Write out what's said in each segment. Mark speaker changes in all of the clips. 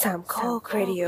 Speaker 1: สามข้อครดิโอ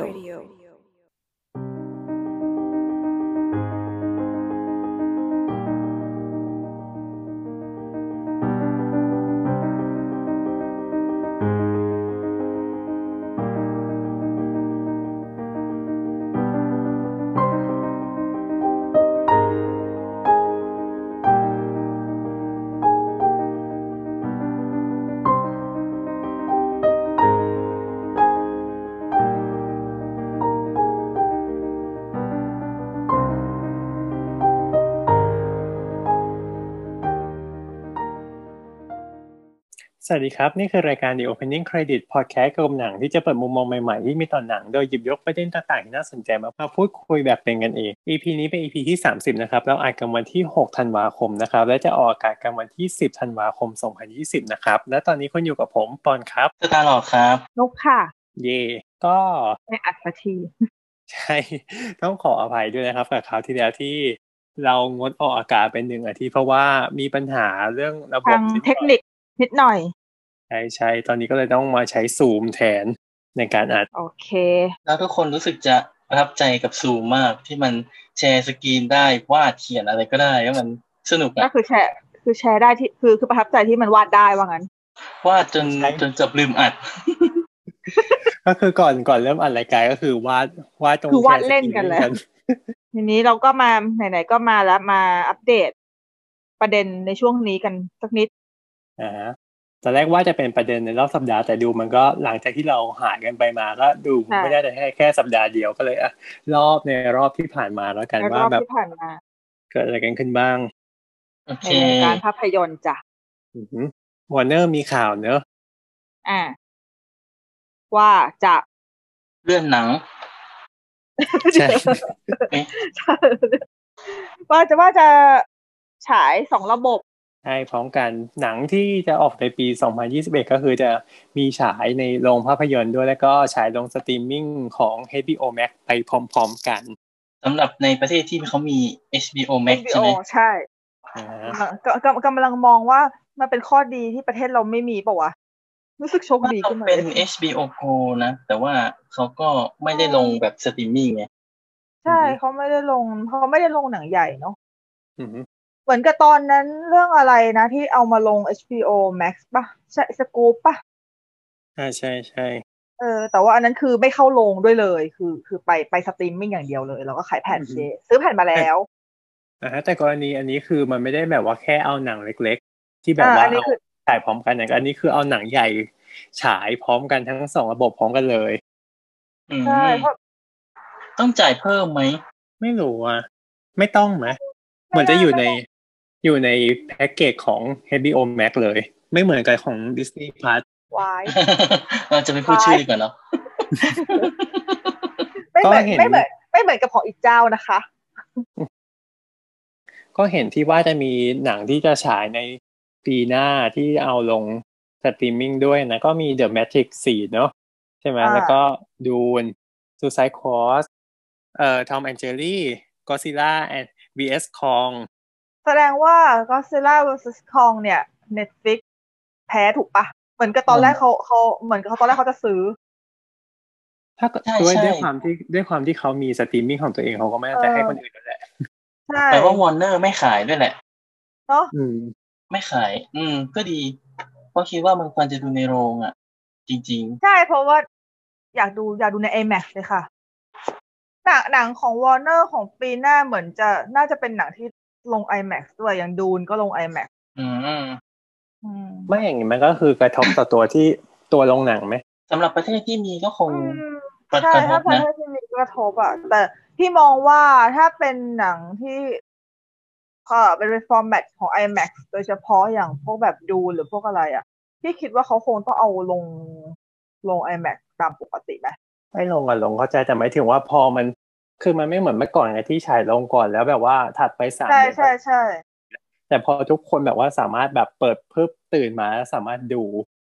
Speaker 2: สวัสดีครับ นี่คือรายการ The Opening Credit Podcast เกยวกับหนังที่จะเปิดมุมมองใหม่ๆ ที่มีต่อหนัง โดยหยิบยกประเด็นต่างๆที่น่าสนใจมามาพูดคุยแบบเป็นกันเอง EP นี้เป็น EP ที่ 30 นะครับ แล้วอัดกันวันที่ 6 ธันวาคมนะครับ และจะออกอากาศกันวันที่ 10 ธันวาคม 2020 นะครับ และตอนนี้คุณอยู่กับผมปอนครับ
Speaker 3: สตาร์หลอดครับ
Speaker 4: นุกค่ะ
Speaker 2: เย่ก็
Speaker 4: ไม่อัดสักที
Speaker 2: ใช่ ต้องขออภัยด้วยนะครับกับคราวที่แล้วที่เรางดออกอากาศเป็นหนึ่งอาทิตย์เพราะว่ามีปัญหาเรื่องระบบ
Speaker 4: ทางเทคนิคนิดหน่อย
Speaker 2: ใช่ใช่ตอนนี้ก็เลยต้องมาใช้ซูมแทนในการอัด
Speaker 4: โอเค
Speaker 3: แล้วทุกคนรู้สึกจะประทับใจกับซูมมากที่มันแชร์สกรีนได้วาดเขียนอะไรก็ได้แล้วมันสนุก
Speaker 4: ก็
Speaker 3: อะ
Speaker 4: คือแชร์คือแชร์ได้ที่คือคือประทับใจที่มันวาดได้ว่างั้น
Speaker 3: วาดจนจนจับลืมอัด
Speaker 2: ก็คือก่อนก่อนเริ่มอัดรายการก็คือวาดวาดตรง
Speaker 4: คือวาด
Speaker 2: แข
Speaker 4: เล่นกัน
Speaker 2: ส
Speaker 4: เลย ทีนี้เราก็มาไหนๆก็มาแล้วมาอัปเดต ประเด็นในช่วงนี้กันสักนิด
Speaker 2: อ่าฮะตอนแรกว่าจะเป็นประเด็นในรอบสัปดาห์แต่ดูมันก็หลังจากที่เราหายกันไปมาก็ดูไม่ได้แต่แค่แค่สัปดาห์เดียวก็เลยอ่ะรอบในรอบที่ผ่านมาแล้วกัน
Speaker 4: ในร
Speaker 2: ว่า
Speaker 4: อบ
Speaker 2: แบบ
Speaker 4: ที่ผ่านมา
Speaker 2: เกิดอะไรกันขึ้นบ้าง
Speaker 3: โอ
Speaker 4: ใน
Speaker 3: เค
Speaker 4: วงการภาพยนตร์จ้ะ
Speaker 2: วอร์เนอร์มีข่าวเน อะ
Speaker 4: อ่า ว่าจะ
Speaker 3: เลื่อนหนัง
Speaker 2: ใช่
Speaker 4: ว่าจะว่าจะฉายสองระบบ
Speaker 2: ใช่พร้อมกันหนังที่จะออกในปี 2021 ก็คือจะมีฉายในโรงภาพยนตร์ด้วยแล้วก็ฉายลงสตรีมมิ่งของ HBO Max ไปพร้อมๆกัน
Speaker 3: สำหรับในประเทศที่เขามี HBO Max ใช่
Speaker 4: HBO
Speaker 3: ไหม
Speaker 4: ใช่
Speaker 2: นะฮะ
Speaker 4: กำลังกำลังมองว่ามันเป็นข้อดีที่ประเทศเราไม่มีเปล่าวะรู้สึกโชค
Speaker 3: ว่า
Speaker 4: ดี
Speaker 3: เรา
Speaker 4: ขึ้นมา
Speaker 3: เป็น
Speaker 4: เลย
Speaker 3: HBO Go นะ แต่ว่าเขาก็ไม่ได้ลงแบบสตรีมมิ่งไง
Speaker 4: ใช่เขาไม่ได้ลงเขาไม่ได้ลงหนังใหญ่เนาะ
Speaker 2: อือฮึ
Speaker 4: เหมือนกับตอนนั้นเรื่องอะไรนะที่เอามาลง HBO Max ปะใช่สกูปปะ
Speaker 2: อ่าใช่ใช่
Speaker 4: เออแต่ว่าอันนั้นคือไม่เข้าลงด้วยเลย คือคือไปไปสตรีมมิ่งอย่างเดียวเลย แล้วก็ขายแผ่นเจซื้อแผ่นมาแล้ว
Speaker 2: นะฮะแต่กรณีอันนี้คือมันไม่ได้แบบว่าแค่เอาหนังเล็กๆ ที่แบบ
Speaker 4: อ่า
Speaker 2: ว่า
Speaker 4: อันนี้
Speaker 2: เอา
Speaker 4: คือ
Speaker 2: ฉายพร้อมกันอย่างอันนี้คือเอาหนังใหญ่ฉายพร้อมกันทั้งสองระบบพร้อมกันเลย
Speaker 3: อืม
Speaker 4: ใช่เพราะ
Speaker 3: ต้องจ่ายเพิ่มไหม
Speaker 2: ไม่รู้อ่ะไม่ต้องไหมเหมือนจะอยู่ในอยู่ในแพ็กเกจของ HBO Max เลย ไม่เหมือนกับของ Disney Plus
Speaker 4: วาย
Speaker 3: เราจะไม่พูดชื่อดีกว่าเนาะ
Speaker 4: ไม่เหมือน
Speaker 2: ก็เห็น
Speaker 4: ไม่เหมือนไม่เหมือนกับของอีกเจ้านะคะ
Speaker 2: ก็เห็นที่ว่าจะมีหนังที่จะฉายในปีหน้าที่เอาลงสตรีมมิ่งด้วยนะ ก็มี The Matrix 4 เนาะใช่ไหม
Speaker 4: อ่า
Speaker 2: แล้วก็ดูน Suicide Squad เอ่อ Tom and Jerry Godzilla and vs Kong
Speaker 4: แสดงว่า Godzilla vs Kong เนี่ย Netflix แพ้ถูกปะเหมือนกับตอนแรกเขาเขาเหมือนกับเขาตอนแรกเขาจะซื้อ
Speaker 2: ถ้าเกิด
Speaker 3: ใช่
Speaker 2: ด้วย
Speaker 3: ใช่
Speaker 2: ด้วยความที่ด้วยความที่เขามีสตรีมมิ่งของตัวเองเขาก็ไม่น่าจะ
Speaker 4: เออ
Speaker 2: ให้คนอื่นแล้วแหละ
Speaker 4: ใช่
Speaker 3: แปลว่าวอร์เนอร์ไม่ขายด้วยแหละ
Speaker 4: เนาะ
Speaker 2: อืม
Speaker 3: ไม่ขาย อืม ก็ดี เพราะคิดว่ามันควรจะดูในโรงอ่ะ จริง
Speaker 4: ใช่เพราะว่าอยากดูอยากดูใน IMAX เลยค่ะ หนังหนังของ Warner ของปีหน้าเหมือนจะน่าจะเป็นหนังที่ลง IMAX ด้วยอย่างดูนก็ลง IMAX
Speaker 3: ๆ อืม
Speaker 4: อืม
Speaker 2: ไม่อย่างนี้มันก็คือกระทบต่อตัวที่ตัวโรงหนังไหม
Speaker 3: สำหรับประเทศที่มีก็คงกระ
Speaker 4: ใช่
Speaker 3: กระท
Speaker 4: ถ้า
Speaker 3: บ
Speaker 4: ประ
Speaker 3: นะ
Speaker 4: เทศที่มีกระทบอ่ะ แต่พี่มองว่าถ้าเป็นหนังที่เออเป็นฟอร์แมตของ IMAX โดยเฉพาะอย่างพวกแบบดูหรือพวกอะไรอ่ะ พี่คิดว่าเขาคงต้องเอาลงลง IMAX ตามปกติไหม
Speaker 2: ไม่ลงอ่ะลงเข้าใจแต่หมายถึงว่าพอมัน คือมันไม่เหมือนเมื่อก่อนไงที่ฉายลงก่อนแล้วแบบว่าถัดไปสาม
Speaker 4: ใช่
Speaker 2: เดือน
Speaker 4: ใช่ใช่
Speaker 2: แต่พอทุกคนแบบว่าสามารถแบบเปิดเพิ่ตื่นมาแล้วสามารถดู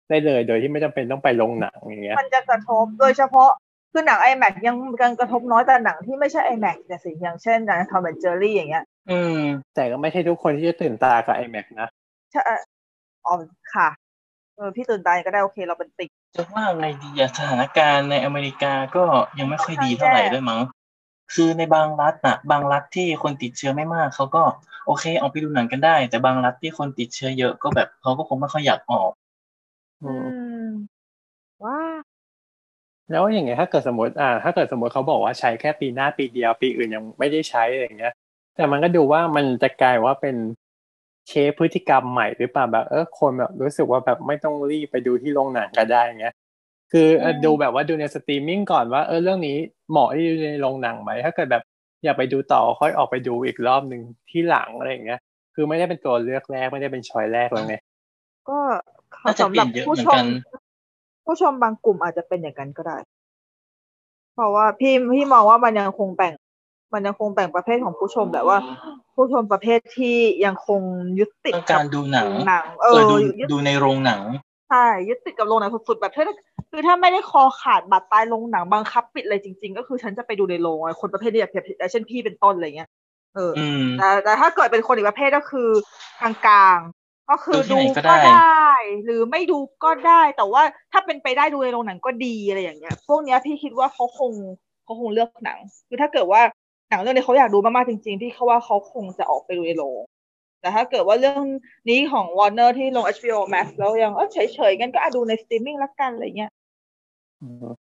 Speaker 2: ได้เลยโดยที่ไม่จำเป็นต้องไปลงหนังอย่างเงี้ย
Speaker 4: มันจะกระทบโดยเฉพาะคือหนัง IMAX ยังยังกระทบน้อยแต่หนังที่ไม่ใช่ IMAX เนี่ยสิอย่างเช่นหนังทอมแอนเจอรี่อย่างเงี้ย
Speaker 3: อืม
Speaker 2: แต่ก็ไม่ใช่ทุกคนที่จะตื่นตากับ iMac นะ
Speaker 4: ใช่อ๋อค่ะ เออพี่ตื่นตายก็ได้โอเคเราเป็นติ่ง
Speaker 3: จะว่าไงดีอะสถานการณ์ในอเมริกาก็ยังไม่ค่อยดีเท่าไหร่ด้วยมั้ง คือในบางรัฐน่ะ บางรัฐที่คนติดเชื้อไม่มากเขาก็โอเคออกไปดูหนังกันได้ แต่บางรัฐที่คนติดเชื้อเยอะก็แบบเขาก็คงไม่ค่อยอยากออก
Speaker 2: อืม
Speaker 5: ว้า
Speaker 2: แล้วอย่างไงยถ้าเกิดสมมติอ่า ถ้าเกิดสมมติเขาบอกว่าใช้แค่ปีหน้าปีเดียวปีอื่นยังไม่ได้ใช้อะไรอย่างเงี้ย แต่มันก็ดูว่ามันจะกลายว่าเป็นเชฟพฤติกรรมใหม่หรือเปล่าแบบเออคนแบบรู้สึกว่าแบบไม่ต้องรีบไปดูที่โรงหนังก็ได้อย่างเงี้ย คือเออ
Speaker 4: อืม
Speaker 2: ดูแบบว่าดูในสตรีมมิ่งก่อนว่าเออเรื่องนี้เหมาะที่จะดูในโรงหนังไหมถ้าเกิดแบบอยากไปดูต่อค่อยออกไปดูอีกรอบหนึ่งที่หลังอะไรอย่างเงี้ย คือไม่ได้เป็นตัวเลือกแรกไม่ได้เป็นช้อยแรกแล้วไง
Speaker 4: ก็
Speaker 3: น่าจะ
Speaker 4: สำหรับ
Speaker 3: เปลี่ยนเยอะ
Speaker 4: ผู้
Speaker 3: เหมือ
Speaker 4: ช
Speaker 3: นกั
Speaker 4: ม
Speaker 3: น
Speaker 4: ผู้ชมบางกลุ่มอาจจะเป็นอย่างนั้นก็ได้ เพราะว่าพี่พี่มองว่ามันยังคงแบ่ง มันยังคงแบ่งประเภทของผู้ชมแหละว่า ผู้ชมประเภทที่ยังคงยึดติด
Speaker 3: ต้อง
Speaker 4: กั
Speaker 3: กา
Speaker 4: บ
Speaker 3: รดูหนัง
Speaker 4: หนัง เอ
Speaker 3: เอ
Speaker 4: อ
Speaker 3: อดู
Speaker 4: ยึด
Speaker 3: ดูในโรงหนัง
Speaker 4: ใช่ยึดติดกับโรงหนังสุดๆแบบถ้าคือถ้าไม่ได้คอขาดบาดตายโรงหนังบังคับปิดเลยจริง ๆ ก็คือฉันจะไปดูในโรงอะคนประเภทนี้แบบเช่นพี่เป็นต้นอะไรเงี้ยเอออ
Speaker 3: อืม
Speaker 4: แต่แต่ถ้าเกิดเป็นคนอีกประเภทก็คือกลางๆ ก็คือ
Speaker 3: ดู
Speaker 4: ดู
Speaker 3: ที่
Speaker 4: ก็
Speaker 3: ไหนก็ได้
Speaker 4: ได้ หรือไม่ดูก็ได้ แต่ว่าถ้าเป็นไปได้ดูในโรงหนังก็ดีอะไรอย่างเงี้ย พวกเนี้ยพี่คิดว่าเขาคงเขาคงเลือกหนัง คือถ้าเกิดว่าหนังเรื่องนี้เขาอยากดูมากๆจริงๆพี่เขาว่าเขาคงจะออกไปดูในโรง แต่ถ้าเกิดว่าเรื่องนี้ของ Warner ที่ลง HBO Max แล้วยังเออเฉยๆงั้นก็อะดูในสตรีมมิ่งละกันอะไรเงี้ย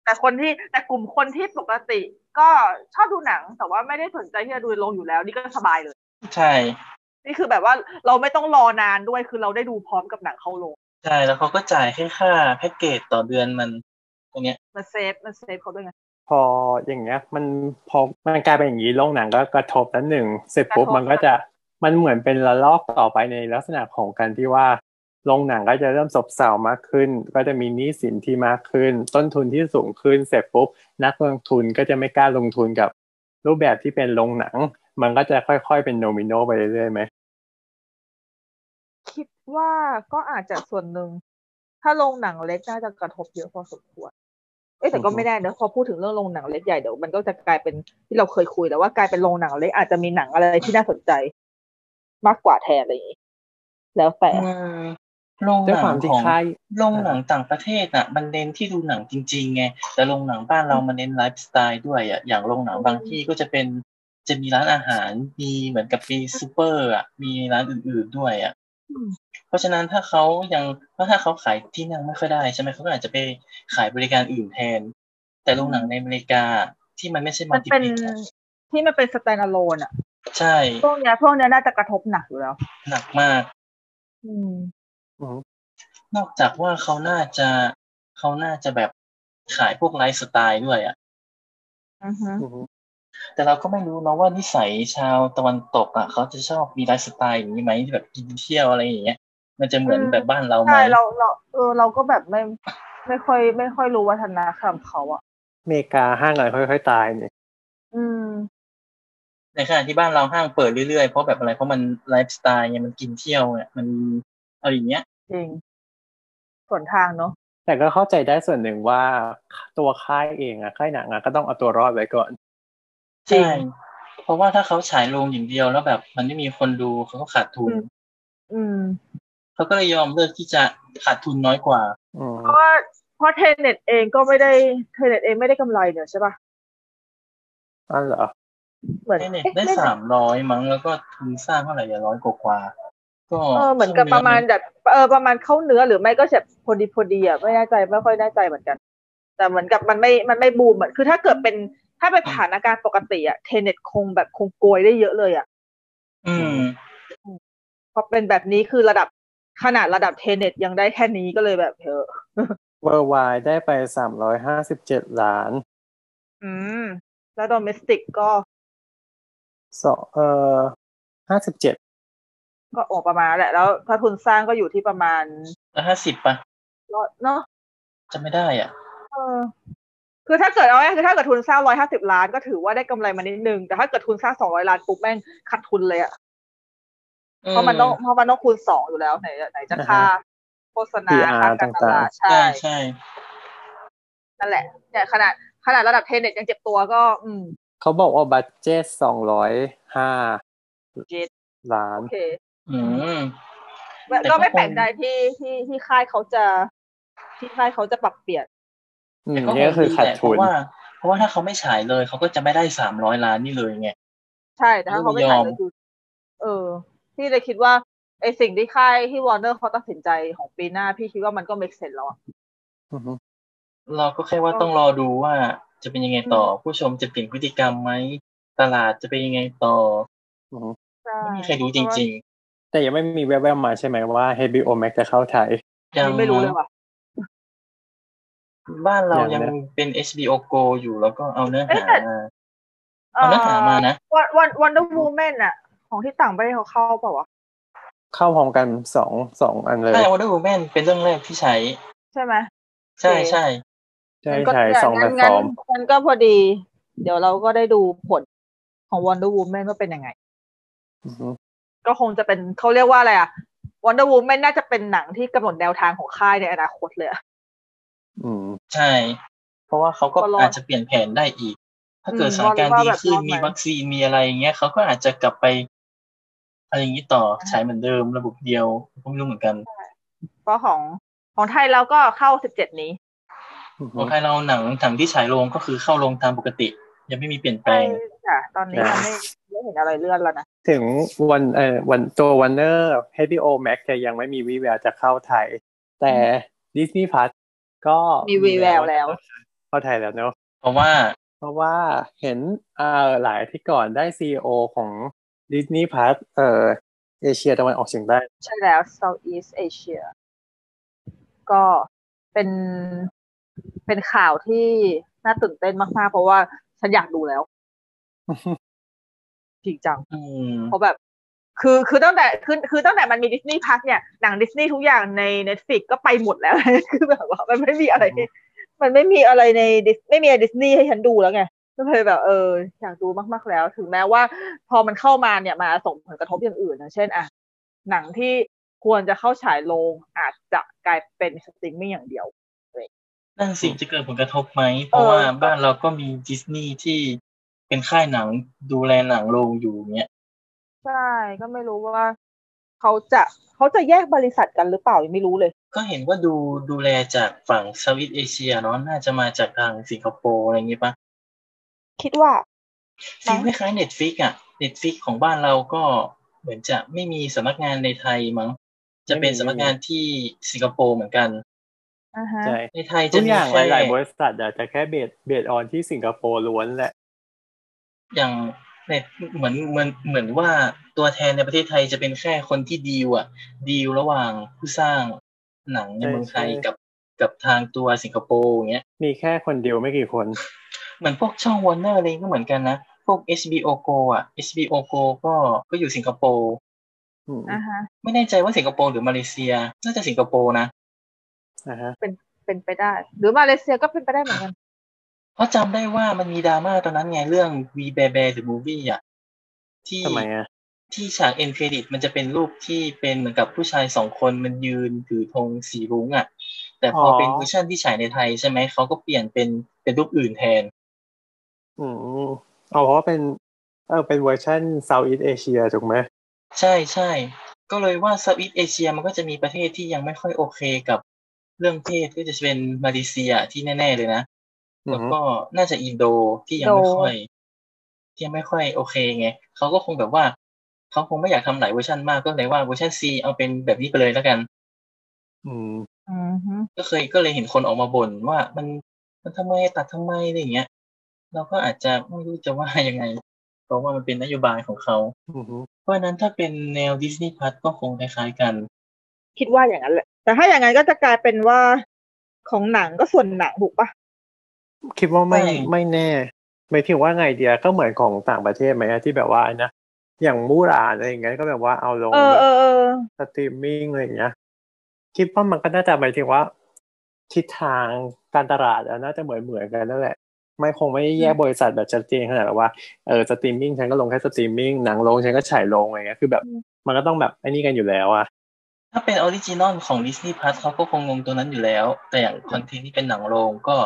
Speaker 4: แต่คนที่แต่กลุ่มคนที่ปกติก็ชอบดูหนัง แต่ว่าไม่ได้สนใจที่จะดูในโรงอยู่แล้ว นี่ก็สบายเลย
Speaker 3: ใช่
Speaker 4: นี่คือแบบว่าเราไม่ต้องรอนานด้วยคือเราได้ดูพร้อมกับหนังเข้าโรง
Speaker 3: ใช่แล้วเขาก็จ่ายแค่ค่าแพ็กเกจต่อเดือนมันตรงเนี้ย
Speaker 4: มันเซฟมันเซฟเขาด้วยไง
Speaker 2: พออย่างเงี้ยมันพอมันกลายเป็นอย่างนี้โรงหนังก็กระทบแล้วหนึ่งเสร็จปุ๊บ
Speaker 4: กระทบ
Speaker 2: มันก็จะมันเหมือนเป็นระลอกต่อไปในลักษณะของการที่ว่าโรงหนังก็จะเริ่มซบเซามากขึ้น ก็จะมีหนี้สินที่มากขึ้น ต้นทุนที่สูงขึ้นเสร็จปุ๊บนักลงทุนก็จะไม่กล้าลงทุนกับรูปแบบที่เป็นโรงหนัง มันก็จะค่อยๆเป็นโนมิโนไปเรื่อยๆไหม
Speaker 4: คิดว่าก็อาจจะส่วนหนึ่ง ถ้าโรงหนังเล็กน่าจะกระทบเยอะพอสมควร เอ๊ะแต่ก็ไม่แน่นะพอพูดถึงเรื่องโรงหนังเล็กใหญ่เดี๋ยวมันก็จะกลายเป็นที่เราเคยคุยแล้วว่ากลายเป็นโรงหนังเล็กอาจจะมีหนังอะไรที่น่าสนใจ มากกว่าแทนอะไรอย่างนี้แล้วแต่
Speaker 3: อืมโรงห
Speaker 2: ด้วย
Speaker 3: นั
Speaker 2: ความ
Speaker 3: ง
Speaker 2: ที่
Speaker 3: ของ
Speaker 2: ค่าย
Speaker 3: โรงหนังต่างประเทศน่ะ มันเน้นที่ดูหนังจริงๆไงแต่โรงหนังบ้านเรามันเน้นไลฟ์สไตล์ด้วยอ่ะอย่างโรงหนังบางที่ก็จะเป็นจะมีร้านอาหารมีเหมือนกับมีซูเปอร์อ่ะมีร้านอื่นๆด้วยอ่ะ
Speaker 4: อืม
Speaker 3: เพราะฉะนั้นถ้าเขายังเพราะถ้าเขาขายที่นั่งไม่ค่อยได้ใช่ไหมเขาก็อาจจะไปขายบริการอื่นแทน แต่โรงหนังในอเมริกาที่มันไม่ใช่มั
Speaker 4: มั
Speaker 3: ล
Speaker 4: น
Speaker 3: ติ
Speaker 4: เป็น
Speaker 3: เพล็
Speaker 4: ที่มันเป็น standalone อะ
Speaker 3: ใช่
Speaker 4: พวกเนี้ยพวกเนี้ยน่าจะกระทบหนักอยู่แล้ว
Speaker 3: หนักมาก
Speaker 4: อืม
Speaker 3: นอกจากว่าเขาน่าจะเขาน่าจะแบบขายพวกไลฟ์สไตล์ด้วยอ่ะ
Speaker 4: อือฮึ
Speaker 3: แต่เราก็ไม่รู้นะว่านิสัยชาวตะวันตกอ่ะเขาจะชอบมีไลฟ์สไตล์อย่างนี้ไหมที่แบบกินเที่ยวอะไรอย่างเงี้ย มันจะเหมือนแบบบ้านเราไหม
Speaker 4: ใช่เราเราเออเราก็แบบไม่ไม่ค่อยไม่ค่อยรู้วัฒนธรรมเขาอ่ะ
Speaker 2: อเมริกาห้างอะไรค่อยๆตายเนี่ย
Speaker 4: อืม
Speaker 3: ในขณะที่บ้านเราห้างเปิดเรื่อยๆเพราะแบบอะไรเพราะมันไลฟ์สไตล์ไงมันกินเที่ยวเนี่ยมันอะไรอย่างเงี้ย
Speaker 4: จริง ส่วนทางเนาะ
Speaker 2: แต่ก็เข้าใจได้ส่วนหนึ่งว่าตัวค่ายเองอะค่ายหนังอะก็ต้องเอาตัวรอดไว้ก่อน
Speaker 3: ใช่ เพราะว่าถ้าเขาฉายโรงอย่างเดียวแล้วแบบมันไม่มีคนดูเขาก็ขาดทุน
Speaker 4: อืม
Speaker 3: เขาก็เลยยอมเลือกที่จะขาดทุนน้อยกว่า
Speaker 2: อืม
Speaker 4: เพราะว่าเพราะเทเน็ตเองก็ไม่ได้เทเน็ตเองไม่ได้กำไรเนี่ยใช่ป่ะ
Speaker 2: อ๋อเหรอ
Speaker 4: เหมือน
Speaker 3: ได้เนี่ย
Speaker 4: อ๊ะ
Speaker 3: ได้
Speaker 4: ม่
Speaker 3: สามร้อยมั้งแล้วก็ทุนสร้างเท่าไหร่อย่าร้อยกว่ากว่าๆก็
Speaker 4: เออเหมือนกับประมาณแบบเออประมาณเข้าเนื้อหรือไม่ก็แบบพอดีพอดีอ่ะไม่แน่ใจไม่ค่อยแน่ใจเหมือนกัน แต่เหมือนกับมันไม่มันไม่บูมเหมือนคือถ้าเกิดเป็นถ้าเป็นสถานการณ์ปกติอ่ะเทเน็ตคงแบบคงโกยได้เยอะเลยอ่ะ
Speaker 3: อืม
Speaker 4: พอเป็นแบบนี้คือระดับขนาดระดับเทเน็ตยังได้แค่นี้ก็เลยแบบเออ
Speaker 2: เวอร์ไวได้ไปสามร้อยห้าสิบเจ็ดล้าน
Speaker 4: อืม แล้วดอมสติกก็
Speaker 2: สองเอ่อห้าสิบเจ็ด
Speaker 4: ก็ออกประมาณแหละ แล้วถ้าทุนสร้างก็อยู่ที่ประมาณ
Speaker 3: แล้วห้าสิบป่ะ
Speaker 4: ร้อยเนาะ
Speaker 3: จะไม่ได้อ่ะ
Speaker 4: เออ คือถ้าเกิดเอาง่ายๆคือถ้าเกิดทุนสร้างร้อยห้าสิบล้านก็ถือว่าได้กำไรมานิดนึง แต่ถ้าเกิดทุนสร้างสองร้อยล้านปุ๊บแม่งขาดทุนเลยอะเพราะมันต้องเพราะมันต้องคูณสองอยู่แล้วไหนไหนจะค่าโฆษณาค่าการตลาดใช่
Speaker 3: ใช่ใช่
Speaker 4: นั่นแหละเนี่ยขนาดขนาดระดับเทเน็ตยังเจ็บตัวก็ อืม
Speaker 2: เขาบอกว่าบัตเจตสองร้อยห้า
Speaker 4: เจ็ด
Speaker 2: ล้าน
Speaker 4: โอเค
Speaker 3: อืม
Speaker 4: ก็ไม่แปลกใจที่ที่ที่ค่ายเขาจะที่ค่ายเขาจะปรับเปลี่ยน
Speaker 2: อืม
Speaker 3: แต่ก็
Speaker 2: นี่ก็คือขาด
Speaker 3: เพ
Speaker 2: ทุน
Speaker 3: ราะว่า เพราะว่าถ้าเขาไม่ฉายเลยเขาก็จะไม่ได้สามร้อยล้านนี่เลยไง
Speaker 4: ใช่แต่ถ้าเขาไม่ถ่ายก็คือเออ พี่เลยคิดว่าไอสิ่งที่ค่ายที่วอร์เนอร์เขาตัดสินใจของปีหน้า พี่คิดว่ามันก็เมกเซนแล้วอะ
Speaker 2: อือฮึ
Speaker 3: เราก็แค่ว่าต้องรอดูว่าจะเป็นยังไงต่อ ผู้ชมจะเปลี่ยนพฤติกรรมไหมตลาดจะเป็นยังไงต่อ
Speaker 2: อือฮึ
Speaker 4: ใช่
Speaker 3: ไม่มีใครรู้จริง
Speaker 2: แต่ยังไม่มีแววๆมาใช่ไหมว่า HBO Max จะเข้าไทย
Speaker 3: ๆ ยัง
Speaker 4: นี่ไม่รู้เลยว่ะ
Speaker 3: บ้านเรายัง
Speaker 2: ยังนะ
Speaker 3: เป็น HBO Go อยู่แล้วก็เอาเนื้อหามา
Speaker 4: เอ่
Speaker 3: เอาเนื้อหามา
Speaker 4: อ
Speaker 3: นะ
Speaker 4: วันวันวันเดอร์วูแมนอะของที่ต่างประเทศเขาเข้าเปล่าวะ
Speaker 2: เข้าพร้อมกันสองสองอันเลย
Speaker 3: ใช่ Wonder Woman เป็นเรื่องแรกที่ใช้
Speaker 4: ใช่ไหม
Speaker 3: ใช่
Speaker 4: โอเค
Speaker 3: ใช่
Speaker 2: ใช่
Speaker 4: งั้นก็
Speaker 2: ใช่สองแพล
Speaker 4: งั้น
Speaker 2: ต
Speaker 4: งั้น
Speaker 2: ฟอร์ม
Speaker 4: งั้นก็พอดี เดี๋ยวเราก็ได้ดูผลของ Wonder Woman ว่าเป็นยังไง
Speaker 2: อือฮึ
Speaker 4: ก็คงจะเป็นเขาเรียกว่าอะไรอะ Wonder Woman น่าจะเป็นหนังที่กำหนดแนวทางของค่ายในอนาคตเลยอะ
Speaker 2: อืม
Speaker 3: ใช่ เพราะว่าเขาก็
Speaker 4: ก็รอด
Speaker 3: อาจจะเปลี่ยนแผนได้อีก ถ้าเกิด
Speaker 4: อืม
Speaker 3: สถานการณ์
Speaker 4: ว่า
Speaker 3: ดี
Speaker 4: แบบ
Speaker 3: ขึ้น
Speaker 4: รอดไหม
Speaker 3: มีวัคซีนมีอะไรอย่างเงี้ยเขาก็อาจจะกลับไปอะไรอย่างนี้ต่อใช้เหมือนเดิมระบบเดียวผมไม่รู้เหมือนกัน
Speaker 4: เพราะของของไทยเราก็เข้า 17 นี้
Speaker 3: โอเคเราหนังหนังที่ฉายโรงก็คือเข้าโรงตามปกติ ยังไม่มีเปลี่ยนแปล
Speaker 4: ใช่
Speaker 3: ง
Speaker 4: ค่ะ ตอนนี้
Speaker 2: อ่า
Speaker 4: ยังไม่ไม่เห็นอะไรเลื่อนแล้วนะ
Speaker 2: ถึงวันเอ่อวันตัววันเนอร์ HBO Max จะยังไม่มีวีแววจะเข้าไทย แต่ Disney Plus ก็
Speaker 4: มีวีแววแล้ว
Speaker 2: เข้าไทยแล้วเนาะ
Speaker 3: เพราะว่า
Speaker 2: เพราะว่าเห็นเอ่อหลายที่ก่อนได้ CEO ของ Disney Plus เอ่อเอเชียตะวันออกเฉียงใต้
Speaker 4: ใช่แล้ว Southeast Asia ก็เป็นเป็นข่าวที่น่าตื่นเต้นมากๆ เพราะว่าฉันอยากดูแล้ว จริงจัง
Speaker 3: อืม
Speaker 4: เพราะแบบ คือคือตั้งแต่คือคือตั้งแต่มันมีดิสนีย์พักเนี่ยหนังดิสนีย์ทุกอย่างใน Netflix ก็ไปหมดแล้ว คือแบบว่ามันไม่มีอะไร มันไม่มีอะไรใน Dis- ไม่มีดิสนีย์ให้ฉันดูแล้วไงก็เลยแบบเอออยากดูมากๆแล้ว ถึงแม้ว่า พอมันเข้ามาเนี่ยมาส่งผลกระทบอย่างอื่นนะเช่นอ่ะหนังที่ควรจะเข้าฉายโรงอาจจะกลายเป็นสตรีมมิ่งอย่างเดียว
Speaker 3: นั่นสิจะเกิดผลกระทบไหม เพราะว่าบ้านเราก็มีดิสนีย์ที่เป็นค่ายหนังดูแลหนังโรงอยู่เนี้ย
Speaker 4: ใช่ก็ไม่รู้ว่าเขาจะเขาจะแยกบริษัทกันหรือเปล่ายังไม่รู้เลย
Speaker 3: ก็เห็นว่าดูดูแลจากฝั่งเซาท์อีสเอเชียเนาะน่าจะมาจากทางสิงคโปร์อะไรอย่างงี้ปะ
Speaker 4: คิดว่า
Speaker 3: ฟิลคล้ายเน็ตฟิกอะเน็ตฟิกของบ้านเราก็เหมือนจะไม่มีสำนักงานในไทยมั้ง จะเป็นสำนักงานที่สิงคโปร์เหมือนกัน
Speaker 4: อ่าฮะ
Speaker 2: ใช่
Speaker 3: ในไทย
Speaker 2: ทุ
Speaker 3: จะ
Speaker 2: ก
Speaker 3: มี
Speaker 2: อย่าง
Speaker 3: แค่
Speaker 2: หลาย ๆ บริษัทอาจจะแค่เบสเบสออนที่สิงคโปร์ล้วนแหละ
Speaker 3: อย่างเน็ตเหมือนเหมือนเหมือนว่าตัวแทนในประเทศไทยจะเป็นแค่คนที่ดีลอะดีลระหว่างผู้สร้างหนังในเมืองไทย
Speaker 2: ใช่ใช่
Speaker 3: กับกับทางตัวสิงคโปร์อย่างเงี้ย
Speaker 2: มีแค่คนเดียวไม่กี่คน
Speaker 3: เหมือนพวกช่องวอร์เนอร์อะไรก็เหมือนกันนะ พวก HBO Go อะ HBO Go ก็ก็อยู่สิงคโปร์
Speaker 2: อืม
Speaker 4: อ่าฮะ
Speaker 3: ไม่แน่ใจว่าสิงคโปร์หรือมาเลเซีย น่าจะสิงคโปร์นะ
Speaker 2: นะฮะ
Speaker 4: เป็นไปได้ หรือมาเลเซียก็เป็นไปได้เหมือนกัน
Speaker 3: เพราะจำได้ว่ามันมีดราม่าตอนนั้นไงเรื่อง V Bear Bear the Movie อะที่
Speaker 2: ทำไมอ่ะ
Speaker 3: ที่ฉากเอ็นเครดิตมันจะเป็นรูปที่เป็นเหมือนกับผู้ชายสองคนมันยืนถือธงสีรุ้งอ่ะ แต่พออ
Speaker 2: อ
Speaker 3: เป็นเวอร์ชันที่ฉายในไทยใช่ไหมเขาก็เปลี่ยนเป็นเป็นรูปอื่นแทน
Speaker 2: อืมเอาเพราะว่าเป็น เออเป็นเวอร์ชัน Southeast Asia ถูกไหม
Speaker 3: ใช่ใช่ก็เลยว่าเซาท์อีสเอเชียมันก็จะมีประเทศที่ยังไม่ค่อยโอเคกับเรื่องเพศก็จะเป็นมาเลเซียที่แน่ๆเลยนะ
Speaker 2: อื
Speaker 3: แล้ว
Speaker 2: ม
Speaker 3: ก็น่าจะอินโดที่ยังไม่ค่อยที่ยังไม่ค่อยโอเคไงเขาก็คงแบบว่าเขาคงไม่อยากทำหลายเวอร์ชันมากก็เลยว่าเวอร์ชันซีเอาเป็นแบบนี้ไปเลยแล้วกัน
Speaker 2: อืม
Speaker 4: อืมฮึ
Speaker 3: ก็เคยก็เลยเห็นคนออกมาบ่นว่ามันมันทำไมตัดทำไมอะไรอย่างเงี้ย เราก็อาจจะไม่รู้จะว่ายังไง เพราะว่ามันเป็นนโยบายของเขา
Speaker 2: อืม
Speaker 3: เพราะฉะนั้นถ้าเป็นแนวดิสนีย์พัทก็คงคล้ายๆกัน
Speaker 4: คิดว่าอย่างนั้นแหละ แต่ถ้าอย่างนั้นก็จะกลายเป็นว่าของหนังก็ส่วนหนังถูกปะ
Speaker 2: คิดว่าไม่
Speaker 3: ไม่
Speaker 2: ไม่แน่ไม่ถึงว่าไงเดียก็เหมือนของต่างประเทศไหมอะที่แบบว่านะ อย่างมูรานอะไรอย่างเงี้ยก็แบบว่าเอาลง
Speaker 4: เออ
Speaker 2: แบบ
Speaker 4: เออเออ
Speaker 2: สตรีมมิ่งอะไรอย่างเงี้ย คิดว่ามันก็น่าจะหมายถึงว่า ทิศทางการตลาดอะน่าจะเหมือนเหมือนกันนั่นแหละ ไม่คงไม่ได้แยกบริษัทแบบชัดเจนขนาดแบบว่าเออสตรีมมิ่งฉันก็ลงแค่สตรีมมิ่งหนังลงฉันก็ฉายลงอะไรเงี้ยคือแบบ มันก็ต้องแบบไอ้นี่กันอยู่แล้วอะ
Speaker 3: ถ้าเป็นออริจินอลของดิสนีย์พัทเขาก็คงงงตัวนั้นอยู่แล้ว แต่อย่างคอนเทนต์ที่เป็นหนังโรงก็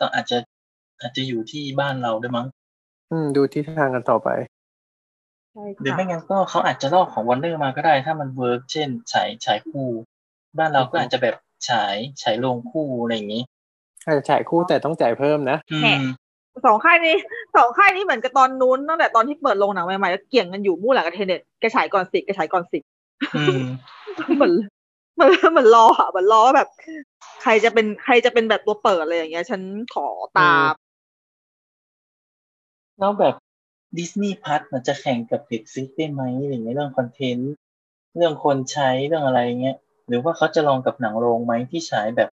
Speaker 3: ต้องอาจจะอาจจะอยู่ที่บ้านเราด้วยมั้ง
Speaker 2: อืมดูทิศทางกันต่อไป
Speaker 4: ใช่
Speaker 3: หรือ
Speaker 4: ค่ะ
Speaker 3: ไม่งั้นก็เขาอาจจะลอกของวันเดอร์มาก็ได้ ถ้ามันเวิร์กเช่น ฉายฉายคู่ บ้านเราก็อาจจะแบบฉายฉายลงคู่อะไรอย่างนี้
Speaker 2: อาจจะจ่ายคู่แต่ต้องจ่ายเพิ่มนะ
Speaker 3: อื
Speaker 5: แหม่
Speaker 3: ม
Speaker 4: สองค่ายนี้สองค่ายนี้เหมือนกับตอนนู้นตั้งแต่ตอนที่เปิดโรงหนังใหม่ๆแล้วเกี่ยงกันอยู่มู่หลังกับเทเน็ตแกฉายก่อนสิแกฉายก่อนสิ
Speaker 3: อืม
Speaker 4: เหมือนเหมือนเหมือนรออะเหมือนรอว่าแบบ ใครจะเป็นใครจะเป็นแบบตัวเปิดอะไรอย่างเงี้ย ฉันขอตาม
Speaker 3: แล้วแบบดิสนีย์พัทมันจะแข่งกับ n e t f ซิกได้ไหมอะไรอย่างเงี้ยเรื่องคอนเทนต์ เรื่องคนใช้เรื่องอะไรเงี้ยหรือว่าเขาจะลองกับหนังโรงไหมที่ฉายแบบ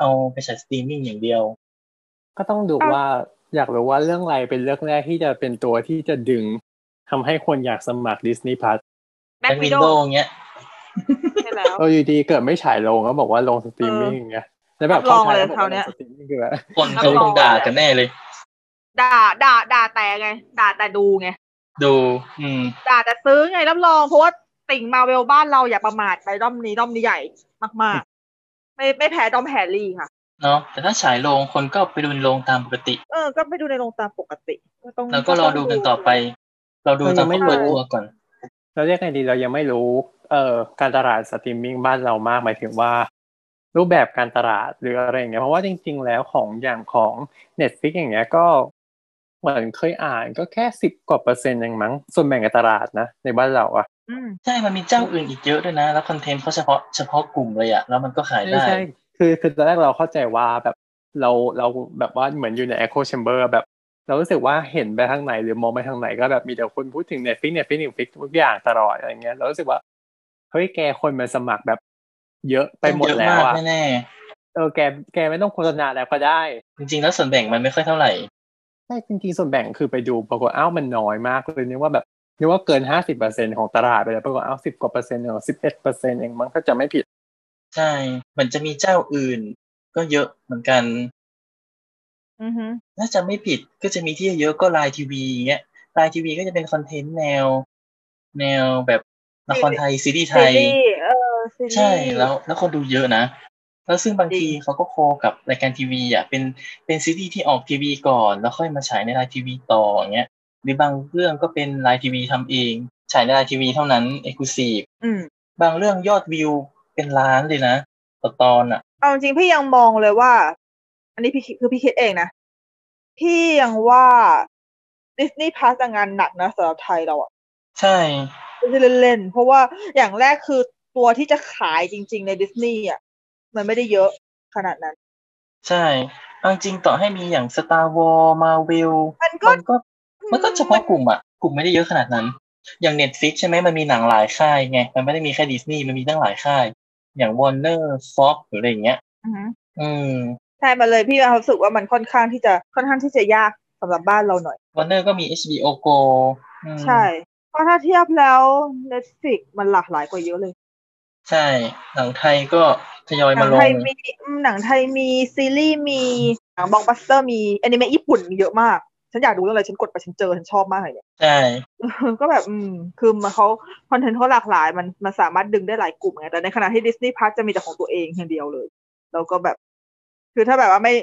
Speaker 3: เอาไปฉายสตรีมมิ่งอย่างเดียว
Speaker 2: ก็ต้องดู
Speaker 4: เอา
Speaker 2: ว่าอยากรู้ว่าเรื่องอะไรเป็นเรื่องแรกที่จะเป็นตัวที่จะดึงทำให้คนอยากสมัครดิสนีย์พัท
Speaker 5: แบ็ค
Speaker 3: Black
Speaker 5: วิด
Speaker 3: Widow
Speaker 5: ว์
Speaker 3: เงี้ย
Speaker 4: ใช่แล้ว
Speaker 2: เราอยู่ดีเกิดไม่ฉายลงก็บอกว่าลงสตรีมมิ่งไงแล้วแบบ
Speaker 4: รับรองเลย
Speaker 2: แบอก
Speaker 4: คราว
Speaker 2: ว่า
Speaker 4: เนี้
Speaker 2: ล
Speaker 4: ย
Speaker 2: งสตรีมมิ่งคือแบบ
Speaker 3: คนเขาต้องด่ากันแน่เลย
Speaker 4: ด่าด่าด่าแต่ไง ด่าแต่ดูไง
Speaker 3: ดู อืม
Speaker 4: ด่าแต่ซื้อไงรับรองเพราะว่าติ่งมาเวลบ้านเราอย่าประมาทไปด้อมนี้ด้อมนี้ใหญ่มากๆ ไม่ไม่แพ้ด้อมแฮร์รี่ค่ะ
Speaker 3: เนาะแต่ถ้าฉายโรงคนก็ไปดูในโรงตามปกติ
Speaker 4: เออ ก็ไปดูในโรงตามปกติก็ต้อง
Speaker 3: แล้วก็รอดูกันต่อไป เราดูตามเขาเปิดตัวก่อน
Speaker 2: เราเรียกไงดีเรายังไม่รู้เอ่อการตลาดสตรีมมิ่งบ้านเรามากหมายถึงว่า รูปแบบการตลาดหรืออะไรอย่างเงี้ยเพราะว่าจริง ๆ แล้วของอย่างของ Netflix อย่างเงี้ยก็เหมือนเคยอ่านก็แค่สิบกว่าเปอร์เซ็นต์เองมั้งส่วนแบ่งการตลาดนะในบ้านเราอะ
Speaker 4: อืม
Speaker 3: ใช่ มันมีเจ้าอื่นอีกเยอะด้วยนะ แล้วคอนเทนต์เขาเฉพาะเฉพาะกลุ่มเลยอะแล้วมันก็ขาย
Speaker 2: ใช่
Speaker 3: ได้
Speaker 2: ใช่คือคือตอนแรกเราเข้าใจว่าแบบเราเราแบบว่าเหมือนอยู่ใน echo chamber แบบ เรารู้สึกว่าเห็นไปทางไหนหรือมองไปทางไหนก็แบบมีแต่คนพูดถึง Netflix Netflix Netflix ทุกอย่างตลอดอะไรเงี้ยเรารู้สึกว่าเฮ้ยแกคนมันสมัครแบบเยอะไปหมดแล้วอ่ะ
Speaker 3: เยอะมากแน่
Speaker 2: เออแกแกไม่ต้องโฆษณาแล้วก็ได้
Speaker 3: ๆจริง ๆ แล้วส่วนแบ่งมันไม่ค่อยเท่าไหร่
Speaker 2: ใช่จริงๆส่วนแบ่งคือไปดูปรากฏอ้าวมันน้อยมากเลยนึกว่าแบบนึกว่าเกินห้าสิบเปอร์เซ็นของตลาดไปแล้วปรากฏอ้าวสิบกว่าเปอร์เซ็นต์ของสิบเอ็ดเปอร์เซ็นต์เองมั้งถ้าจะไม่ผิด
Speaker 3: ใช่ มันจะมีเจ้าอื่น ก็เยอะเหมือนกัน
Speaker 4: อือฮึ
Speaker 3: น่าจะไม่ผิดก็จะมีที่เยอะก็ไลน์ทีวีอย่างเงี้ยไลน์ทีวีก็จะเป็นคอนเทนต์แนว แนวแบบละครไทยซีรีส์ไท
Speaker 4: ซี
Speaker 3: ย
Speaker 4: รีส์เออซีรีส์
Speaker 3: ใช่แล้วแล้วคนดูเยอะนะ แล้วซึ่งบางที
Speaker 4: จริง
Speaker 3: เขาก็โคกับรายการทีวีอ่ะเป็นเป็นซีรีส์ที่ออกทีวีก่อนแล้วค่อยมาฉายในไลน์ทีวีต่ออย่างเงี้ยหรือบางเรื่องก็เป็นไลน์ทีวีทำเอง ฉายในไลน์ทีวีเท่านั้นเอกลูซีฟ
Speaker 4: อืม
Speaker 3: บางเรื่องยอดวิวเป็นล้านเลยนะต่อตอนอ่ะ
Speaker 4: เอาจริงๆพี่ยังมองเลยว่า อันนี้พี่คิดคือพี่คิดเองนะพี่ยังว่าดิสนีย์พาสงานหนักนะสำหรับไทยเราอะ
Speaker 3: ใช่
Speaker 4: ไม่ใช่เล่นๆเพราะว่าอย่างแรกคือตัวที่จะขายจริง ๆ ในดิสนีย์อะมันไม่ได้เยอะขนาดนั้น
Speaker 3: ใช่เอาจริงต่อให้มีอย่าง Star Wars Marvel
Speaker 4: มันก็
Speaker 3: มันก็ มันก็เฉพาะกลุ่มอะกลุ่มไม่ได้เยอะขนาดนั้น อย่าง Netflix ใช่ไหมมันมีหนังหลายค่ายไง มันไม่ได้มีแค่ดิสนีย์มันมีตั้งหลายค่าย อย่าง Warner Fox หรืออะไรอย่างเงี้ย
Speaker 4: อือฮึ
Speaker 3: อืม
Speaker 4: ใช่มาเลยพี่รู้สึกว่ามันค่อนข้างที่จะค่อนข้างที่จะยากสำหรับบ้านเราหน่อย
Speaker 3: Warner ก็มี HBO Go อืม
Speaker 4: ใช่ เพราะถ้าเทียบแล้ว Netflix มันหลากหลายกว่าเยอะเลย
Speaker 3: ใช่ หนังไทยก็ทยอย
Speaker 4: หนั
Speaker 3: มาล
Speaker 4: ไท
Speaker 3: ง
Speaker 4: ยมีอืมหนังไทยมีซีรีส์มีหนังบล็อกบัสเตอร์มีอนิเมะญี่ปุ่นมีเยอะมาก ฉันอยากดูเรื่องอะไรฉันกดไปฉันเจอฉันชอบมากเลยเนี่ย
Speaker 3: ใช่
Speaker 4: ก็แบบอืมคือมันเขาคอนเทนต์เขาหลากหลายมันมันสามารถดึงได้หลายกลุ่มไงแต่ในขณะที่ดิสนีย์พาร์จะมีแต่ของตัวเองอย่างเดียวเลย แล้วก็แบบ คือถ้าแบบว่าไม่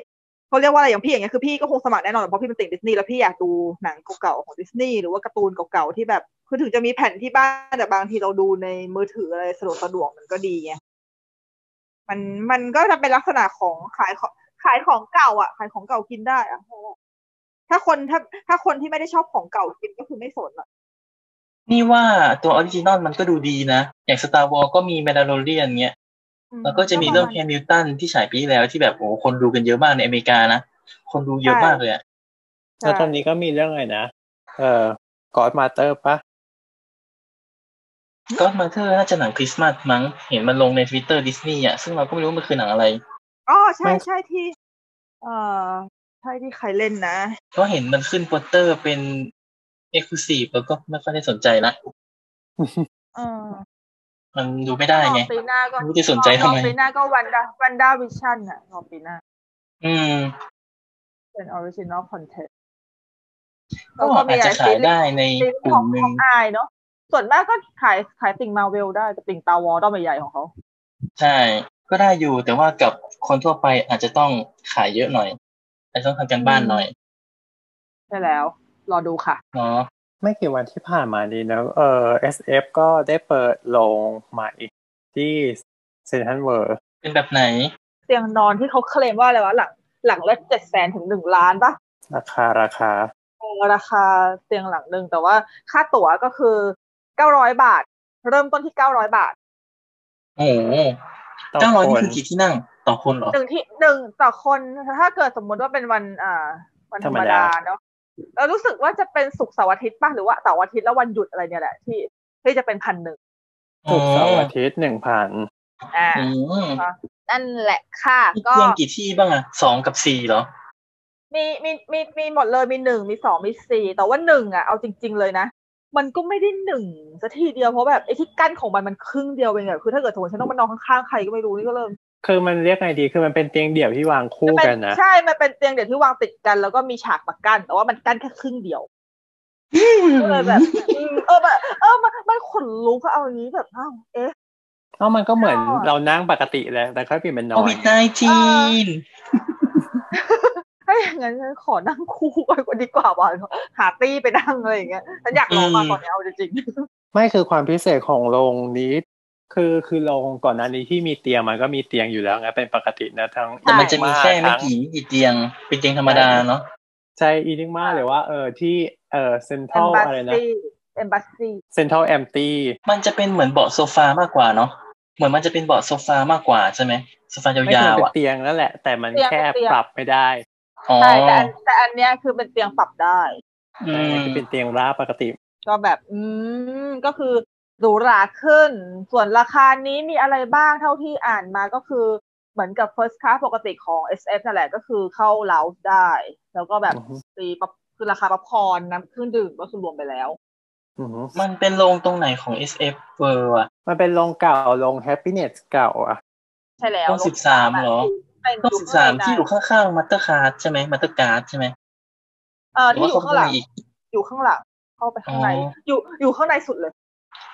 Speaker 4: เขาเรียกว่าอะไรอย่างพี่อย่างเงี้ยคือพี่ก็คงสมัครแน่นอนเพราะพี่เป็นติ่งดิสนีย์แล้วพี่อยากดูหนังเก่าๆของดิสนีย์หรือว่าการ์ตูนเก่าๆที่แบบคือถึงจะมีแผ่นที่บ้านแต่บางทีเราดูในมือถืออะไรสะดวกสะดวกมันก็ดีไง มันมันก็จะเป็นลักษณะของขายของขายของเก่าอ่ะ ขายของเก่ากินได้อ่ะถ้าคนถ้าถ้าคนที่ไม่ได้ชอบของเก่ากินก็คือไม่สนอ่ะ
Speaker 3: นี่ว่าตัวออริจินอลมันก็ดูดีนะ อย่าง Star Wars ก็มี Mandalorian เงี้ย
Speaker 4: อืม
Speaker 3: แล้วก็จะมีเรื่องแฮมิลตันที่ฉายปีที่แล้วที่แบบโอ้โหคนดูกันเยอะมากในอเมริกานะ คนดูเยอะมากเลยอะ
Speaker 4: ใช่
Speaker 2: แล้วตอนนี้ก็มีเรื่องอะไรนะเอ่อ Godmother ปะ
Speaker 3: ก็มาเธอน่าจะหนังคริสต์มาสมั้ง เห็นมันลงในทวิตเตอร์ดิสนีย์อ่ะ ซึ่งเราก็ไม่รู้มันคือหนังอะไร
Speaker 4: อ๋อใช่
Speaker 2: มัน
Speaker 4: ใช่ที่ เอ่อใช่ที่ใครเล่นนะ
Speaker 3: ก็เห็นมันขึ้นโปสเตอร์เป็นเอ็กซ์คลูซีฟแล้วก็ไม่ค่อยได้สนใจละ
Speaker 4: เออ
Speaker 3: มันดูไม่ได้ไง
Speaker 4: รอปีหน้าก็
Speaker 3: ไม่รู้จะสนใจทำไม
Speaker 4: รอปีหน้าก็วันดาวันดาวิชั่นอ่ะรอปีหน้า
Speaker 3: อืม
Speaker 4: เป็นออริจินอลคอนเทนต์
Speaker 3: ก็อาจจะขายได้ในกลุ่มหนึ่
Speaker 4: ข
Speaker 3: ง
Speaker 4: องอายเนาะส่วนมากก็ขายขายติ่งมาเวลได้แต่ติ่งตาวอลด้อมใหญ่ๆของเขา
Speaker 3: ใช่ ก็ได้อยู่แต่ว่ากับคนทั่วไปอาจจะต้องขายเยอะหน่อยอาจจะต้องทำกันบ้านหน่อย
Speaker 4: ใช่แล้ว รอดูค่ะ
Speaker 3: เนาะ
Speaker 2: ไม่กี่วันที่ผ่านมานี้นะเอ่อ SF ก็ได้เปิดโรงใหม่ที่เซนทันเวิร์
Speaker 3: เป็นแบบไหน
Speaker 4: เตียงนอนที่เขาเคลมว่าอะไรวะหลังหลังละเจ็ดแสนถึงหนึ่งล้านปะ
Speaker 2: ราคาราคา
Speaker 4: เออราคาเตียงหลังหนึ่งแต่ว่าค่าตั๋วก็คือเก้าร้อยบาท เริ่มต้นที่เก้าร้อยบาท
Speaker 3: โอ้โห
Speaker 2: ต่อ
Speaker 3: เก้าร้อย
Speaker 2: ค
Speaker 3: นี่
Speaker 2: น
Speaker 3: คือกี่ที่นั่ง ต่อคนเหรอ
Speaker 4: หนึ่งที่หนึ่งต่อคนถ้าเกิดสมมุติว่าเป็นวันอ่าวันธรรมดา
Speaker 2: ธรรมดา
Speaker 4: เนาะแล้วรู้สึกว่าจะเป็นศุกร์เสาร์อาทิตย์ป่ะหรือว่าเสาร์อาทิตย์แล้ววันหยุดอะไรเนี่ยแหละที่ที่จะเป็นพันหนึ่ง
Speaker 2: ศุกร์เสาร์อาทิตย์หนึ่งพัน
Speaker 4: อ่า
Speaker 3: อืม
Speaker 4: นั่นแหละค่ะ
Speaker 3: มี
Speaker 4: ก็
Speaker 3: เตียงกี่ที่บ้างอะสองกับสี่เหรอ
Speaker 4: มีมีมีมีหมดเลยมีหนึ่งมีสองมีสี่แต่ว่าหนึ่งอ่ะเอาจริง ๆ เลยนะ มันก็ไม่ได้หนึ่งสัทีเดียวเพราะแบบไอ้ที่กั้นของมันมันครึ่งเดียวเองอะคือถ้าเกิดสมมติฉันต้องมานอนข้างๆใครก็ไม่รู้นี่ก็เริ่ม
Speaker 2: คือมันเรียกไงดีคือมันเป็นเตียงเดี่ยวที่วางคู่
Speaker 4: มั
Speaker 2: กันนะ
Speaker 4: ใช่ มันเป็นเตียงเดี่ยวที่วางติดกัน แล้วก็มีฉากมากั้นแต่ว่ามันกั้นแค่ครึ่งเดียวก็เลยแบบอืมเออแบบเออมันมันขนลุกอะเอาอย่างนี้แบบอ้าวเอ๊ะ
Speaker 2: เอ้ามันก็เหมือน
Speaker 4: ก็
Speaker 2: เรานั่งปกติแหละแต่ค่อยเปลี่ยนเป็นน
Speaker 3: โค
Speaker 2: อน
Speaker 3: วิดไนทีน
Speaker 4: ถ้าอย่างนั้นฉันขอนั่งคู่กันดีกว่าว่ะหาตี้ไปนั่งอะไรอย่างเงี้ยฉันอยากลองมาก่อนเนี่ยเอาจริงๆ
Speaker 2: ไม่คือความพิเศษของโรงนี้คือคือโรงก่อนหน้านี้ที่มีเตียงมันก็มีเตียงอยู่แล้วไงเป็นปกตินะทั้ง
Speaker 4: ใช่
Speaker 3: แต่มันจะมีแค่ไม่
Speaker 2: ทั้ง
Speaker 3: กี่ไม่กี่เตียง เป็นเตียงธรรมดาเนาะ
Speaker 2: ใช่อีนิกมาหรือว่าเออที่เออเซ็นท
Speaker 4: เอ
Speaker 2: รั
Speaker 4: ม
Speaker 2: ล
Speaker 4: บัส
Speaker 2: อะไรนะ
Speaker 4: ซีเอมบัสซี
Speaker 2: เซ็นทรัลแอมตี้
Speaker 3: มันจะเป็นเหมือนเบาะโซฟามากกว่าเนาะ เหมือนมันจะเป็นเบาะโซฟามากกว่าใช่ไหมโซฟาย
Speaker 2: ไม่เคย
Speaker 3: าว
Speaker 2: เป็น
Speaker 3: ๆอ่ะ
Speaker 2: เตียงนั่นแหละ แต่มัน
Speaker 4: เตียง
Speaker 2: แค่
Speaker 4: เป็นเตียง
Speaker 2: ปรับไม่ได้
Speaker 3: อ๋อ
Speaker 4: ใช่แต่อันแต่อันเนี้ยคือเป็นเตียงปรับได้
Speaker 3: อืม
Speaker 2: ที่เป็นเตียงราบปกติ
Speaker 4: ก็แบบ อืม ก็คือหรูหราขึ้น ส่วนราคานี้มีอะไรบ้างเท่าที่อ่านมาก็คือเหมือนกับ first class ปกติของ SF นั่นแหละก็คือเข้าเลาได้ แล้วก็แบบ
Speaker 2: อือฮึ
Speaker 4: ตีป๊อปคือราคาป๊อปคอร์นน้ำเครื่องดื่มก็คือรวมไปแล้ว
Speaker 2: อือหือ
Speaker 3: มันเป็นโรงตรงไหนของ SF เวอร์อะ
Speaker 2: มันเป็นโรงเก่าโรงแฮปปี้เนสเก่าอ่ะ
Speaker 4: ใช่แล้ว
Speaker 3: ต้องสิบสามเหรอ
Speaker 4: เป็น
Speaker 3: ต้องสิบสามที่อยู่
Speaker 4: ข้งใน
Speaker 3: ข้างๆมัตเตอร์คาร์ดใช่ไหมมัตเตอร์การ์ดใช่ไหม
Speaker 4: เอ่อ
Speaker 3: หรือ
Speaker 4: ที่อ
Speaker 3: ว่าเขา
Speaker 4: ยู่ข้าง
Speaker 3: เพิ่
Speaker 4: หลัง
Speaker 3: มอีก
Speaker 4: อยู่ข้างหลังเข้าไปข้างใน
Speaker 3: อ๋ออ
Speaker 4: อยู่อยู่ข้างในสุดเลย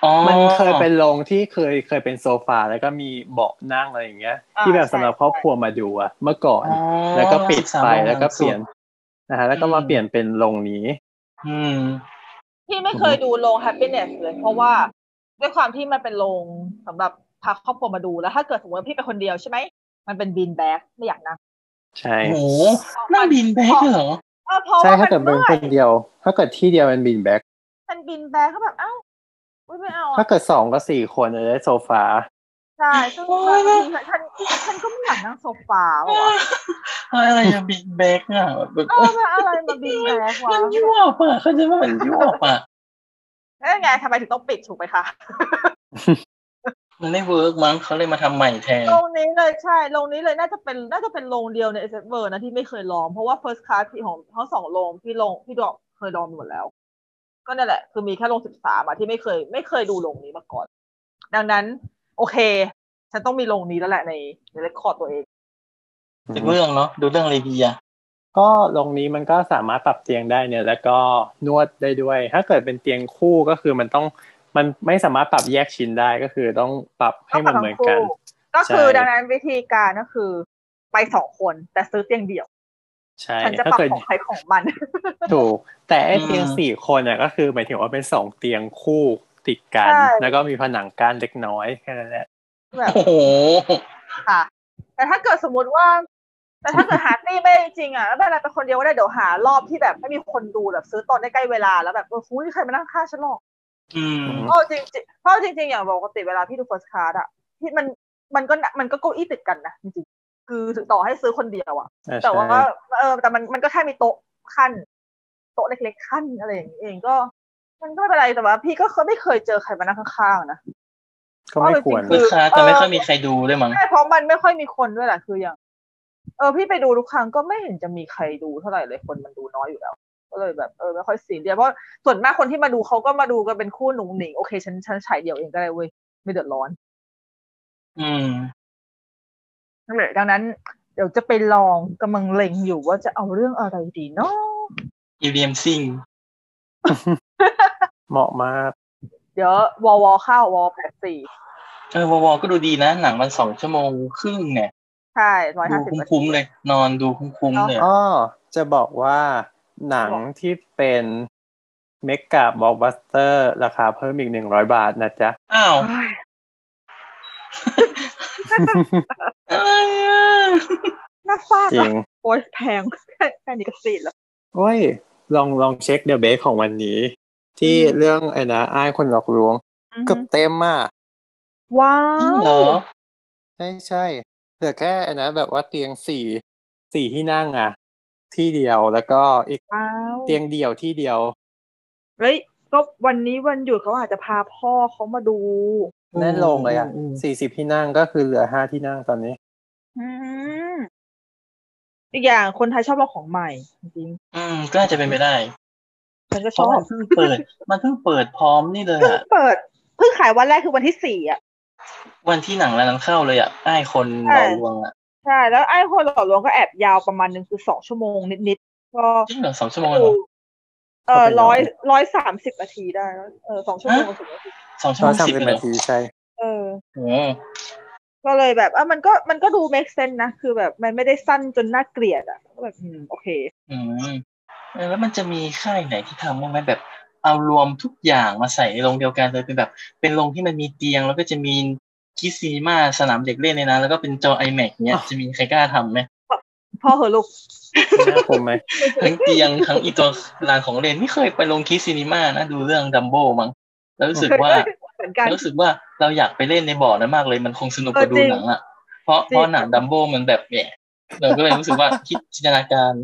Speaker 3: อ๋อ
Speaker 2: มันเคยเป็นโรงที่เคยเคยเป็นโซฟาแล้วก็มีเบาะนั่งอะไรอย่างเงี้ย
Speaker 4: อ่า
Speaker 2: ที่แบบ
Speaker 4: ใช่
Speaker 2: สำหรับครอบครัวมาดูอะเมื่อก่อน
Speaker 3: อ๋อ
Speaker 2: แล้วก็ปิด
Speaker 3: สิบสาม
Speaker 2: ไป
Speaker 3: โรง
Speaker 2: แล้วก็เปลี่ยน
Speaker 3: หงสุด
Speaker 2: นะฮะแล้วก็มา
Speaker 3: อืม
Speaker 2: เปลี่ยนเป็นลงนี้
Speaker 3: อืม
Speaker 4: พี่ไม่เคยดูโรง happiness เลย เพราะว่าด้วยความที่มันเป็นโรงสำหรับพาครอบครัวมาดูแล้ว ถ้าเกิดสมมติว่าพี่เป็นคนเดียวใช่ไหม มันเป็นบีนแบ็กไม่อยากนั่ง
Speaker 2: ใช่
Speaker 3: โอ้โหนั่งบินแบกเหรอ
Speaker 4: เออเพราะ
Speaker 2: ใช่
Speaker 4: ว่า
Speaker 2: ถ้าเกิ
Speaker 4: มั
Speaker 2: ด
Speaker 4: น
Speaker 2: เป็น
Speaker 4: เมื่อ
Speaker 2: ค
Speaker 4: ย
Speaker 2: นเดียว ถ้าเกิดที่เดียวเป็นบินแบ็ค
Speaker 4: มันบีนแบ็กก็แบบเอ้าอุ๊ยไม่เอา
Speaker 2: ถ้า
Speaker 4: อะ
Speaker 2: เกิดสองก็สี่คนจะได้โซฟา
Speaker 4: ใช่ซึ่ง
Speaker 3: โอ๊ย
Speaker 4: ฉันฉันฉันก็ไม่อยากนั่งโซฟาว่ะ
Speaker 3: อะไรอย่างบินแบกอ่ะแบบ
Speaker 4: เออมันอะไรมาบีนแบ็กวะ
Speaker 3: มันยั่วปะเขาใจว่ามันยั่วปะ
Speaker 4: เอ้ยไงทำไมถึงต้องปิดถูกไหมคะ
Speaker 3: มันไม่เวิร์กมั้งเขาเลยมาทำใหม่แทน
Speaker 4: โรงนี้เลยใช่โรงนี้เลยน่าจะเป็นน่าจะเป็นโรงเดียวในเอเซเวอร์นะที่ไม่เคยลองเพราะว่า first class ที่ของทั้งสองโรงพี่โรงพี่ดอกเคยลองหมดแล้ว ก็นั่นแหละคือมีแค่โรงสิบสามอะที่ไม่เคย ไม่เคยดูโรงนี้มาก่อน ดังนั้น โอเค ฉันต้องมีโรงนี้แล้วแหละในในเรคคอร์ดตัวเอง
Speaker 3: จากเรื่องเนาะดูเรื่องอะไรดีอะ
Speaker 2: ก็ลงนี้มันก็สามารถปรับเตียงได้เนี่ย แล้วก็นวดได้ด้วย ถ้าเกิดเป็นเตียงคู่ก็คือมันต้องมันไม่สามารถปรับแยกชิ้นได้ก็คือต้องปรับให้มันเหมือนกัน
Speaker 4: ก็คือ
Speaker 2: ใช่
Speaker 4: ดังนั้นวิธีการก็คือ ไปสองคนแต่ซื้อเตียงเดี่ยว
Speaker 2: ใช่
Speaker 4: ฉันจะป
Speaker 2: ถ้า
Speaker 4: รับ
Speaker 2: เกิด
Speaker 4: ของใครของมัน
Speaker 2: ถูก แต่ไอ้เตียงสี่คนเนี่ยก็คือหมายถึงว่าเป็นสองเตียงคู่ติดกัน
Speaker 4: ใช่
Speaker 2: แล้วก็มีผนังกั้นเล็กน้อยแค่นั้นแหละ
Speaker 4: แบบ
Speaker 3: โอ้โห
Speaker 4: ค่ะ แต่ถ้าเกิดสมมติว่า แต่ถ้าเกิดหาตี้ไม่ได้จริงอ่ะแล้วเป็นอะไรเป็นคนเดียวก็ได้เดี๋ยวหารอบที่แบบไม่มีคนดูแบบซื้อตอนใกล้ๆเวลาแล้วแบบเออคุ้ยใครมานั่งฆ่างฉันหรอก
Speaker 3: อืม
Speaker 4: เพราะจริงๆเพราะจริงๆ อย่างปกติเวลาพี่ดู first class อะที่มันมันก็มันก็เก้าอี้ติดกันนะจริงๆคือต่อให้ซื้อคนเดียวอะ
Speaker 2: อ่ะ
Speaker 4: แต่ว่า
Speaker 2: ใช่
Speaker 4: เออแต่มันมันก็แค่มีโต๊ะขั้น โต๊ะเล็กๆขั้นอะไรอย่างนี้เองก็ มันก็ไม่เป็นไรแต่ว่า พี่ก็เคยไม่เคยเจอใครมานั่งข้างๆนะ
Speaker 2: ก็ไม่ควร
Speaker 4: เพ
Speaker 3: คื
Speaker 4: ราะเาจริง
Speaker 3: อคาแต่ไม่ค่อยมีใครดูด้วยมั้ง
Speaker 4: ใช่เพราะมันไม่ค่อยมีคนด้วยแหละคืออย่างเออพี่ไปดูทุกครั้งก็ไม่เห็นจะมีใครดูเท่าไหร่เลยคนมันดูน้อยอยู่แล้ว ก็เลยแบบเออไม่ค่อยสีเดียสเพราะส่วนมากคนที่มาดูเขาก็มาดูกันเป็นคู่หนุ่งหนิงโอเคฉันฉันฉายเดียวเองก็ได้เว้ยไม่เดือดร้อน
Speaker 3: อืม
Speaker 4: นั่นแหละดังนั้นเดี๋ยวจะไปลองกำลังเล็งอยู่ว่าจะเอาเรื่องอะไรดีเนาะ
Speaker 3: อีเลียมซิง
Speaker 2: เหมาะมาก
Speaker 4: เดี๋ยววอวอเข้าวอแปดสี่
Speaker 3: เออวอวก็ดูดีนะ หนังมันสองชั่วโมงครึ่งเนี่ย
Speaker 4: ใช่ร้อย
Speaker 3: ดู
Speaker 4: ห้าสิบ
Speaker 3: คุ้มๆเลย นอนดูคุ้มๆเลย
Speaker 2: อ๋อ จะบอกว่าหนัง
Speaker 4: บอก
Speaker 2: ที่เป็น เมกะบล็อกบัสเตอร์ราคาเพิ่มอีกหนึ่งร้อยบาทนะ จ๊ะ
Speaker 3: อ้าวอะไรอ่ะ
Speaker 4: น่าฟาด
Speaker 2: จริ
Speaker 4: อะ
Speaker 2: ง
Speaker 4: โอ้ยแพง แค่แค่นี้ก็สีดแล้ว
Speaker 2: โอ้ย ลองลองเช็คเดอะเบสของวันนี้ ที่
Speaker 4: อืม
Speaker 2: เรื่องไอ้นะอ้ายคนหลอกลวง
Speaker 4: อือ
Speaker 2: เกื
Speaker 4: ฮึ
Speaker 2: อบเต็มอ่ะ
Speaker 4: ว้า
Speaker 3: จริง
Speaker 4: ว
Speaker 3: เหรอ
Speaker 2: ใช่ใช่เหลือแค่ไอ้นะแบบว่าเตียงสี่สี่ที่นั่งอ่ะ ที่เดียวแล้วก็อีก
Speaker 4: ว้าว
Speaker 2: เตียงเดียวที่เดียว
Speaker 4: เฮ้ยก็วันนี้วันหยุดเขาอาจจะพาพ่อเขามาดู
Speaker 2: แน่นลงเลยอ่ะ
Speaker 3: ม
Speaker 2: สี่สิบที่นั่งก็คือเหลือห้าที่นั่งตอนนี้
Speaker 4: อืมอีกอย่างคนไทยชอบเอาของใหม่ จริง
Speaker 3: อืมก็น่าจะเป็นไปได้
Speaker 4: ๆฉันก็
Speaker 3: เพ
Speaker 4: ช
Speaker 3: ราะ
Speaker 4: อ
Speaker 3: มั
Speaker 4: บ
Speaker 3: นเพิ่งเปิด มันเพิ่งเปิดพร้อมนี่เลย
Speaker 4: เพิ่ง
Speaker 3: อ่ะ
Speaker 4: เปิดเพิ่งขายวันแรกคือวันที่สี่อ่ะ
Speaker 3: วันที่หนังแล้วนั้นเข้าเลยอ่ะไอ้คนหลอกลวงอ่ะ
Speaker 4: ใช่ แล้วไอ้คนหลอกลวงก็แอบยาวประมาณนึงคือสองชั่วโมงนิดๆก็
Speaker 3: จริงเหรอสองชั่วโมงเลยเหรอ
Speaker 4: เออ
Speaker 2: เข้าไปหน่
Speaker 4: ร้อ
Speaker 2: อย ย
Speaker 4: ร้อยสามสิบนาทีได้แล้วเออสองชั่วโมงกับสิบนาที
Speaker 3: สองชั่ว
Speaker 2: ร้อ
Speaker 3: โม
Speaker 2: ย
Speaker 3: ง
Speaker 2: สาม
Speaker 3: สิบ
Speaker 2: สิบ
Speaker 3: เลย
Speaker 2: นา
Speaker 3: เหรอ
Speaker 2: ทีใช่
Speaker 4: เออ
Speaker 3: โอ้
Speaker 4: ก็เลยแบบอ่ะมันก็มันก็ดู make sense นะ คือแบบมันไม่ได้สั้นจนน่าเกลียดอ่ะก็แบบอืมโอเค
Speaker 3: อืมเออแล้วมันจะมีค่ายไหนที่ทำบ้างไหมแบบ เอารวมทุกอย่างมาใส่ในโรงเดียวกันเลยเป็นแบบ เป็นโรงที่มันมีเตียง แล้วก็จะมีคิซีมาสนามเด็กเล่นในนั้นแล้วก็เป็นจอ iMac เนี้ยจะมีใครกล้าทำไหม
Speaker 4: พ่อเหอะลูก
Speaker 2: น่าคมไหม
Speaker 3: ทั้งเตียงทั้งอีตัวลานของเล่นไม่เคยไปลงคิซีนีมานะดูเรื่องดัมโบมั้งแล้วรู้สึกว่า
Speaker 4: เหมือนกัน
Speaker 3: รู้สึกว่าเราอยากไปเล่นในบ่อนั้นมากเลยมันคงสนุกกว่า
Speaker 4: เออ
Speaker 3: ดู
Speaker 4: จริง
Speaker 3: หนังอ่ะ เพราะ
Speaker 4: จริง
Speaker 3: เพราะหนังดัมโบมันแบบแหมเราก็เลยรู้สึกว่า คิดจินตนาการ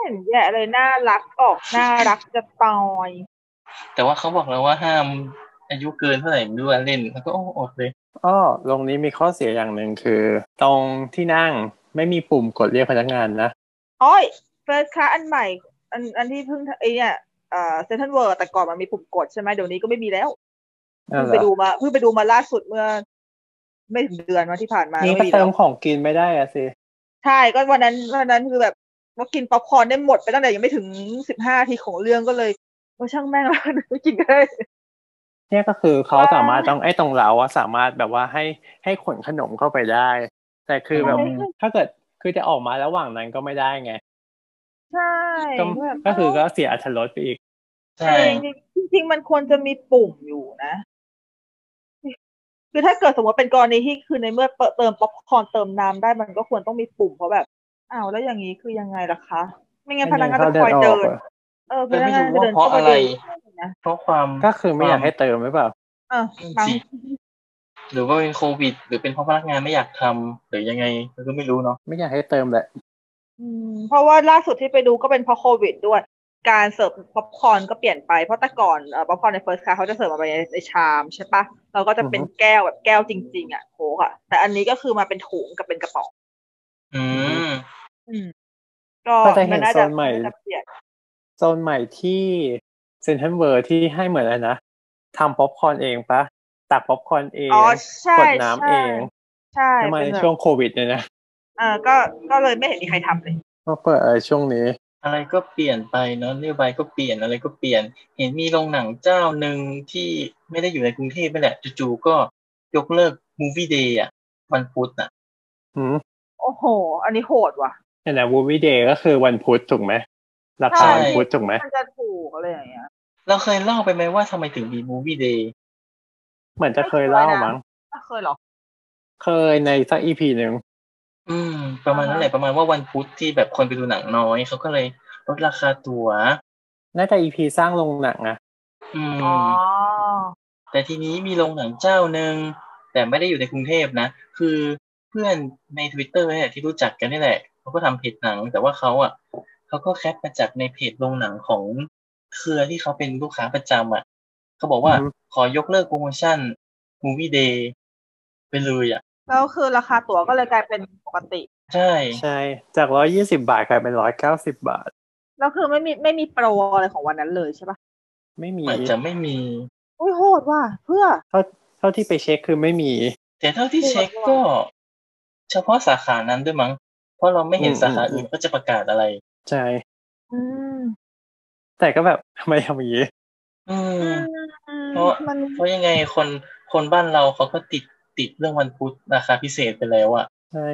Speaker 4: เห็นแย่เลยน่ารักออกน่ารักจะตอย
Speaker 3: แต่ว่าเขาบอกแล้วว่าห้ามอายุเกินเท่าไหร่ไม่รู้ว่าเล่นแล้วก็โอ้อดเลย
Speaker 2: อ้อโรงนี้มีข้อเสียอย่างหนึ่งคือ ตรงที่นั่งไม่มีปุ่มกดเรียกพนักงานนะ
Speaker 4: อ้อยเฟิร์สคลาสอันใหม่ อันอันที่เพิ่งไอเนี่ยเอ่อเซนทันเวิร์แต่ก่อนมันมีปุ่มกดใช่ไหมเดี๋ยวนี้ก็ไม่มีแล้ว
Speaker 2: อ่า
Speaker 4: เพิ่งไป
Speaker 2: เหรอ
Speaker 4: ดูมาเพิ่งไปดูมาล่าสุดเมื่อ ไม่ถึงเดือนวันที่ผ่านมา
Speaker 2: นี่
Speaker 4: ก็
Speaker 2: ก็
Speaker 4: มี
Speaker 2: เติ
Speaker 4: แล้
Speaker 2: ม
Speaker 4: ว
Speaker 2: ของกินไม่ได้อะสิ
Speaker 4: ใช่ก็วันนั้นวันนั้นคือแบบว่ากินป๊อปคอร์นได้หมดไปตั้งแต่ยังไม่ถึงสิบห้าทีของเรื่องก็เลยว่าช่างแม่ง แล้วไม่กินก็ได้
Speaker 2: เนี่ยก็คือเขาสามารถต้องไอ้ตรงเราอะสามารถแบบว่าให้ให้ขนขนมเข้าไปได้ แต่คือแบบ
Speaker 4: ใช่
Speaker 2: ถ้าเกิดคือจะออกมาระหว่างนั้นก็ไม่ได้ไง
Speaker 4: ใช่
Speaker 2: ก็
Speaker 4: แบบ
Speaker 2: ก็คือก็เสียอรรถรสไปอีก
Speaker 3: ใช่
Speaker 4: จริงๆจริงๆมันควรจะมีปุ่มอยู่นะคือถ้าเกิดสมมติเป็นกรณีที่คือในเมื่อเปิดเติมป๊อปคอร์นเติมน้ำได้มันก็ควรต้องมีปุ่มเพราะแบบอ้าวแล้วอย่างนี้คือยังไงล่ะคะ ไม่งั้นพนักงานจะคอยเดิน เออพ
Speaker 3: เลย
Speaker 4: นัก
Speaker 3: ไม่
Speaker 4: งาน
Speaker 3: รู้
Speaker 4: จะ
Speaker 3: ว่า
Speaker 4: เดิน
Speaker 3: เพราะอะไร
Speaker 4: เข้าปดูนะ
Speaker 3: เพราะความ
Speaker 2: ก็คือไม่อยากให้เติมหรือเปล่า
Speaker 4: เออมั้ง
Speaker 3: สิหรือว่าเป็นโควิด หรือเป็นเพราะพนักงานไม่อยากทำหรือยังไงเราก็ไม่รู้เนาะ
Speaker 2: ไม่อยากให้เติมแหละ
Speaker 4: อืมเพราะว่าล่าสุดที่ไปดูก็เป็นเพราะโควิดด้วย การเสิร์ฟป๊อปคอร์นก็เปลี่ยนไปเพราะแต่ก่อนเอ่อป๊อปคอร์นในเฟิร์สคลาสเขาจะเสิร์ฟมาในในชามใช่ปะเราก็จะเป็น
Speaker 2: อือฮึ
Speaker 4: แก้วแบบแก้วจริง ๆ อ่ะโคกอ่ะแต่อันนี้ก็คือมาเป็นถุงกับเป็นกระป๋อง
Speaker 3: อืม
Speaker 4: อืมก็
Speaker 2: ก็จะเห็น
Speaker 4: มัา
Speaker 2: โซนใหม่
Speaker 4: าจะเปลี่ยน
Speaker 2: โซนใหม่ที่เซนทรัลเวิร์ที่ให้เหมือนอะไรนะทำป๊อปคอร์นเองปะตักป๊อปคอร์นเอง
Speaker 4: อ๋อใช่
Speaker 2: กดน้ำเอง
Speaker 4: ใช่
Speaker 2: ทำไม
Speaker 4: เป็นแบบ
Speaker 2: ช่วงโควิดเนี่ยนะ
Speaker 4: เออก็ก็เลยไม่เห็นมีใครทำเลย
Speaker 2: มาเปิดเออช่วงนี้
Speaker 3: อะไรก็เปลี่ยนไปเนาะนโยบายก็เปลี่ยนอะไรก็เปลี่ยน เห็นมีโรงหนังเจ้าหนึ่งที่ไม่ได้อยู่ในกรุงเทพนี่แหละจู่ๆก็ยกเลิกมูฟี่เดย์อ่ะวันพุธอ่ะ
Speaker 2: อืม
Speaker 4: โอ้โห อันนี้โหดว่ะ
Speaker 2: เนี่ยนะวูวี่เดย์ก็คือวันพุธถูกไหมราคา
Speaker 3: ใช่
Speaker 2: วันพุธถูกไหม
Speaker 4: มันจะถูกอะไรอย่างเงี้ย
Speaker 3: เราเคยเล่าไปไหมว่าทำไมถึงมีมูฟี่เดย์
Speaker 2: เหมือนจะเคยเล่ามั้ง
Speaker 4: ไม่เคยหรอก
Speaker 2: เคยในสักอีพีหนึ่ง
Speaker 3: อืม ประมาณนั้นแหละประมาณว่าวันพุธที่แบบคนไปดูหนังน้อยเขาก็เลยลดราคาตั๋ว
Speaker 2: น่าจะอีพีสร้างลงหนังอะ
Speaker 3: อืม
Speaker 4: อ๋อ
Speaker 3: แต่ทีนี้มีโรงหนังเจ้าหนึ่งแต่ไม่ได้อยู่ในกรุงเทพนะ คือเพื่อนใน Twitter เนี่ยแหละที่รู้จักกันนี่แหละเขาก็ทำเพจหนัง แต่ว่าเขาอ่ะเขาก็แคปมาจากในเพจโรงหนังของเครือที่เขาเป็นลูกค้าประจำอ่ะเขาบอกว่าขอยกเลิกโปรโมชั่นมูวี่เดย์ไปเลยอ่ะ
Speaker 4: แล้วคือราคาตั๋วก็เลยกลายเป็นปกติ
Speaker 3: ใช่
Speaker 2: ใช่ จากร้อยี่สิบาทกลายเป็นร้อยเก้าสิบาท
Speaker 4: แล้วคือไม่มีไม่มีโปรอะไรของวันนั้นเลยใช่ปะ
Speaker 2: ไม่มี
Speaker 3: เหมือนจะไม่มี
Speaker 4: อุ้ยโหดว่ะ เพื่อ
Speaker 2: เท่าที่ไปเช็คคือไม่มี
Speaker 3: แต่เท่าที่เช็คก็ เฉพาะสาขานั้นด้วยมั้ง เพราะเราไม่เห็น
Speaker 2: อืม
Speaker 3: สาขาอื่นก็จะประกาศอะไร
Speaker 2: ใช่
Speaker 4: อืม
Speaker 2: แต่ก็แบบ ทำไมทำอย่างนี้
Speaker 3: อืม
Speaker 4: อืมมัน
Speaker 3: เพราะยังไงคนคนบ้านเราเขาก็ติดติดเรื่องวันพุธราคาพิเศษไปแล้วอะ
Speaker 2: ใช่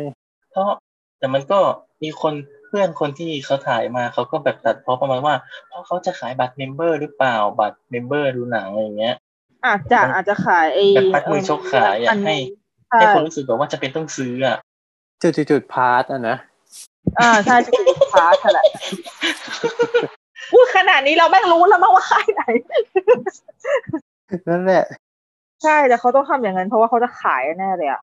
Speaker 3: เพราะแต่มันก็มีคน พื่อนคนที่เขาถ่ายมาเขาก็แบบตัดเพราะประมาณว่า เพราะเขาจะขายบัตรเมมเบอร์หรือเปล่าบัตรเมมเบอร์ดูหนังอะไรอย่างเงี้ย
Speaker 4: อาจจะอาจจะขายไอ้
Speaker 3: แบบปัดมือชกขายอ่ะ
Speaker 4: น
Speaker 3: ให้
Speaker 4: ใช่
Speaker 3: ให้คนรู้สึกแบบว่าจะเป็นต้องซื้ออ่ะ
Speaker 2: จุดจุดจุดพาร์ทอ่ะ นะ
Speaker 4: อ่าใช่จะเป็นลูกค้าค่ะแหละพูดขนาดนี้เราแม่งรู้แล้วมั้งว่าค่ายไหน
Speaker 2: นั่นแหละ
Speaker 4: ใช่แต่เขาต้องทำอย่างนั้นเพราะว่าเขาจะขายแน่เลยอะ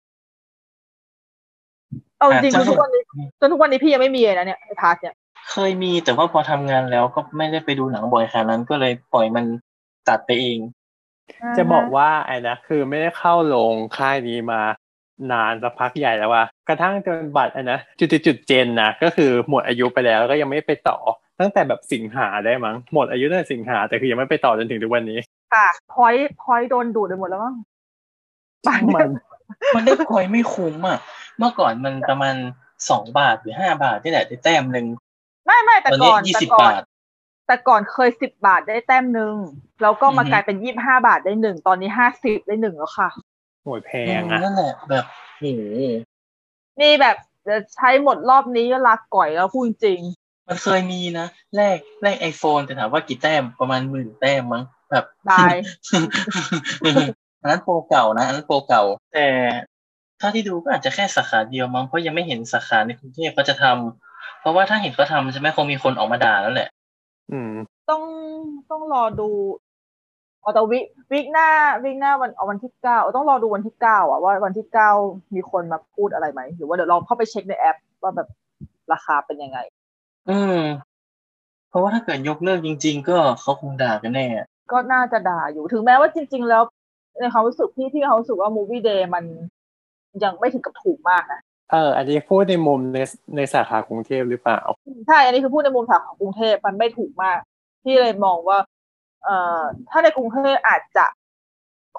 Speaker 4: เอาจริงๆคือทุกวันนี้จนทุกวันนี้พี่ยังไม่มีเลยนะเนี่ยไอ้พาร์ทเนี่ย
Speaker 3: เคยมีแต่ว่าพอทำงานแล้วก็ไม่ได้ไปดูหนังบ่อยขนาดนั้นก็เลยปล่อยมันตัดไปเอง
Speaker 2: จะบอกว่าไอ้นะคือไม่ได้เข้าลงค่ายนี้มานานสักพักใหญ่แล้วว่ะกระทั่งจนบัตรอันนะจุดจุดจุดเจนนะก็คือหมดอายุไปแล้วแล้วก็ยังไม่ไปต่อ ตั้งแต่แบบสิงหาได้มั้งหมดอายุตั้งแต่สิงหาแต่คือยังไม่ไปต่อจนถึงทุกวันนี้
Speaker 4: ค่ะพอยพอยโดนดูดไปหมดแล้วมั้งป่านเนี้
Speaker 2: มั
Speaker 4: ย
Speaker 2: น
Speaker 3: มันได้ปล่อยไม่คุ้มอ่ะเมื่อก่อนมันประมาณสองบาทหรือห้าบาทนี่แหละได้แต้มหนึ่ง
Speaker 4: ไม่ไม่แต่
Speaker 3: ตอนนี้
Speaker 4: ก่อน
Speaker 3: ยี่
Speaker 4: แต่
Speaker 3: สิบ
Speaker 4: ก่อน
Speaker 3: บาท
Speaker 4: แต่ก่อนเคยสิบบาทได้แต้มหนึ่งแล้วก็มา
Speaker 3: อือฮึ
Speaker 4: กลายเป็นยี่บห้าบาทได้หนึ่งตอนนี้ห้าสิบได้หนึ่งแล้วค่ะ
Speaker 2: โหยแพงอ่ะ
Speaker 3: นั่นแหละแบบโห
Speaker 4: นี่แบบจะใช้หมดรอบนี้ก็ลาก่อยแล้วพูดจริง
Speaker 3: มันเคยมีนะแลกแลกไอโฟนแต่ถามว่ากี่แต้มประมาณหมื่นแต้มมั้งแบบ
Speaker 4: ตาย
Speaker 3: อันนั้นโปรเก่านะอันนั้นโปรเก่า แต่ถ้าที่ดูก็อาจจะแค่สาขาเดียวมั้งเพราะยังไม่เห็นสาขาในกรุงเทพก็จะทำเพราะว่าถ้าเห็นเขาทำใช่ไหมคงมีคนออกมาด่าแล้วแหละ
Speaker 2: อืม
Speaker 4: ต้องต้องรอดูอ๋อแต่วิวิกหน้าวิกหน้าวันเอาวันที่เก้าเอาต้องรอดูวันที่เก้าอะว่าวันที่เก้ามีคนมาพูดอะไรไหมหรือว่าเดี๋ยวลองเข้าไปเช็คในแอป ว่าแบบราคาเป็นยังไง
Speaker 3: อืม เพราะว่าถ้าเกิดยกเลิกจริง ๆ ก็เขาคงด่ากันแน่
Speaker 4: ก็น่าจะด่าอยู่ถึงแม้ว่าจริง ๆ แล้วในความรู้สึกพี่ที่เขามรู้สึกว่ามูวี่เดย์มันยังไม่ถึงกับถูกมากนะ
Speaker 2: เอออันนี้พูดในมุมในในสาขากรุงเทพหรือเปล่า
Speaker 4: ใช่ อันนี้คือพูดในมุมสาขากรุงเทพมันไม่ถูกมาก พี่เลยมองว่า เอ่อถ้าในกรุงเทพอาจจะ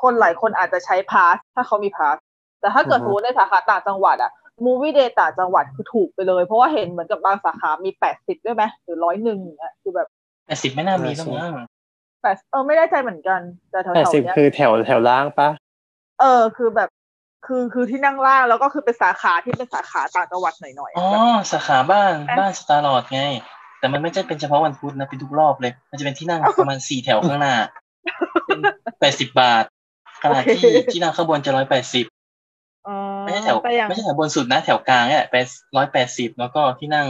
Speaker 4: คนหลายคนอาจจะใช้พาสถ้าเขามีพาสแต่ถ้าเกิด
Speaker 2: อื
Speaker 4: ส
Speaker 2: อฮึ
Speaker 4: มมติในสาขาต่างจังหวัดอะมูวี่เดย์ต่างจังหวัดคือถูกไปเลย เพราะว่าเห็นเหมือนกับบางสาขามีแปดสิบด้วยไหมหรือร้อยหนึ่งเนี่ยคือแบบ
Speaker 3: แต่สิบไม่น่ามีแล้วมั้ง
Speaker 4: แปดเออไม่ได้ใจเหมือนกันแต่แถวๆ
Speaker 2: แต่
Speaker 4: เนี้ย
Speaker 2: สิบคือแถวแถวล่างปะ
Speaker 4: เออคือแบบคือคือที่นั่งล่างแล้วก็คือเป็นสาขาที่เป็นสาขาต่างจังหวัดหน่อยๆ
Speaker 3: อ๋
Speaker 4: อะ
Speaker 3: อ
Speaker 4: แบบ
Speaker 3: สาขาบ้านบ้านสตาร์ลอดไง แต่มันไม่ใช่เป็นเฉพาะวันพุธนะเป็นทุกรอบเลย มันจะเป็นที่นั่งประมาณสี่แถวข้างหน้าแปดสิบบาทขณะที่ที่นั่งข้างบนจะร้อยแปดสิบ
Speaker 4: เออ
Speaker 3: ไม่ใช่แถว
Speaker 4: แต่อย่าง
Speaker 3: ไม่ใช่แถวบนสุดนะแถวกลางเนี่ยแปดร้อยแปดสิบแล้วก็ที่นั่ง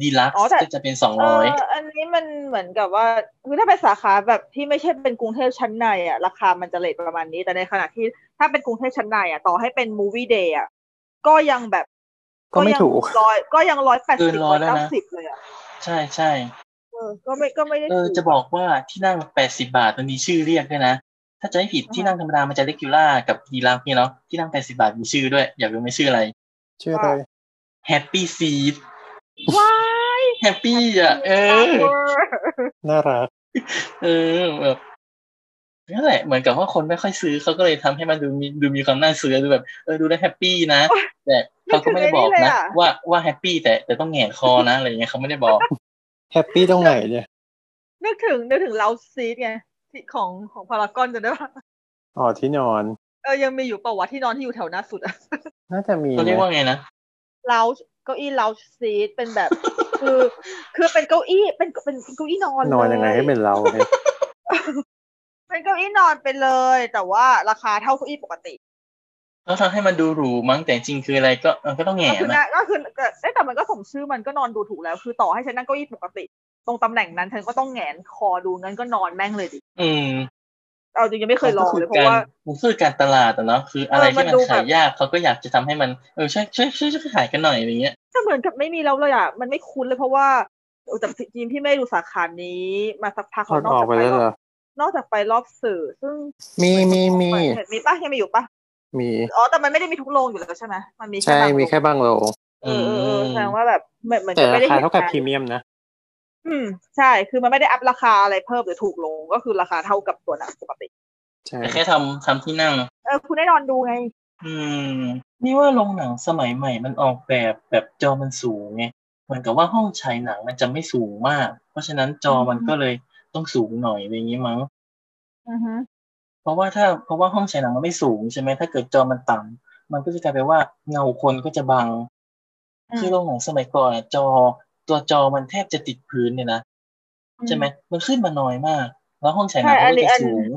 Speaker 3: ดีลัก
Speaker 4: อ๋อแต่
Speaker 3: ก็จะเป็นสอง
Speaker 4: เอ
Speaker 3: ร้อย
Speaker 4: ออันนี้มันเหมือนกับว่าคือถ้าเป็นสาขาแบบที่ไม่ใช่เป็นกรุงเทพชั้นในอ่ะราคามันจะเลทประมาณนี้ แต่ในขณะที่ถ้าเป็นกรุงเทพชั้นในอ่ะต่อให้เป็นมูวี่เดย์อ่ะก็ยังแบบ
Speaker 2: ก็ไม่
Speaker 4: ยัง
Speaker 2: ถูก
Speaker 4: ร้อยก็ยังร้อยแปด
Speaker 3: เกิ
Speaker 4: สิ
Speaker 3: น
Speaker 4: บ
Speaker 3: ร้
Speaker 4: ร้
Speaker 3: อ
Speaker 4: อย ย
Speaker 3: แล้ว
Speaker 4: เก้า
Speaker 3: นะ
Speaker 4: สิบเลยอ่ะ
Speaker 3: ใช่ใช่
Speaker 4: เออก็ไม่ก็ไม่ได้
Speaker 3: เออ
Speaker 4: ถูก
Speaker 3: จะบอกว่าที่นั่งแปดสิบาทมันมีชื่อเรียกด้วยนะ ถ้าจะไม่ผิด
Speaker 4: อ่า
Speaker 3: ที่นั่งธรรมดามันจะเลกิล่ากับดีลักเนี่ยเนาะที่นั่งแปดสิบาทมีชื่อด้วย อยากรู้ไหมชื่ออะไร
Speaker 2: เชื่อเลย
Speaker 3: แฮปปี้ซีด
Speaker 4: ว้าย
Speaker 3: แฮปปี้อ่ะ เออ
Speaker 4: เวอร์
Speaker 2: น่ารัก
Speaker 3: เออแบบนั่นแหละเหมือนกับว่าคนไม่ค่อยซื้อเขาก็เลยทำให้มันดูมีดูมีความน่าซื้อดูแบบเออดูแล้วแฮปปี้นะ แต่เขาก็ไม่ได้บอกนะ ว่าว่าแฮปปี้แต่แต่ต้องแหงนคอนะอะไรอย่างเงี้ยเขาไม่ได้ บอก
Speaker 2: แฮปปี้ตรงไหนเนี่ย
Speaker 4: นึกถึงนึกถึงเลาซีดไงที่ของของพารากอนจะได้ปะ
Speaker 2: อ๋อที่นอน
Speaker 4: เออยังมีอยู่เปล่าวะที่นอนที่อยู่แถวหน้าสุดอะ
Speaker 2: น่าจะมี
Speaker 3: เขาเรียกว่าไงนะ
Speaker 4: เลาเก้าอี้เลาซีทเป็น แบบ คือ คือเป็นเก้าอี้เป็นเป็นเป็นเก้าอี้นอน
Speaker 2: นอนยังไงให้เป็นเราเนี่ย
Speaker 4: เป็นเก้าอี้นอนไปเลย แต่ว่าราคาเท่าเก้าอี้ปกติ
Speaker 3: เขาทำให้มันดูหรูมั้งแต่จริงคืออะไรก็เออก็ต้องแห
Speaker 4: ก็
Speaker 3: ง่
Speaker 4: คือ
Speaker 3: นะ
Speaker 4: นะก็คือเอ่อเอ๊ะแต่มันก็สมชื่อมันก็นอนดูถูกแล้ว คือต่อให้ฉันนั่งเก้าอี้ปกติ ตรงตำแหน่งนั้นฉันก็ต้องแหงนคอดูงั้นก็นอนแม่งเลยดิ
Speaker 3: อืม
Speaker 4: เอาจริงยังไม่เคยลองเลยเพ
Speaker 3: มันก็คือก
Speaker 4: ราะว่า
Speaker 3: มันคือการตลาดอะเนาะคืออะไร
Speaker 4: เออมั
Speaker 3: ที่
Speaker 4: น
Speaker 3: มัน
Speaker 4: ดู
Speaker 3: ขาย
Speaker 4: แบบ
Speaker 3: ยากเขาก็อยากจะทำให้มันเออช่วยช่วยช่วยช่วยขายกันหน่อยอะไรเงี้ย
Speaker 4: ก็เหมือนกับไม่มีแล้วเลยอ่ะมันไม่คุ้นเลยเพราะว่าเออแต่จริงๆพี่ไม่ดูสาขานี้ มาสักพัก
Speaker 2: คน
Speaker 4: แล้วนอ
Speaker 2: อกอก
Speaker 4: จาก
Speaker 2: ไป
Speaker 4: ไปร
Speaker 2: แล้วเหร
Speaker 4: อ
Speaker 2: อ
Speaker 4: บนอกจากไปรอบสื่อซึ่ง
Speaker 2: มีมีมี
Speaker 4: เห็นมีป่ะยังมีอยู่ป่ะ
Speaker 2: มี
Speaker 4: อ๋อแต่มันไม่ได้มีทุกโรงอยู่แล้วใช่ไหมมันมี
Speaker 2: ใช่
Speaker 4: บางโรง
Speaker 2: มีแค่บางโลง
Speaker 4: เออเออเออแสดงว่าแบบเหมือนเหมือน
Speaker 2: แต่
Speaker 4: จะ
Speaker 2: รา
Speaker 4: ไม่ได้
Speaker 2: คา
Speaker 4: เห็น
Speaker 2: เท่ากับ
Speaker 4: ม
Speaker 2: พรีเมียมนะ
Speaker 4: อืมใช่คือมันไม่ได้อัพราคาอะไรเพิ่มหรือถูกลงก็คือราคาเท่ากับตัวหนังปกติ
Speaker 2: ใช่
Speaker 3: แต่แค่ทำทำที่นั่ง
Speaker 4: เออคุณได้นอนดูไง
Speaker 3: อืม นี่ว่าโรงหนังสมัยใหม่มันออกแบบแบบจอมันสูงไงเหมือนกับว่าห้องฉายหนังมันจะไม่สูงมาก เพราะฉะนั้นจอมัน
Speaker 4: อืม
Speaker 3: ก็เลยต้องสูงหน่อยอะไรอย่างงี้มั้ง
Speaker 4: อือฮึ
Speaker 3: เพราะว่าถ้าเพราะว่าห้องฉายหนังมันไม่สูงใช่ไหมถ้าเกิดจอมันต่ำมันก็จะกลายเป็นว่าเงาคนก็จะบัง คือโรงหนังสมัยก่อนอะจอ ตัวจอมันแทบจะติดพื้นเนี่ยนะใช่ไหมมันขึ้นมาน้อยมาก แล้วห้องฉายหนั
Speaker 4: ใช่
Speaker 3: ง
Speaker 4: อั
Speaker 3: ก็
Speaker 4: นนี้
Speaker 3: จะ
Speaker 4: อัน
Speaker 3: สูง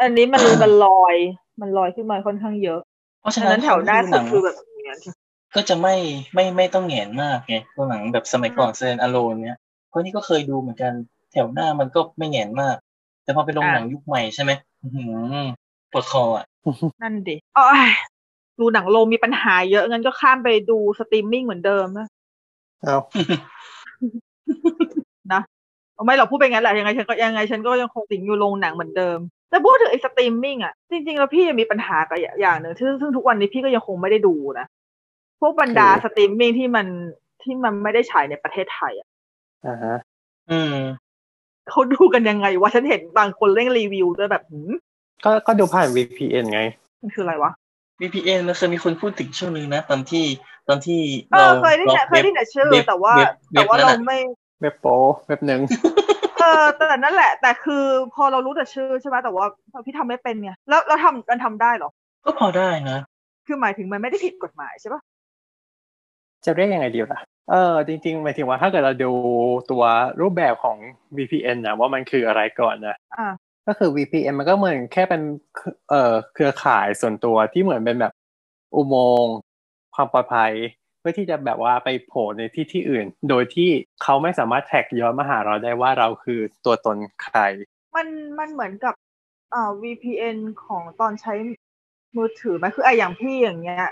Speaker 4: อันนี้มันมันลอย มันลอยขึ้นมาค่อนข้างเยอะ
Speaker 3: เพราะ
Speaker 4: ฉะ
Speaker 3: ฉะนั้
Speaker 4: นั้น นแถวหน้าสุด
Speaker 3: หนัง
Speaker 4: คือแบบอย่างนั้น
Speaker 3: ก็จะไม่ไม่ไม่ต้องแหงนมากไงตัวหนังแบบสมัยก่อนเซนอโลนเนี่ยเพราะนี่ก็เคยดูเหมือนกัน แถวหน้ามันก็ไม่แหงนมาก แต่พอไปลง
Speaker 4: อ่ะ
Speaker 3: หนังยุคใหม่ใช่ไหมอื้อหือปวดคออ่ะ
Speaker 4: นั่นดิอ๋อยดูหนังโรงมีปัญหาเยอะงั้นก็ข้ามไปดูสตรีมมิ่งเหมือนเดิมนะ
Speaker 2: เอา
Speaker 4: เอาไม่หรอกพูดไปงั้นแหละยังไงฉันก็ยังไงฉันก็ยังคงติงอยู่โรงหนังเหมือนเดิม แต่พูดถึงไอ้สตรีมมิ่งอ่ะจริงๆแล้วพี่ยังมีปัญหากับอย่างอย่างหนึ่งซึ่งซึ่งทุกวันนี้พี่ก็ยังคงไม่ได้ดูนะพวกบรรดาสตรีมมิ่งที่มันที่มันไม่ได้ฉายในประเทศไทยอ่ะ
Speaker 2: อ่าฮะ
Speaker 3: อืม
Speaker 4: เขาดูกันยังไงวะฉันเห็นบางคนเร่งรีวิวด้วยแบบหืม
Speaker 2: ก็ก็ดูผ่าน VPN ไง
Speaker 4: มันคืออะไรวะ
Speaker 3: VPN มันเคยมีคนพูดถึงช่วงนึงนะ ตอนที่ตอนที่
Speaker 4: เอ
Speaker 3: เรา
Speaker 4: อเคยได้ยิน
Speaker 3: ล็อก
Speaker 4: เคยได้ยินแต่ชื่อ
Speaker 3: เว็บ
Speaker 4: แต่ว่า
Speaker 3: เว็บ
Speaker 4: แต่ว่า
Speaker 3: เว็บ
Speaker 4: เรา
Speaker 3: นั้นอะ
Speaker 4: ไม่
Speaker 2: เว็บโป้เว็บหนึ่ง
Speaker 4: เออแต่นั่นแหละ แต่คือพอเรารู้แต่ชื่อใช่ไหมแต่ว่าพี่ทำไม่เป็นไงแล้วเราทำมันทำได้เหรอ
Speaker 3: ก็พอได้นะ
Speaker 4: คือหมายถึงมันไม่ได้ผิดกฎหมายใช่ปะ
Speaker 2: จะเรียกยังไงดีล่ะ เออจริงๆหมายถึงว่าถ้าเกิดเราดูตัวรูปแบบของ VPN นะว่ามันคืออะไรก่อนนะ
Speaker 4: อ่า
Speaker 2: ก็คือ VPN มันก็เหมือนแค่เป็นเครือเอ่อเครือข่ายส่วนตัวที่เหมือนเป็นแบบอุโมงค์ความปลอดภัย เพื่อที่จะแบบว่าไปโผล่ในที่ที่อื่น โดยที่เขาไม่สามารถแท็กย้อนมาหาเราได้ว่าเราคือตัวตนใคร
Speaker 4: มันมันเหมือนกับอ่า VPN ของตอนใช้มือถือไหมคือไอะอย่างพี่อย่างเงี้ย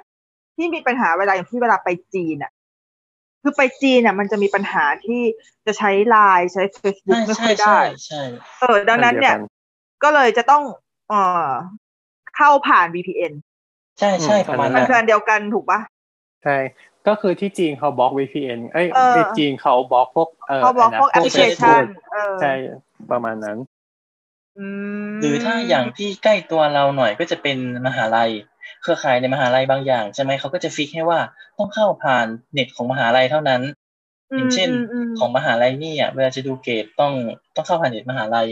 Speaker 4: ที่มีปัญหาเวลาอย่างพี่เวลาไปจีนอ่ะ คือไปจีนอ่ะ มันจะมีปัญหาที่จะใช้ไลน์ใช้ Facebook
Speaker 3: ใช่
Speaker 4: ไม่
Speaker 3: ใช่
Speaker 4: ค่อยได้
Speaker 3: ใช่ใช่
Speaker 4: เออดังนั้นเนี่ย
Speaker 2: อันเดียวกัน
Speaker 4: ก็เลยจะต้องเอ่อเข้าผ่าน VPN
Speaker 3: ใช่ใช่
Speaker 2: อืม
Speaker 3: ประมาณ
Speaker 4: มัน
Speaker 3: นั้น
Speaker 4: คืออันเดียวกันถูกปะ
Speaker 2: ใช่ ก็คือที่จีนเขาบล็อก VPN เอ้ย
Speaker 4: เออ
Speaker 2: ที่จีนเขาบล็อกพวกเอ่อ
Speaker 4: เขาบอกพวกแอป
Speaker 2: ะ
Speaker 4: พ
Speaker 2: ไร
Speaker 4: ลิ
Speaker 2: นะ
Speaker 4: เคชัน
Speaker 2: Facebook
Speaker 4: เออ
Speaker 2: ใช่ประมาณนั้น
Speaker 4: อืม
Speaker 3: หรือถ้าอย่างที่ใกล้ตัวเราหน่อยก็จะเป็นมหาลัย เครือข่ายในมหาลัยบางอย่างใช่ไหมเขาก็จะฟิกให้ว่าต้องเข้าผ่านเน็ตของมหาลัยเท่านั้น อย่างเช่น
Speaker 4: มมม
Speaker 3: ของมหาลัยนี่อ่ะเวลาจะดูเกรดต้องต้องเข้าผ่านเน็ตมหาลัย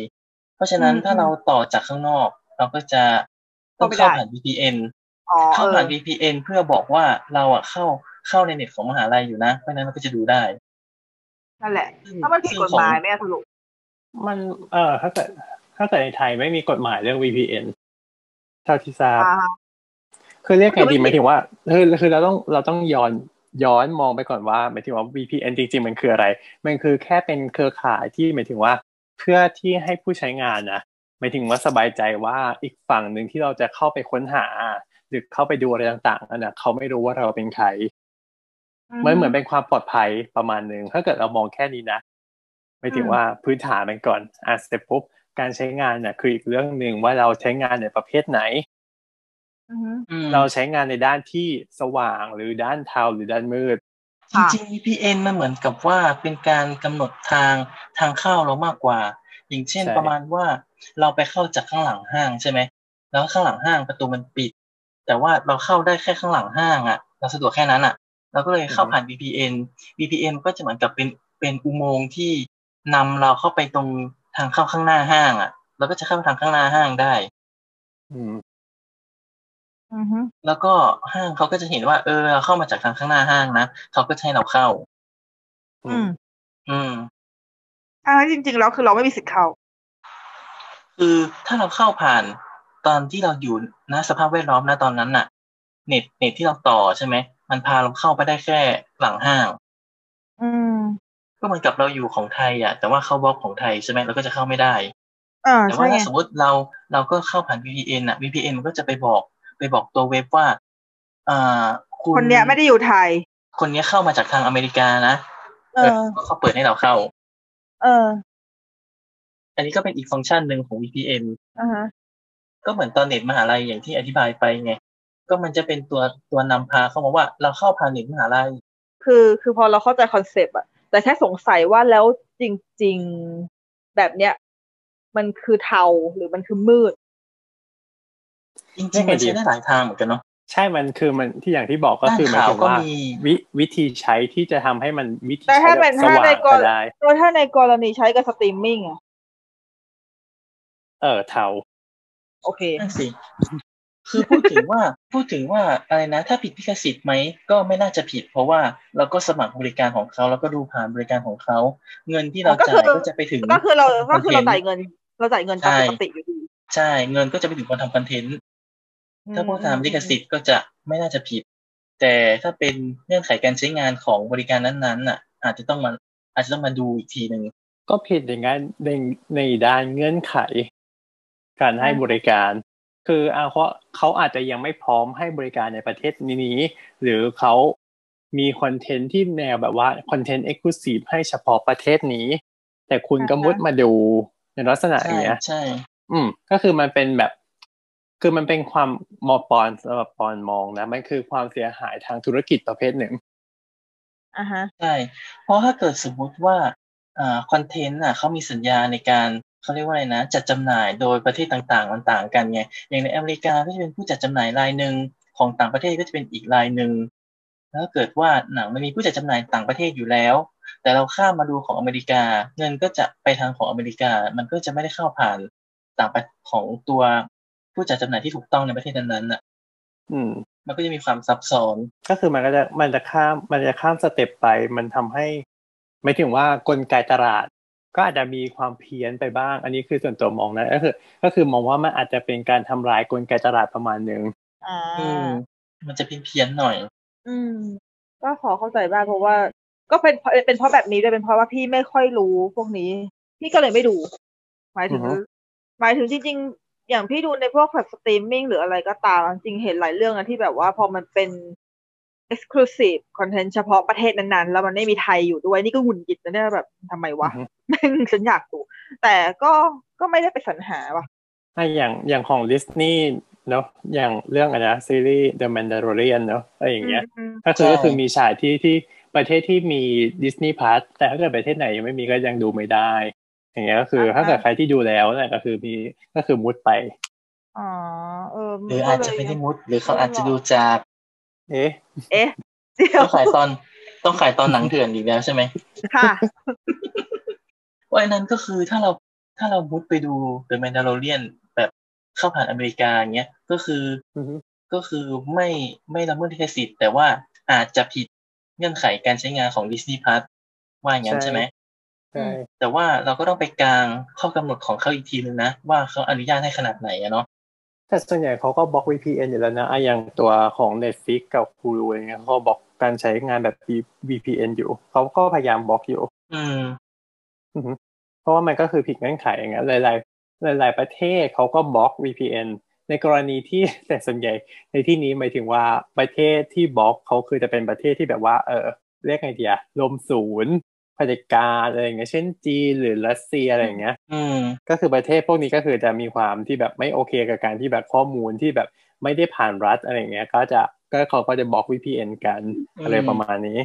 Speaker 3: เพราะฉะนั้น
Speaker 4: อืม
Speaker 3: ถ้าเราต่อจากข้างนอก เราก็จะต้องเข้า
Speaker 4: เข้าไม่ได้
Speaker 3: ผ่าน VPN
Speaker 4: อ๋อเอ
Speaker 3: เข้า
Speaker 4: อ
Speaker 3: ผ่าน VPN เพื่อบอกว่าเราอ่ะเข้าเข้าในเน็ตของมหาลัยอยู่นะ เพราะฉะนั้นมันก็จะดูได้
Speaker 4: นั่นแหละถ้ามันผิดกฎหมายไหมอะสรุป
Speaker 2: มันเออถ้าเกิดถ้าเกิดในไทยไม่มีกฎหมายเรื่อง VPN เท่าที่ทราบ
Speaker 4: อ่า
Speaker 2: คือเรียกไง
Speaker 4: ก็คือไม่ผิด
Speaker 2: ดีหมายถึงว่าคือคือเราต้องเราต้องย้อนย้อนมองไปก่อนว่าหมายถึงว่า VPN จริงๆมันคืออะไร มันคือแค่เป็นเครือข่ายที่หมายถึงว่า เพื่อที่ให้ผู้ใช้งานนะหมายถึงว่าสบายใจว่าอีกฝั่งหนึ่งที่เราจะเข้าไปค้นหา หรือเข้าไปดูอะไรต่างๆนั่นนะเขาไม่รู้ว่าเราเป็นใครมันเหมือนเป็นความปลอดภัยประมาณหนึ่งถ้าเกิดเรามองแค่นี้นะหมายถึงว่าพื้นฐานมันก่อนอ่ะเสร็จปุ๊บการใช้งานน่ะคืออีกเรื่องหนึ่งว่าเราใช้งานในประเภทไหน
Speaker 4: อือฮึ
Speaker 3: อืม
Speaker 2: เราใช้งานในด้านที่สว่างหรือด้านเทาหรือด้านมืด
Speaker 3: จริงๆ VPN มันเหมือนกับว่าเป็นการกำหนดทางทางเข้าเรามากกว่า อย่างเช่น
Speaker 2: ใช่
Speaker 3: ประมาณว่าเราไปเข้าจากข้างหลังห้างใช่ไหมแล้วข้างหลังห้างประตูมันปิด แต่ว่าเราเข้าได้แค่ข้างหลังห้างอ่ะ เราสะดวกแค่นั้นอ่ะ เราก็เลยเข้าผ่าน VPN VPN ก็จะเหมือนกับเป็นเป็นอุโมงค์ที่นำเราเข้าไปตรงทางเข้าข้างหน้าห้างอ่ะเราก็จะเข้าไปทางข้างหน้าห้างได้
Speaker 2: อืม
Speaker 4: อือฮึ
Speaker 3: แล้วก็ห้างเขาก็จะเห็นว่าเออเราเข้ามาจากทางข้างหน้าห้างนะเขาก็จะให้เราเข้า
Speaker 2: อื
Speaker 4: อื
Speaker 2: ม
Speaker 4: ม
Speaker 3: อืม
Speaker 4: อ่าจริงๆแล้วคือเราไม่มีสิทธิ์เข้า
Speaker 3: คือถ้าเราเข้าผ่านตอนที่เราอยู่ณสภาพแวดล้อมณตอนนั้นน่ะ เน็ตเน็ตที่เราต่อใช่ไหมมันพาเราเข้าไปได้แค่หลังห้าง
Speaker 4: อืม
Speaker 3: ก็เหมือนกับเราอยู่ของไทยอ่ะ แต่ว่าเข้าบล็อกของไทยใช่ไหมเราก็จะเข้าไม่ได้
Speaker 4: อ่า
Speaker 3: แต่
Speaker 4: ใช่
Speaker 3: ว่าถ้า
Speaker 4: ไง
Speaker 3: สมมติเราเราก็เข้าผ่าน VPN อ่ะ VPN มันก็จะไปบอกไปบอกตัวเว็บว่าอ่าคุณ
Speaker 4: คนเนี้ยไม่ได้อยู่ไทย
Speaker 3: คนเนี้ยเข้ามาจากทางอเมริกานะ
Speaker 4: เออ
Speaker 3: ก็เขาเปิดให้เราเข้า
Speaker 4: เออ
Speaker 3: อันนี้ก็เป็นอีกฟังก์ชันหนึ่งของ VPN
Speaker 4: อ่าฮะ
Speaker 3: ก็เหมือนตอนเน็ตมหาลัยอย่างที่อธิบายไปไง ก็มันจะเป็นตัวตัวนำพาเข้ามาว่าเราเข้าผ่านเน็ตมหาลัย
Speaker 4: คือคือพอเราเข้าใจคอนเซปต์อะแต่แค่สงสัยว่าแล้วจริง ๆแบบเนี้ย มันคือเทาหรือมันคือมืด
Speaker 3: จริงๆมันใช้ได้หลายทางเหมือนกันเนาะ
Speaker 2: ใช่มันคือมันที่อย่างที่บอกก็
Speaker 3: ด้าน
Speaker 2: คือหมาย
Speaker 3: ข่าว
Speaker 2: ถึง
Speaker 3: ก็
Speaker 2: ว่า
Speaker 3: มี
Speaker 2: วิวิธีใช้ที่จะทำให้มันวิธี
Speaker 4: แต่
Speaker 2: ใช้
Speaker 4: ถ้า
Speaker 2: แบ
Speaker 4: เป็น
Speaker 2: บสว่า
Speaker 4: ถ้าง ในกร
Speaker 2: ก็ได้
Speaker 4: แล้วถ้าในกรณีใช้กับสตรีมมิ่งอะ
Speaker 2: เออเทา
Speaker 4: โอเค
Speaker 3: นั่นสิ คือพูดถึงว่าพูดถึงว่าอะไรนะ ถ้าผิดพิกสิทธิ์ไหมก็ไม่น่าจะผิด เพราะว่าเราก็สมัครบริการของเขาแล้วก็ดูผ่านบริการของเขา เงินที่เราจ่ายก็จะไปถึง
Speaker 4: ก็คือเราก็คือเรา
Speaker 3: โอเค
Speaker 4: จ่ายเงิน เราจ่ายเงินตาม
Speaker 3: ใช่
Speaker 4: ปกติอยู่ดี
Speaker 3: ใช่ เงินก็จะไปถึงคนทำคอนเทนต์ ถ้าพูดตามลิขสิทธิ์ก็จะไม่น่าจะผิด แต่ถ้าเป็นเงื่อนไขการใช้งานของบริการนั้นๆน่ะ อาจจะต้องมาอาจจะต้องมาดูอีกทีหนึ่ง
Speaker 2: ก็ผิดในงานในในด้านเงื่อนไข การให้บริการ คืออาเพราะเขาอาจจะยังไม่พร้อมให้บริการในประเทศนี้ หรือเขามีคอนเทนต์ที่แนวแบบว่าคอนเทนต์เอ็กซ์คลูซีฟให้เฉพาะประเทศนี้ แต่คุณก็มุดมาดูในลักษณะอ
Speaker 3: ใช่
Speaker 2: ย่างเงี้ย
Speaker 3: ใช่
Speaker 2: อืมก็คือมันเป็นแบบ คือมันเป็นความมอปอนสำหรับปอนมองนะ มันคือความเสียหายทางธุรกิจประเภทหนึ่ง
Speaker 4: อ่าฮะ
Speaker 3: ใช่เพราะถ้าเกิดสมมุติว่าอ่าคอนเทนต์น่ะเขามีสัญญาในการเขาเรียกว่าอะไรนะ จัดจำหน่ายโดยประเทศต่างๆมันต่างกันไงอย่างในอเมริกาก็จะเป็นผู้จัดจำหน่ายรายหนึ่งของต่างประเทศก็จะเป็นอีกรายหนึ่งแล้วถ้าเกิดว่าหนังมันมีผู้จัดจำหน่ายต่างประเทศอยู่แล้ว แต่เราข้ามมาดูของอเมริกา เงินก็จะไปทางของอเมริกา มันก็จะไม่ได้เข้าผ่านต่างประของตัวผู้จัดจำหน่ายที่ถูกต้องในประเทศนั้นๆน่ะ
Speaker 2: อืม
Speaker 3: มันก็จะมีความซับซ้อน
Speaker 2: ก็คือมันก็จะมันจะข้ามมันจะข้ามสเต็ปไป มันทำให้ไม่ถึงว่ากลไกตลาด ก็อาจจะมีความเพี้ยนไปบ้าง อันนี้คือส่วนตัวมองนะก็คือ ก็คือมองว่ามันอาจจะเป็นการทำลายกลไกตลาดประมาณหนึ่ง
Speaker 4: อ่า
Speaker 3: อืม มันจะเพี้ยนๆหน่อย
Speaker 4: อืม ก็ขอเข้าใจบ้างเพราะว่า ก็เป็นเพราะเป็นเพราะแบบนี้ด้วยเป็นเพราะว่าพี่ไม่ค่อยรู้พวกนี้ พี่ก็เลยไม่ดู หมายถึงหมายถึงจริง ๆ อย่างพี่ดูในพวกแบบสตรีมมิ่งหรืออะไรก็ตามจริงๆเห็นหลายเรื่องนะที่แบบว่าพอมันเป็น exclusive content เฉพาะประเทศนั้นๆ แล้วมันไม่มีไทยอยู่ด้วยนี่ก็หงุดหงิดนะเนี่ยแบบทำไมวะ แม่งฉันอยากดู แต่ก็ก็ไม่ได้ไปสรรหาว่ะ
Speaker 2: อ่ะอย่างอย่างของดิสนีย์เนาะอย่างเรื่องอะไรนะซีรีส์ The Mandalorian เนาะอะไรอย่างเงี้ย
Speaker 4: อืม
Speaker 2: ก็คือ
Speaker 3: ใช่
Speaker 2: ก็คือมีฉากที่ที่ประเทศที่มีดิสนีย์พาร์แต่ถ้าเกิดประเทศไหนยังไม่มีก็ยังดูไม่ได้ อย่างเงี้ยก็คืออา ถ้าเกิดใครที่ดูแล้วเนี่ยก็คือมีก็คือมุดไป
Speaker 4: ๆอ๋อเออ
Speaker 3: หรืออาจจะไม่ได้มุด หรือเขาอาจจะดูจาก
Speaker 2: เอ๊ะ
Speaker 4: เอ๊ะเดี๋ย
Speaker 3: ต้
Speaker 4: ว
Speaker 3: องขายตอนต้องขายตอนหนังเถื่อนอีกแล้วใช่ไหม
Speaker 4: ค่ะ
Speaker 3: ว่าะอันนั้นก็คือถ้าเราถ้าเรามุดไปดู The Mandalorian แบบเข้าผ่านอเมริกาอย่างเงี้ยก็คือ
Speaker 2: อือฮึ
Speaker 3: ก็คือไม่ไม่ละเมิดลิขสิทธิ์ แต่ว่าอาจจะผิดเงื่อนไขการใช้งานของ Disney Plus ว่าอย่างนั้นใช่ไหม
Speaker 2: ใช่
Speaker 3: แต่ว่าเราก็ต้องไปกลางข้อกำหนดของเขาอีกทีนึงนะ ว่าเขาอนุญาตให้ขนาดไหนอะเนาะ
Speaker 2: แต่ส่วนใหญ่เขาก็บล็อก VPN อยู่แล้วนะอะอย่างตัวของ Netflix กับ Hulu อะไรเงี้ยเขาก็บล็อกการใช้งานแบบ V- VPN อยู่เขาก็พยายามบล็อกอยู่
Speaker 3: อืม
Speaker 2: เพราะว่ามันก็คือผิดเงื่อนไขอย่างเงี้ยหลาย ๆ หลาย ๆ ประเทศเขาก็บล็อก VPN ในกรณีที่ แต่ส่วนใหญ่ในที่นี้หมายถึงว่าประเทศที่บล็อกเขาคือจะเป็นประเทศที่แบบว่า เออเรียกไงดีอะรวมศูนย์เผด็จการอะไรอย่างเงี้ยเช่นจีนหรือรัสเซียอะไรอย่างเงี้ย
Speaker 3: อืม
Speaker 2: ก็คือประเทศพวกนี้ก็คือจะมีความที่แบบไม่โอเคกับการที่แบบข้อมูลที่แบบไม่ได้ผ่านรัฐอะไรอย่างเงี้ย ก็จะก็เขาก็จะบล็อก VPN กัน
Speaker 3: อืม
Speaker 2: อะไรประมาณนี้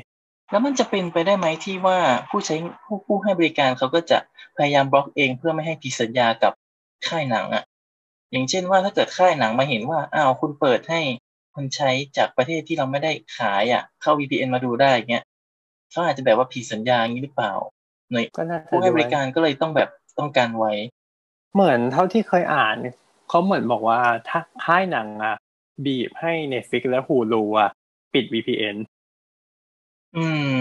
Speaker 3: แล้วมันจะเป็นไปได้ไหมที่ว่าผู้ใช้ผู้ผู้ให้บริการเขาก็จะพยายามบล็อกเองเพื่อไม่ให้ผิดสัญญากับค่ายหนังอะอย่างเช่นว่าถ้าเกิดค่ายหนังมาเห็นว่าอ้าวคุณเปิดให้คนใช้จากประเทศที่เราไม่ได้ขายอะเข้า VPN มาดูได้อย่างเงี้ยเขาอาจจะแบบว่าผิดสัญญาอย่างนี้หรือเปล่าหน่วย
Speaker 2: ก็น่าจะ
Speaker 3: ผู้ให้บ
Speaker 2: ด้วย
Speaker 3: ริการก็เลยต้องแบบต้องการไว้
Speaker 2: เหมือนเท่าที่เคยอ่านเขาเหมือนบอกว่าถ้าค่ายหนังอ่ะ บีบให้ Netflix และ Hulu อ่ะ ปิด VPN
Speaker 3: อืม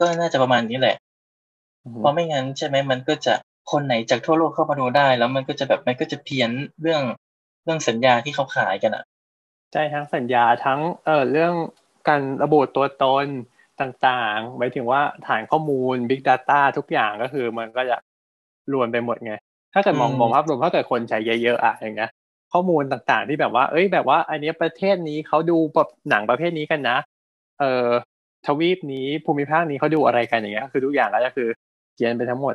Speaker 3: ก็น่าจะประมาณนี้แหละ เพราะไม่งั้นใช่ไหมมันก็จะคนไหนจากทั่วโลกเข้ามาดูได้ แล้วมันก็จะแบบมันก็จะเพี้ยนเรื่องเรื่องสัญญาที่เขาขายกันอะ
Speaker 2: ใช่ทั้งสัญญาทั้งเออเรื่องการระบุตัวตนต่างๆหมายถึงว่าฐานข้อมูล Big Data ทุกอย่างก็คือมันก็จะรวมไปหมดไง ถ้าเกิดมอง
Speaker 3: อืม
Speaker 2: มองภาพรวมถ้าเกิดคนใช้เยอะๆอ่ะอย่างเงี้ยข้อมูลต่างๆที่แบบว่า เอ้ยแบบว่า อันเนี้ยประเทศนี้เขาดูแบบหนังประเภทนี้กันนะ เออทวีปนี้ภูมิภาคนี้เขาดูอะไรกันอย่างเงี้ยคือทุกอย่างก็จะคือเขียนไปทั้งหมด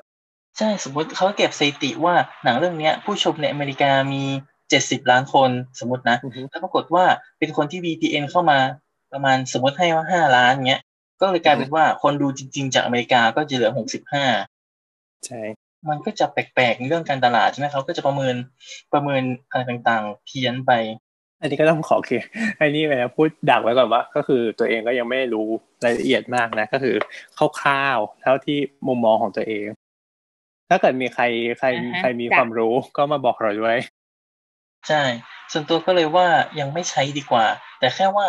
Speaker 3: ใช่สมมติเขาเก็บสถิติว่าหนังเรื่องเนี้ย ผู้ชมในอเมริกามีเจ็ดสิบล้านคนสมมตินะ
Speaker 2: อือฮึ
Speaker 3: แล้วปรากฏว่าเป็นคนที่ VPN เข้ามาประมาณสมมติให้ว่าห้าล้านเงี้ย ก็เลยกลายเป็นว่าคนดูจริง ๆ จากอเมริกาก็จะเหลือหกสิบห้า
Speaker 2: ใช่
Speaker 3: มันก็จะแปลกๆในเรื่องการตลาดใช่ไหมเขาก็จะประเมินประเมินอะไรต่างๆ เพี้ยนไป
Speaker 2: อันนี้ก็ต้องขอเค ลียร์อันนี้ไปนะพูดดักไว้ก่อนว่า ก็คือตัวเองก็ยังไม่รู้รายละเอียดมากนะ ก็คือคร่าวๆเท่าที่มุมมองของตัวเอง ถ้าเกิดมีใครใคร
Speaker 4: อ่าฮะ
Speaker 2: ใครมี
Speaker 4: จ้ะ
Speaker 2: ความรู้ก็มาบอกเราด้วย
Speaker 3: ใช่ ส่วนตัวก็เลยว่ายังไม่ใช้ดีกว่า แต่แค่ว่า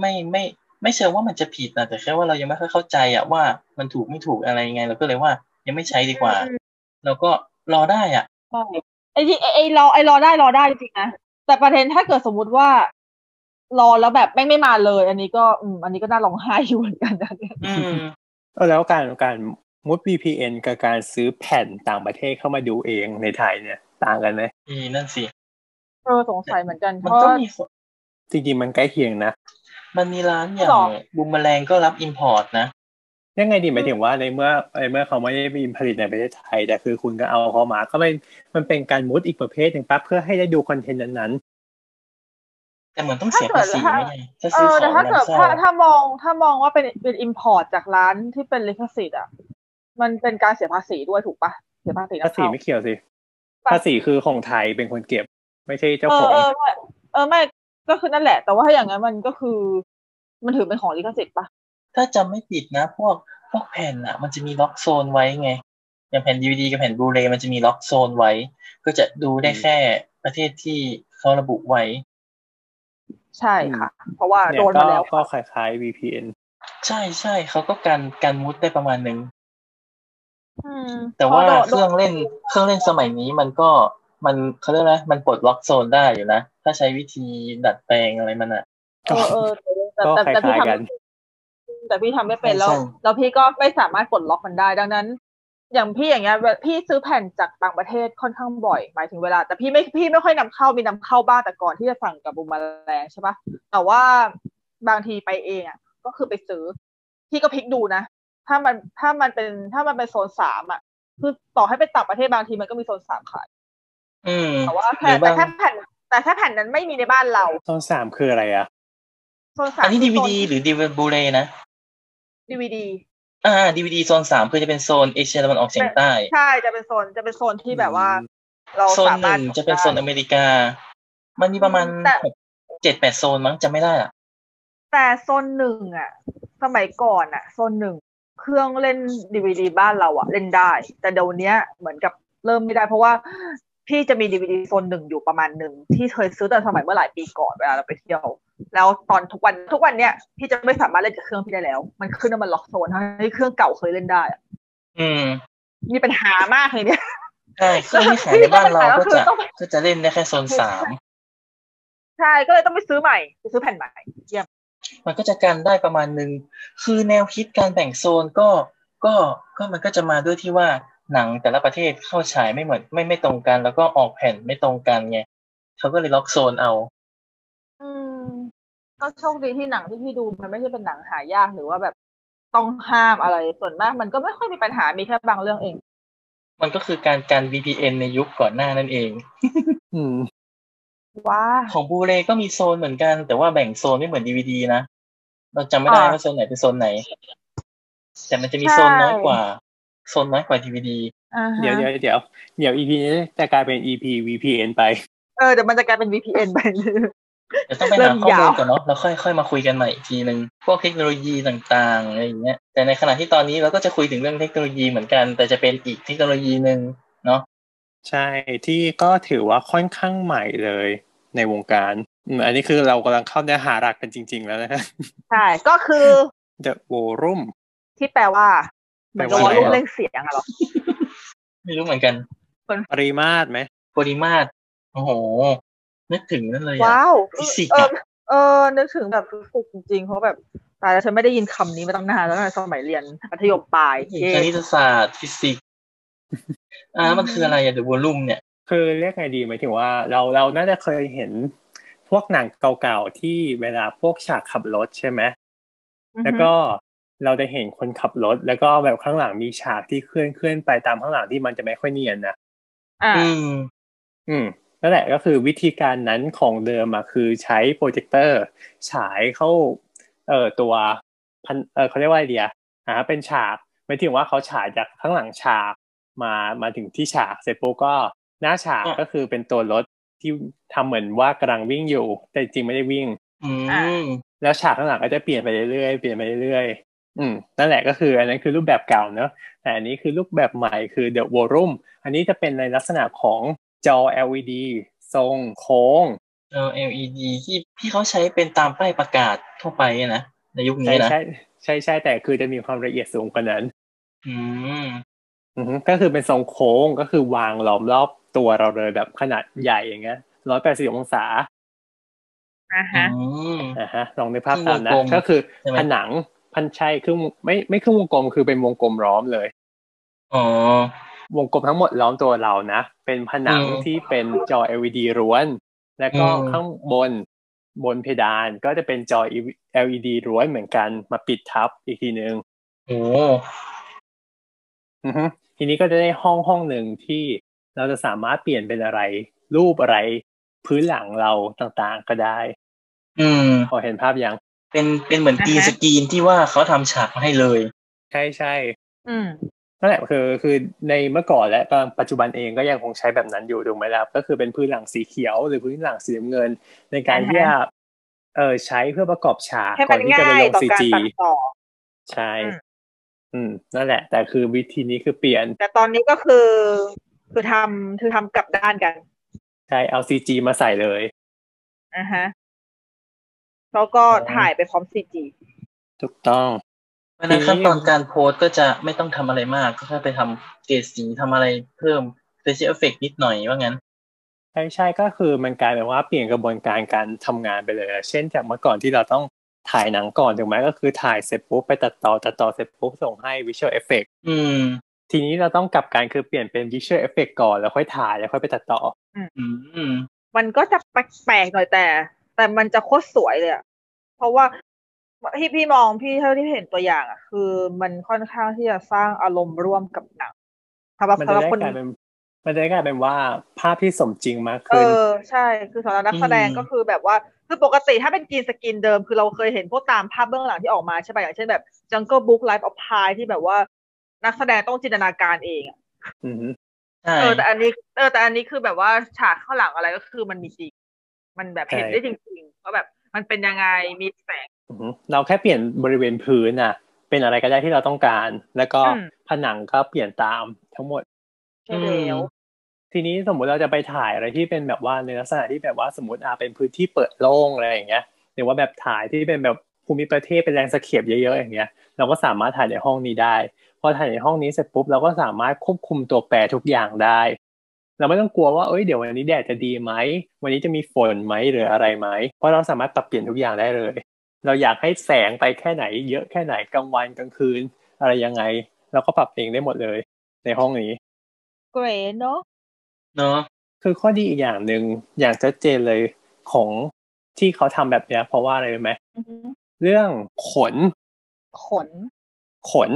Speaker 3: ไม่ไม่ ไม่เชิงว่ามันจะผิดนะแต่แค่ว่าเรายังไม่ค่อยเข้าใจอะว่ามันถูกไม่ถูกอะไรยังไงเราก็เลยว่ายังไม่ใช้ดีกว่า แล้วก็รอได้อ่ะ
Speaker 4: ใช่ไอ้ที่ไอ้ไอ้รอไอ้รอได้รอได้จริงๆนะแต่ประเด็นถ้าเกิดสมมุติว่า รอแล้วแบบแม่งไม่มาเลย อันนี้ก็อืมอันนี้ก็น่าร้องไห้อยู่เหมือนกันนะเนี่ย
Speaker 3: อืม
Speaker 2: เออแล้วการการมุด VPN กับการซื้อแผ่นต่างประเทศเข้ามาดูเองในไทยเนี่ยต่างกันไหม
Speaker 3: อีนั่นสิ
Speaker 4: เออสงสัยเหมือนกันเพ
Speaker 3: มัน
Speaker 4: ราะ
Speaker 3: ก็มีคน
Speaker 2: จริงๆมันใกล้เคียงนะ
Speaker 3: มันมีร้านอย่าง
Speaker 4: หรอ
Speaker 3: บูมแมลงก็รับอิมพอร์ตนะ
Speaker 2: ยังไงดีหมายถึงว่าในเมื่อในเมื่อเขาไม่ได้มีผลิตในประเทศไทย แต่คือคุณก็เอาเขามาก็เป็นมันเป็นการมุดอีกประเภทหนึ่งปั๊บเพื่อให้ได้ดูคอนเทนต์นั้น
Speaker 3: แต่เหมือนต้องเสียภาษีไหมไงถ้า
Speaker 4: เอ
Speaker 3: ซื้อ
Speaker 4: อ
Speaker 3: ข
Speaker 4: แต่
Speaker 3: อง
Speaker 4: ถ้าเกิด
Speaker 3: นำเข้า
Speaker 4: ถ้าถ้ามองถ้ามองว่าเป็นเป็นอิมพอร์ตจากร้านที่เป็นลิขสิทธิ์อ่ะมันเป็นการเสียภาษีด้วยถูกปะเสียภาษี
Speaker 2: ๆ
Speaker 4: นำ
Speaker 2: ภาษี
Speaker 4: เข้า
Speaker 2: ไม่เกี่ยวสิ
Speaker 4: ปะ
Speaker 2: ภาษีคือของไทยเป็นคนเก็บ ไม่ใช่เจ้า
Speaker 4: เอ
Speaker 2: ข
Speaker 4: อ
Speaker 2: อง
Speaker 4: เออไม่เออไม่ก็คือนั่นแหละ แต่ว่าถ้าอย่างนั้นมันก็คือ มันถือเป็นของลิขสิทธิ์ปะ
Speaker 3: ถ้าจำไม่ผิดนะ พวกพวกแผ่นอะมันจะมีล็อกโซนไว้ไง อย่างแผ่นดีวดีกับแผ่นบลูเรย์มันจะมีล็อกโซนไว้ ก็จะดูได้แค่ประเทศที่เขาระบุไว้
Speaker 4: ใช่ค่ะ เพราะว่า
Speaker 2: เนี่ย
Speaker 4: โดนมาแล้ว
Speaker 2: ก็ก็คล้ายๆ VPN
Speaker 3: ใช่ใช่เขาก็กันกันมุดได้ประมาณหนึ่ง
Speaker 4: อืม
Speaker 3: แต่ว่า
Speaker 4: โดน
Speaker 3: เครื่องเล่นเครื่องเล่นสมัยนี้มันก็มันเขาเรียกอะไรมันปลดล็อกโซนได้อยู่นะ ถ้าใช้วิธีดัดแปลงอะไรมันอ่ะ
Speaker 4: เออเออแต่
Speaker 2: ก็
Speaker 4: แต่
Speaker 2: ค
Speaker 4: แต่พี่
Speaker 2: ล้าย
Speaker 4: ทำ
Speaker 2: ๆกัน
Speaker 4: แต่พี่ทำไม่เป็นแล้ว
Speaker 3: ใช่
Speaker 4: แล้วพี่ก็ไม่สามารถปลดล็อกมันได้ดังนั้น อย่างพี่อย่างเงี้ยพี่ซื้อแผ่นจากต่างประเทศค่อนข้างบ่อยหมายถึงเวลา แต่พี่ไม่พี่ไม่ค่อยนำเข้ามีนำเข้าบ้างแต่ก่อนที่จะสั่งกับบูมแมลงใช่ปะแต่ว่าบางทีไปเองอ่ะ ก็คือไปซื้อ พี่ก็พลิกดูนะ ถ้ามันถ้ามันเป็นถ้ามันเป็นโซนสามอ่ะ คือต่อให้เป็นต่างประเทศบางทีมันก็มีโซนสามขาย
Speaker 3: อืม
Speaker 4: แต่ว่า
Speaker 3: ห
Speaker 4: แค่
Speaker 3: รือ
Speaker 4: แต่
Speaker 3: บาง
Speaker 4: แค่แผ่นแต่แค่แผ่นนั้นไม่มีในบ้านเรา
Speaker 2: โซนสามคืออะไรอ่ะ
Speaker 4: โซนสาม
Speaker 3: อันนี้
Speaker 4: คื
Speaker 3: ดีวี
Speaker 4: โซน
Speaker 3: ดีหรือดีวบูเรนะ
Speaker 4: DVD
Speaker 3: อ่าดีวีดีโซนสามคือจะเป็นโซนเอเชียตะวันออกเฉียงใต้
Speaker 4: ใช่จะเป็นโซนจะเป็นโซนที่แบบว่า เรา
Speaker 3: โซน
Speaker 4: สา
Speaker 3: ห
Speaker 4: มารถ
Speaker 3: นึ่งจะเป็นโซนอเมริกา มันมีประมาณหกเจ็ดแปดโซนมั้งจำไม่ได้อะ
Speaker 4: แต่โซนหนึ่งอะสมัยก่อนอะโซนหนึ่งเครื่องเล่นดีวดีบ้านเราอะเล่นได้ แต่เดี๋ยวเนี้ยเหมือนกับเริ่มไม่ได้ เพราะว่าพี่จะมีดีวดีโซนหนึ่งอยู่ประมาณหนึ่งที่เคยซื้อแต่สมัยเมื่อหลายปีก่อนเวลาเราไปเที่ยว แล้วตอนทุกวันทุกวันเนี้ยพี่จะไม่สามารถเล่นกับเครื่องพี่ได้แล้ว มันขึ้นว่ามันล็อกโซนทั้งที่เครื่องเก่าเคยเล่นได้อะ
Speaker 3: อืม
Speaker 4: มีปัญหามากเลยเนี่ย
Speaker 3: ใช่เครื่องที่ขายในบ้านเราก็
Speaker 4: คือ
Speaker 3: จะ
Speaker 4: ต้อง
Speaker 3: ก็จะเล่นได้แค่โซนสาม
Speaker 4: ใช่ก็เลยต้องไปซื้อใหม่ไปซื้อแผ่นใหม่
Speaker 3: มันก็จะกันได้ประมาณหนึ่งคือแนวคิดการแบ่งโซนก็ก็ก็มันก็จะมาด้วยที่ว่าหนังแต่ละประเทศเข้าฉายไม่เหมือนไม่ไม่ตรงกัน แล้วก็ออกแผ่นไม่ตรงกันไงเขาก็เลยล็อกโซนเอา
Speaker 4: อืมก็โชคดีที่หนังที่พี่ดูมันไม่ใช่เป็นหนังหายากหรือว่าแบบต้องห้ามอะไรส่วนมาก มันก็ไม่ค่อยมีปัญหามีแค่บางเรื่องเอง
Speaker 3: มันก็คือการการ VPN ในยุคก่อนหน้านั่นเอง
Speaker 2: อืม
Speaker 4: ว้า
Speaker 3: ของบูเรก็มีโซนเหมือนกัน แต่ว่าแบ่งโซนไม่เหมือนดีวดีนะ เราจำไม่ได้ว่าโซนไหนเป็นโซนไหน แต่มันจะมีโซนน้อยกว่า โซนน้อยกว่าดีวดี
Speaker 4: อ่าฮะ
Speaker 2: เดี๋ยวเดี๋ยวเดี๋ยวเดี๋ยว EP นี้จะกลายเป็น EP VPN ไป
Speaker 4: เออเดี๋ยวมันจะกลายเป็น VPN ไปเลย
Speaker 3: จะต้องไป
Speaker 4: เริ่
Speaker 3: หามข้อมู
Speaker 4: ยา
Speaker 3: ล
Speaker 4: ว
Speaker 3: ก่อนเนาะแล้วค่อยค่อยมาคุยกันใหม่อีกทีหนึ่งพวกเทคโนโลยีต่างๆอะไรอย่างเงี้ยแต่ในขณะที่ตอนนี้เราก็จะคุยถึงเรื่องเทคโนโลยีเหมือนกัน แต่จะเป็นอีกเทคโนโลยีหนึ่งเนาะ
Speaker 2: ใช่ที่ก็ถือว่าค่อนข้างใหม่เลยในวงการอืมอันนี้คือเรากำลังเข้าเนื้อหาหลักกันจริง ๆ แล้วนะฮ ะ
Speaker 4: ใช่ก็คือ
Speaker 2: The Volume
Speaker 4: ที่แปลว่าเหมือนกับว่า
Speaker 2: แปล
Speaker 4: ลู
Speaker 2: ว่าอะ
Speaker 4: ก
Speaker 2: ไร
Speaker 4: เล่นเสียงอะเหรอ
Speaker 3: ไม่รู้เหมือนกัน
Speaker 2: ปริมาตรไหม
Speaker 3: ปริมาตรโอ้โหนึกถึงนั่นเลยอะ
Speaker 4: ว้าว
Speaker 3: ฟิสิกส์
Speaker 4: เอ
Speaker 3: อะ
Speaker 4: อเออนึกถึงแบบฟิสิกส์จริงๆเพราะแบบตายแล้วฉันไม่ได้ยินคำนี้มาตั้งนานแล้วตั้งแต่สมัยเรียนมัธยมปลายเย้
Speaker 3: คณิตศาสตร์ฟิสิกส์อ่ามันคืออะไรอะเดอะวอลลุ่มเนี่ย
Speaker 2: คือเรียกไงดีหมายถึงว่าเราเราน่าจะเคยเห็นพวกหนังเก่าๆที่เวลาพวกฉากขับรถใช่ไหมแล้วก็เราจะเห็นคนขับรถ แล้วก็แบบข้างหลังมีฉากที่เคลื่อนเคลื่อนไปตามข้างหลังที่มันจะไม่ค่อยเนียนนะ
Speaker 4: อ่า
Speaker 3: อืม
Speaker 2: อืมนั่นแหละก็คือวิธีการนั้นของเดิมอะคือใช้โปรเจคเตอร์ฉายเข้าเอ่อตัวพันเออเขาเรียกว่าอะไรเดียอ่าเป็นฉากหมายถึงว่าเขาฉายจากข้างหลังฉากมามาถึงที่ฉากเสร็จปุ๊บก็หน้าฉาก
Speaker 3: อ่ะ
Speaker 2: ก็คือเป็นตัวรถที่ทำเหมือนว่ากำลังวิ่งอยู่ แต่จริงไม่ได้วิ่ง
Speaker 3: อืม
Speaker 2: แล้วฉากข้างหลังก็จะเปลี่ยนไปเรื่อยๆเปลี่ยนไปเรื่อยๆอืมนั่นแหละก็คืออันนั้นคือรูปแบบเก่าเนอะแต่อันนี้คือรูปแบบใหม่คือ The Volume อันนี้จะเป็นในลักษณะของจอ LED ทรงโค้ง
Speaker 3: เออ LED ที่ที่เขาใช้เป็นตามป้ายประกาศทั่วไปอะนะในยุคนี้
Speaker 2: ใช่
Speaker 3: นะ
Speaker 2: ใช่ใช่ใช่แต่คือจะมีความละเอียดสูงกว่านั้น
Speaker 3: อืม
Speaker 2: อือฮึก็คือเป็นทรงโค้งก็คือวางล้อมรอบตัวเราเลยแบบขนาดใหญ่อย่างเงี้ยร้อยแปดสิบองศา
Speaker 5: อ่า
Speaker 3: อื
Speaker 5: ฮะ
Speaker 3: ม
Speaker 2: อ่ะฮะลองในกภาพตามนะ
Speaker 3: ครึ่งวงกลม
Speaker 2: ก็คือ
Speaker 3: ใช่ไหม
Speaker 2: ผนังพันชัยครึ่งไม่ไม่ครึ่งวงกลมคือเป็นวงกลมล้อมเลย
Speaker 3: อ๋อ
Speaker 2: วงกลมทั้งหมดล้อมตัวเรานะ เป็นผนัง
Speaker 3: อืม
Speaker 2: ที่เป็นจอ LED ล้วน แล้วก็
Speaker 3: อืม
Speaker 2: ข้างบนบนเพดานก็จะเป็นจอ LED ล้วนเหมือนกันมาปิดทับอีกทีหนึ่ง
Speaker 3: โอ้
Speaker 2: อือฮึทีนี้ก็จะได้ห้องห้องหนึ่งที่เราจะสามารถเปลี่ยนเป็นอะไร รูปอะไร พื้นหลังเราต่างๆก็ได้
Speaker 3: อืม
Speaker 2: พอเห็นภาพยัง
Speaker 3: เป็นเป็นเหมือนตีสกรีนที่ว่าเขาทำฉากมาให้เลย
Speaker 2: ใช่ใช่
Speaker 4: อืม
Speaker 2: นั่นแหละคือคือในเมื่อก่อนและปัจจุบันเองก็ยังคงใช้แบบนั้นอยู่ถูกไหมล่ะก็คือเป็นพื้นหลังสีเขียว หรือพื้นหลังสีน้ำเงิน ในการ
Speaker 4: อ่าฮะ
Speaker 2: ที่จะเออใช้เพื่อประกอบฉาก
Speaker 4: ให้
Speaker 2: ก่
Speaker 4: มั
Speaker 2: อน
Speaker 4: น
Speaker 2: ที่จะไป
Speaker 4: ง่าย
Speaker 2: ลง
Speaker 4: ต่อ
Speaker 2: ซี
Speaker 4: การ
Speaker 2: จี
Speaker 4: ตัดต่อ
Speaker 2: ใช่
Speaker 4: อืม
Speaker 2: อืมนั่นแหละ แต่คือวิธีนี้คือเปลี่ยน
Speaker 4: แต่ตอนนี้ก็คือ คือทำคือทำกลับด้านกัน
Speaker 2: ใช่เอาซีจีมาใส่เลย
Speaker 4: อ่าฮะแล้วก็
Speaker 3: อ๋อ
Speaker 4: ถ่ายไปพร้อมซีจี
Speaker 2: ถูกต้อง
Speaker 3: เพราะฉะนั้นขั้นตอนการโพสต์ก็จะไม่ต้องทำอะไรมาก ก็แค่ไปทำเกรดสีทำอะไรเพิ่ม special effect นิดหน่อยว่างั้น
Speaker 2: ใช่ใช่ก็คือมันกลายเป็นว่าเปลี่ยนกระบวนการการทำงานไปเลยอะเช่นจากเมื่อก่อนที่เราต้องถ่ายหนังก่อนถูกไหมก็คือถ่ายเสร็จปุ๊บไปตัดต่อตัดต่อเสร็จปุ๊บส่งให้ Visual Effect
Speaker 3: อืม
Speaker 2: ทีนี้เราต้องกลับกันคือเปลี่ยนเป็น Visual Effect ก่อนแล้วค่อยถ่ายแล้วค่อยไปตัดต่อ
Speaker 3: อืม
Speaker 4: มันก็จะแปลกๆหน่อยแต่ แต่มันจะโคตรสวยเลยอะเพราะว่าที่พี่มองพี่เท่าที่เห็นตัวอย่างอะคือมันค่อนข้างที่จะสร้างอารมณ์ร่วมกับหนังสำหรับ
Speaker 2: มัน
Speaker 4: สำ
Speaker 2: จะ
Speaker 4: หรับ
Speaker 2: ได้
Speaker 4: คน
Speaker 2: กลายเป็นมันจะได้กลายเป็นว่าภาพที่สมจริงมาก
Speaker 4: เอ
Speaker 2: ขึ้น
Speaker 4: อใช่คือสำหรับนักแสดง
Speaker 3: อืม
Speaker 4: ก็คือแบบว่าคือปกติถ้าเป็นกรีนสกินเดิม คือเราเคยเห็นพวกตามภาพเบื้องหลังที่ออกมาใช่ป่ะอย่างเช่นแบบ Jungle Book Life of Pi ที่แบบว่านักแสดงต้องจินตนาการเองอะ
Speaker 2: อือฮึ
Speaker 3: ใช่
Speaker 4: เออแต่อันนี้เออแต่อันนี้คือแบบว่าฉากข้างหลังอะไรก็คือมันมีจริง มันแบบเห็นได้จริงๆว่าแบบมันเป็นยังไงมีแสง
Speaker 2: อือฮึเราแค่เปลี่ยนบริเวณพื้นน่ะ เป็นอะไรก็ได้ที่เราต้องการ แล้วก็
Speaker 4: อืม
Speaker 2: ผนังก็เปลี่ยนตามทั้งหมด
Speaker 4: ใช่แล้ว
Speaker 2: ทีนี้สมมุติเราจะไปถ่ายอะไรที่เป็นแบบว่าในลักษณะที่แบบว่าสมมติอาเป็นพื้นที่เปิดโล่งอะไรอย่างเงี้ยหรือว่าแบบถ่ายที่เป็นแบบภูมิประเทศเป็นแรงสะเก็บเยอะๆอย่างเงี้ยเราก็สามารถถ่ายในห้องนี้ได้พอถ่ายในห้องนี้เสร็จปุ๊บเราก็สามารถควบคุมตัวแปรทุกอย่างได้ เราไม่ต้องกลัวว่าเอ้ยเดี๋ยววันนี้แดดจะดีไหมวันนี้จะมีฝนไหมหรืออะไรไหมเพราะเราสามารถปรับเปลี่ยนทุกอย่างได้เลย เราอยากให้แสงไปแค่ไหน เยอะแค่ไหนกลางวันกลางคืน อะไรยังไง เราก็ปรับเองได้หมดเลย ในห้องนี้
Speaker 4: เกรนเนาะ
Speaker 3: เนาะ
Speaker 2: คือข้อดีอีกอย่างหนึ่งอย่างชัดเจนเลยของที่เขาทำแบบเนี้ยเพราะว่าอะไรรู้ไหม
Speaker 4: อือหือ
Speaker 2: เรื่องขน
Speaker 4: ขน
Speaker 2: ขน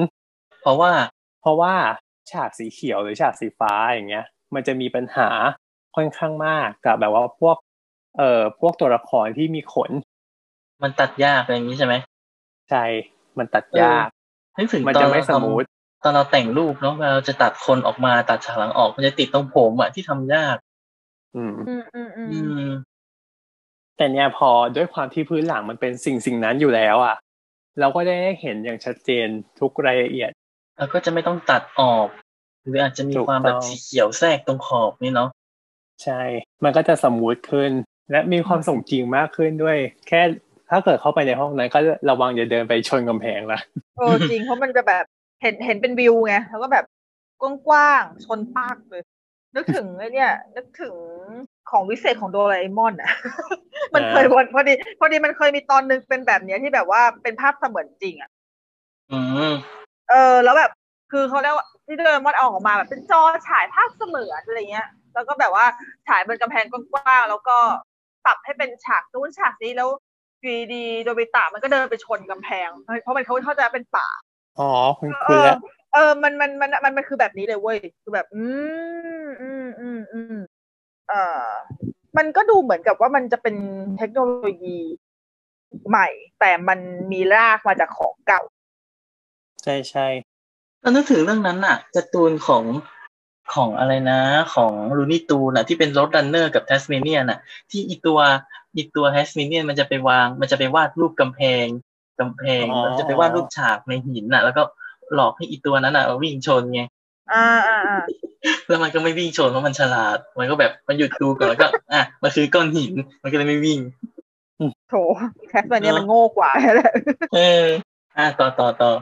Speaker 3: เพราะว่า
Speaker 2: เพราะว่าฉากสีเขียวหรือฉากสีฟ้าอย่างเงี้ย มันจะมีปัญหาค่อนข้างมากกับแบบว่าพวกเอ่อพวกตัวละครที่มีขน
Speaker 3: มันตัดยากอะไรอย่างนี้ใช่ไหม
Speaker 2: ใจมันตัดยาก
Speaker 3: นึกถึง
Speaker 2: มัน
Speaker 3: ตอ
Speaker 2: จะ
Speaker 3: น
Speaker 2: ไม่
Speaker 3: เรา
Speaker 2: ส
Speaker 3: ท
Speaker 2: มูท
Speaker 3: ำตอนเราแต่งรูปเนาะเวลาเราจะตัดคนออกมาตัดฉากหลังออก มันจะติดตรงผมอะที่ทำยาก
Speaker 2: อืม
Speaker 4: อืมอืมอืม
Speaker 3: อืม
Speaker 2: แต่เนี่ยพอด้วยความที่พื้นหลังมันเป็นสิ่งสิ่งนั้นอยู่แล้วอ่ะ เราก็ได้เห็นอย่างชัดเจนทุกรายละเอียด
Speaker 3: แล้วก็จะไม่ต้องตัดออก หรืออาจจะมี
Speaker 2: ถูก
Speaker 3: ความแบบ
Speaker 2: ต้อง
Speaker 3: สีเขียวแทรกตรงขอบนี่เนาะ
Speaker 2: ใช่ มันก็จะสมูทขึ้น และมีความสมจริงมากขึ้นด้วย แค่ถ้าเกิดเข้าไปในห้องนั้นก็ระวังอย่าเดินไปชนกำแพงละ
Speaker 4: เออจริงเพราะมันจะแบบเห็นเห็นเป็นวิวไงแล้วก็แบบกว้างๆชนปากเลย นึกถึงไอ้เนี่ย นึกถึงของวิเศษของโดราเอมอนอ่ะ มันเคยวนพอดีพอดีมันเคยมีตอนนึงเป็นแบบเนี้ยที่แบบว่าเป็นภาพเสมือนจริงอ่ะ
Speaker 3: อืม
Speaker 4: เออ แล้วแบบคือเขาเรียกว่าที่โดราเอมอนเอาออกมาแบบเป็นจอฉายภาพเสมือนอะไรเงี้ย แล้วก็แบบว่าฉายบนกำแพงกว้างๆแล้วก็ปรับให้เป็นฉากนู้นฉากนี้แล้วอยูดีๆโดบิตะมันก็เดินไปชนกำแพงเพราะมันเขาเข้าใจว่าเป็นป่า
Speaker 2: อ๋อคุณคุณละ
Speaker 4: เออ มัน มัน มัน มัน มันคือแบบนี้เลยเว้ย คือแบบ อืม อืม อืม อืม เออมันก็ดูเหมือนกับว่ามันจะเป็นเทคโนโลยีใหม่ แต่มันมีรากมาจากของเก่า
Speaker 2: ใช่ใช่
Speaker 3: เรานึกถึงเรื่องนั้นน่ะการ์ตูนของของอะไรนะ ของลูนี่ตูน่ะ ที่เป็นรถรันเนอร์กับแทสเมเนียน่ะ ที่อีตัวอีตัวแทสเมเนียมันจะไปวาง มันจะไปวาดรูปกำแพงกำแพง มันจะไปวาดรูปฉากในหินน่ะ แล้วก็หลอกให้อีตัวนั้นน่ะวิ่งชนไง
Speaker 4: อ่าอ่าอ่า
Speaker 3: แล้วมันก็ไม่วิ่งชนเพราะมันฉลาด มันก็แบบมันหยุดดูก่อนแล้วก็ อ่ะมันคือก้อนหิน มันก็เลยไม่วิ่ง
Speaker 4: โถแคสแบบเนี้ยมันโง่กว่าแค่นั้นแหละ
Speaker 3: เออ อ่ะต่อต่อต่อ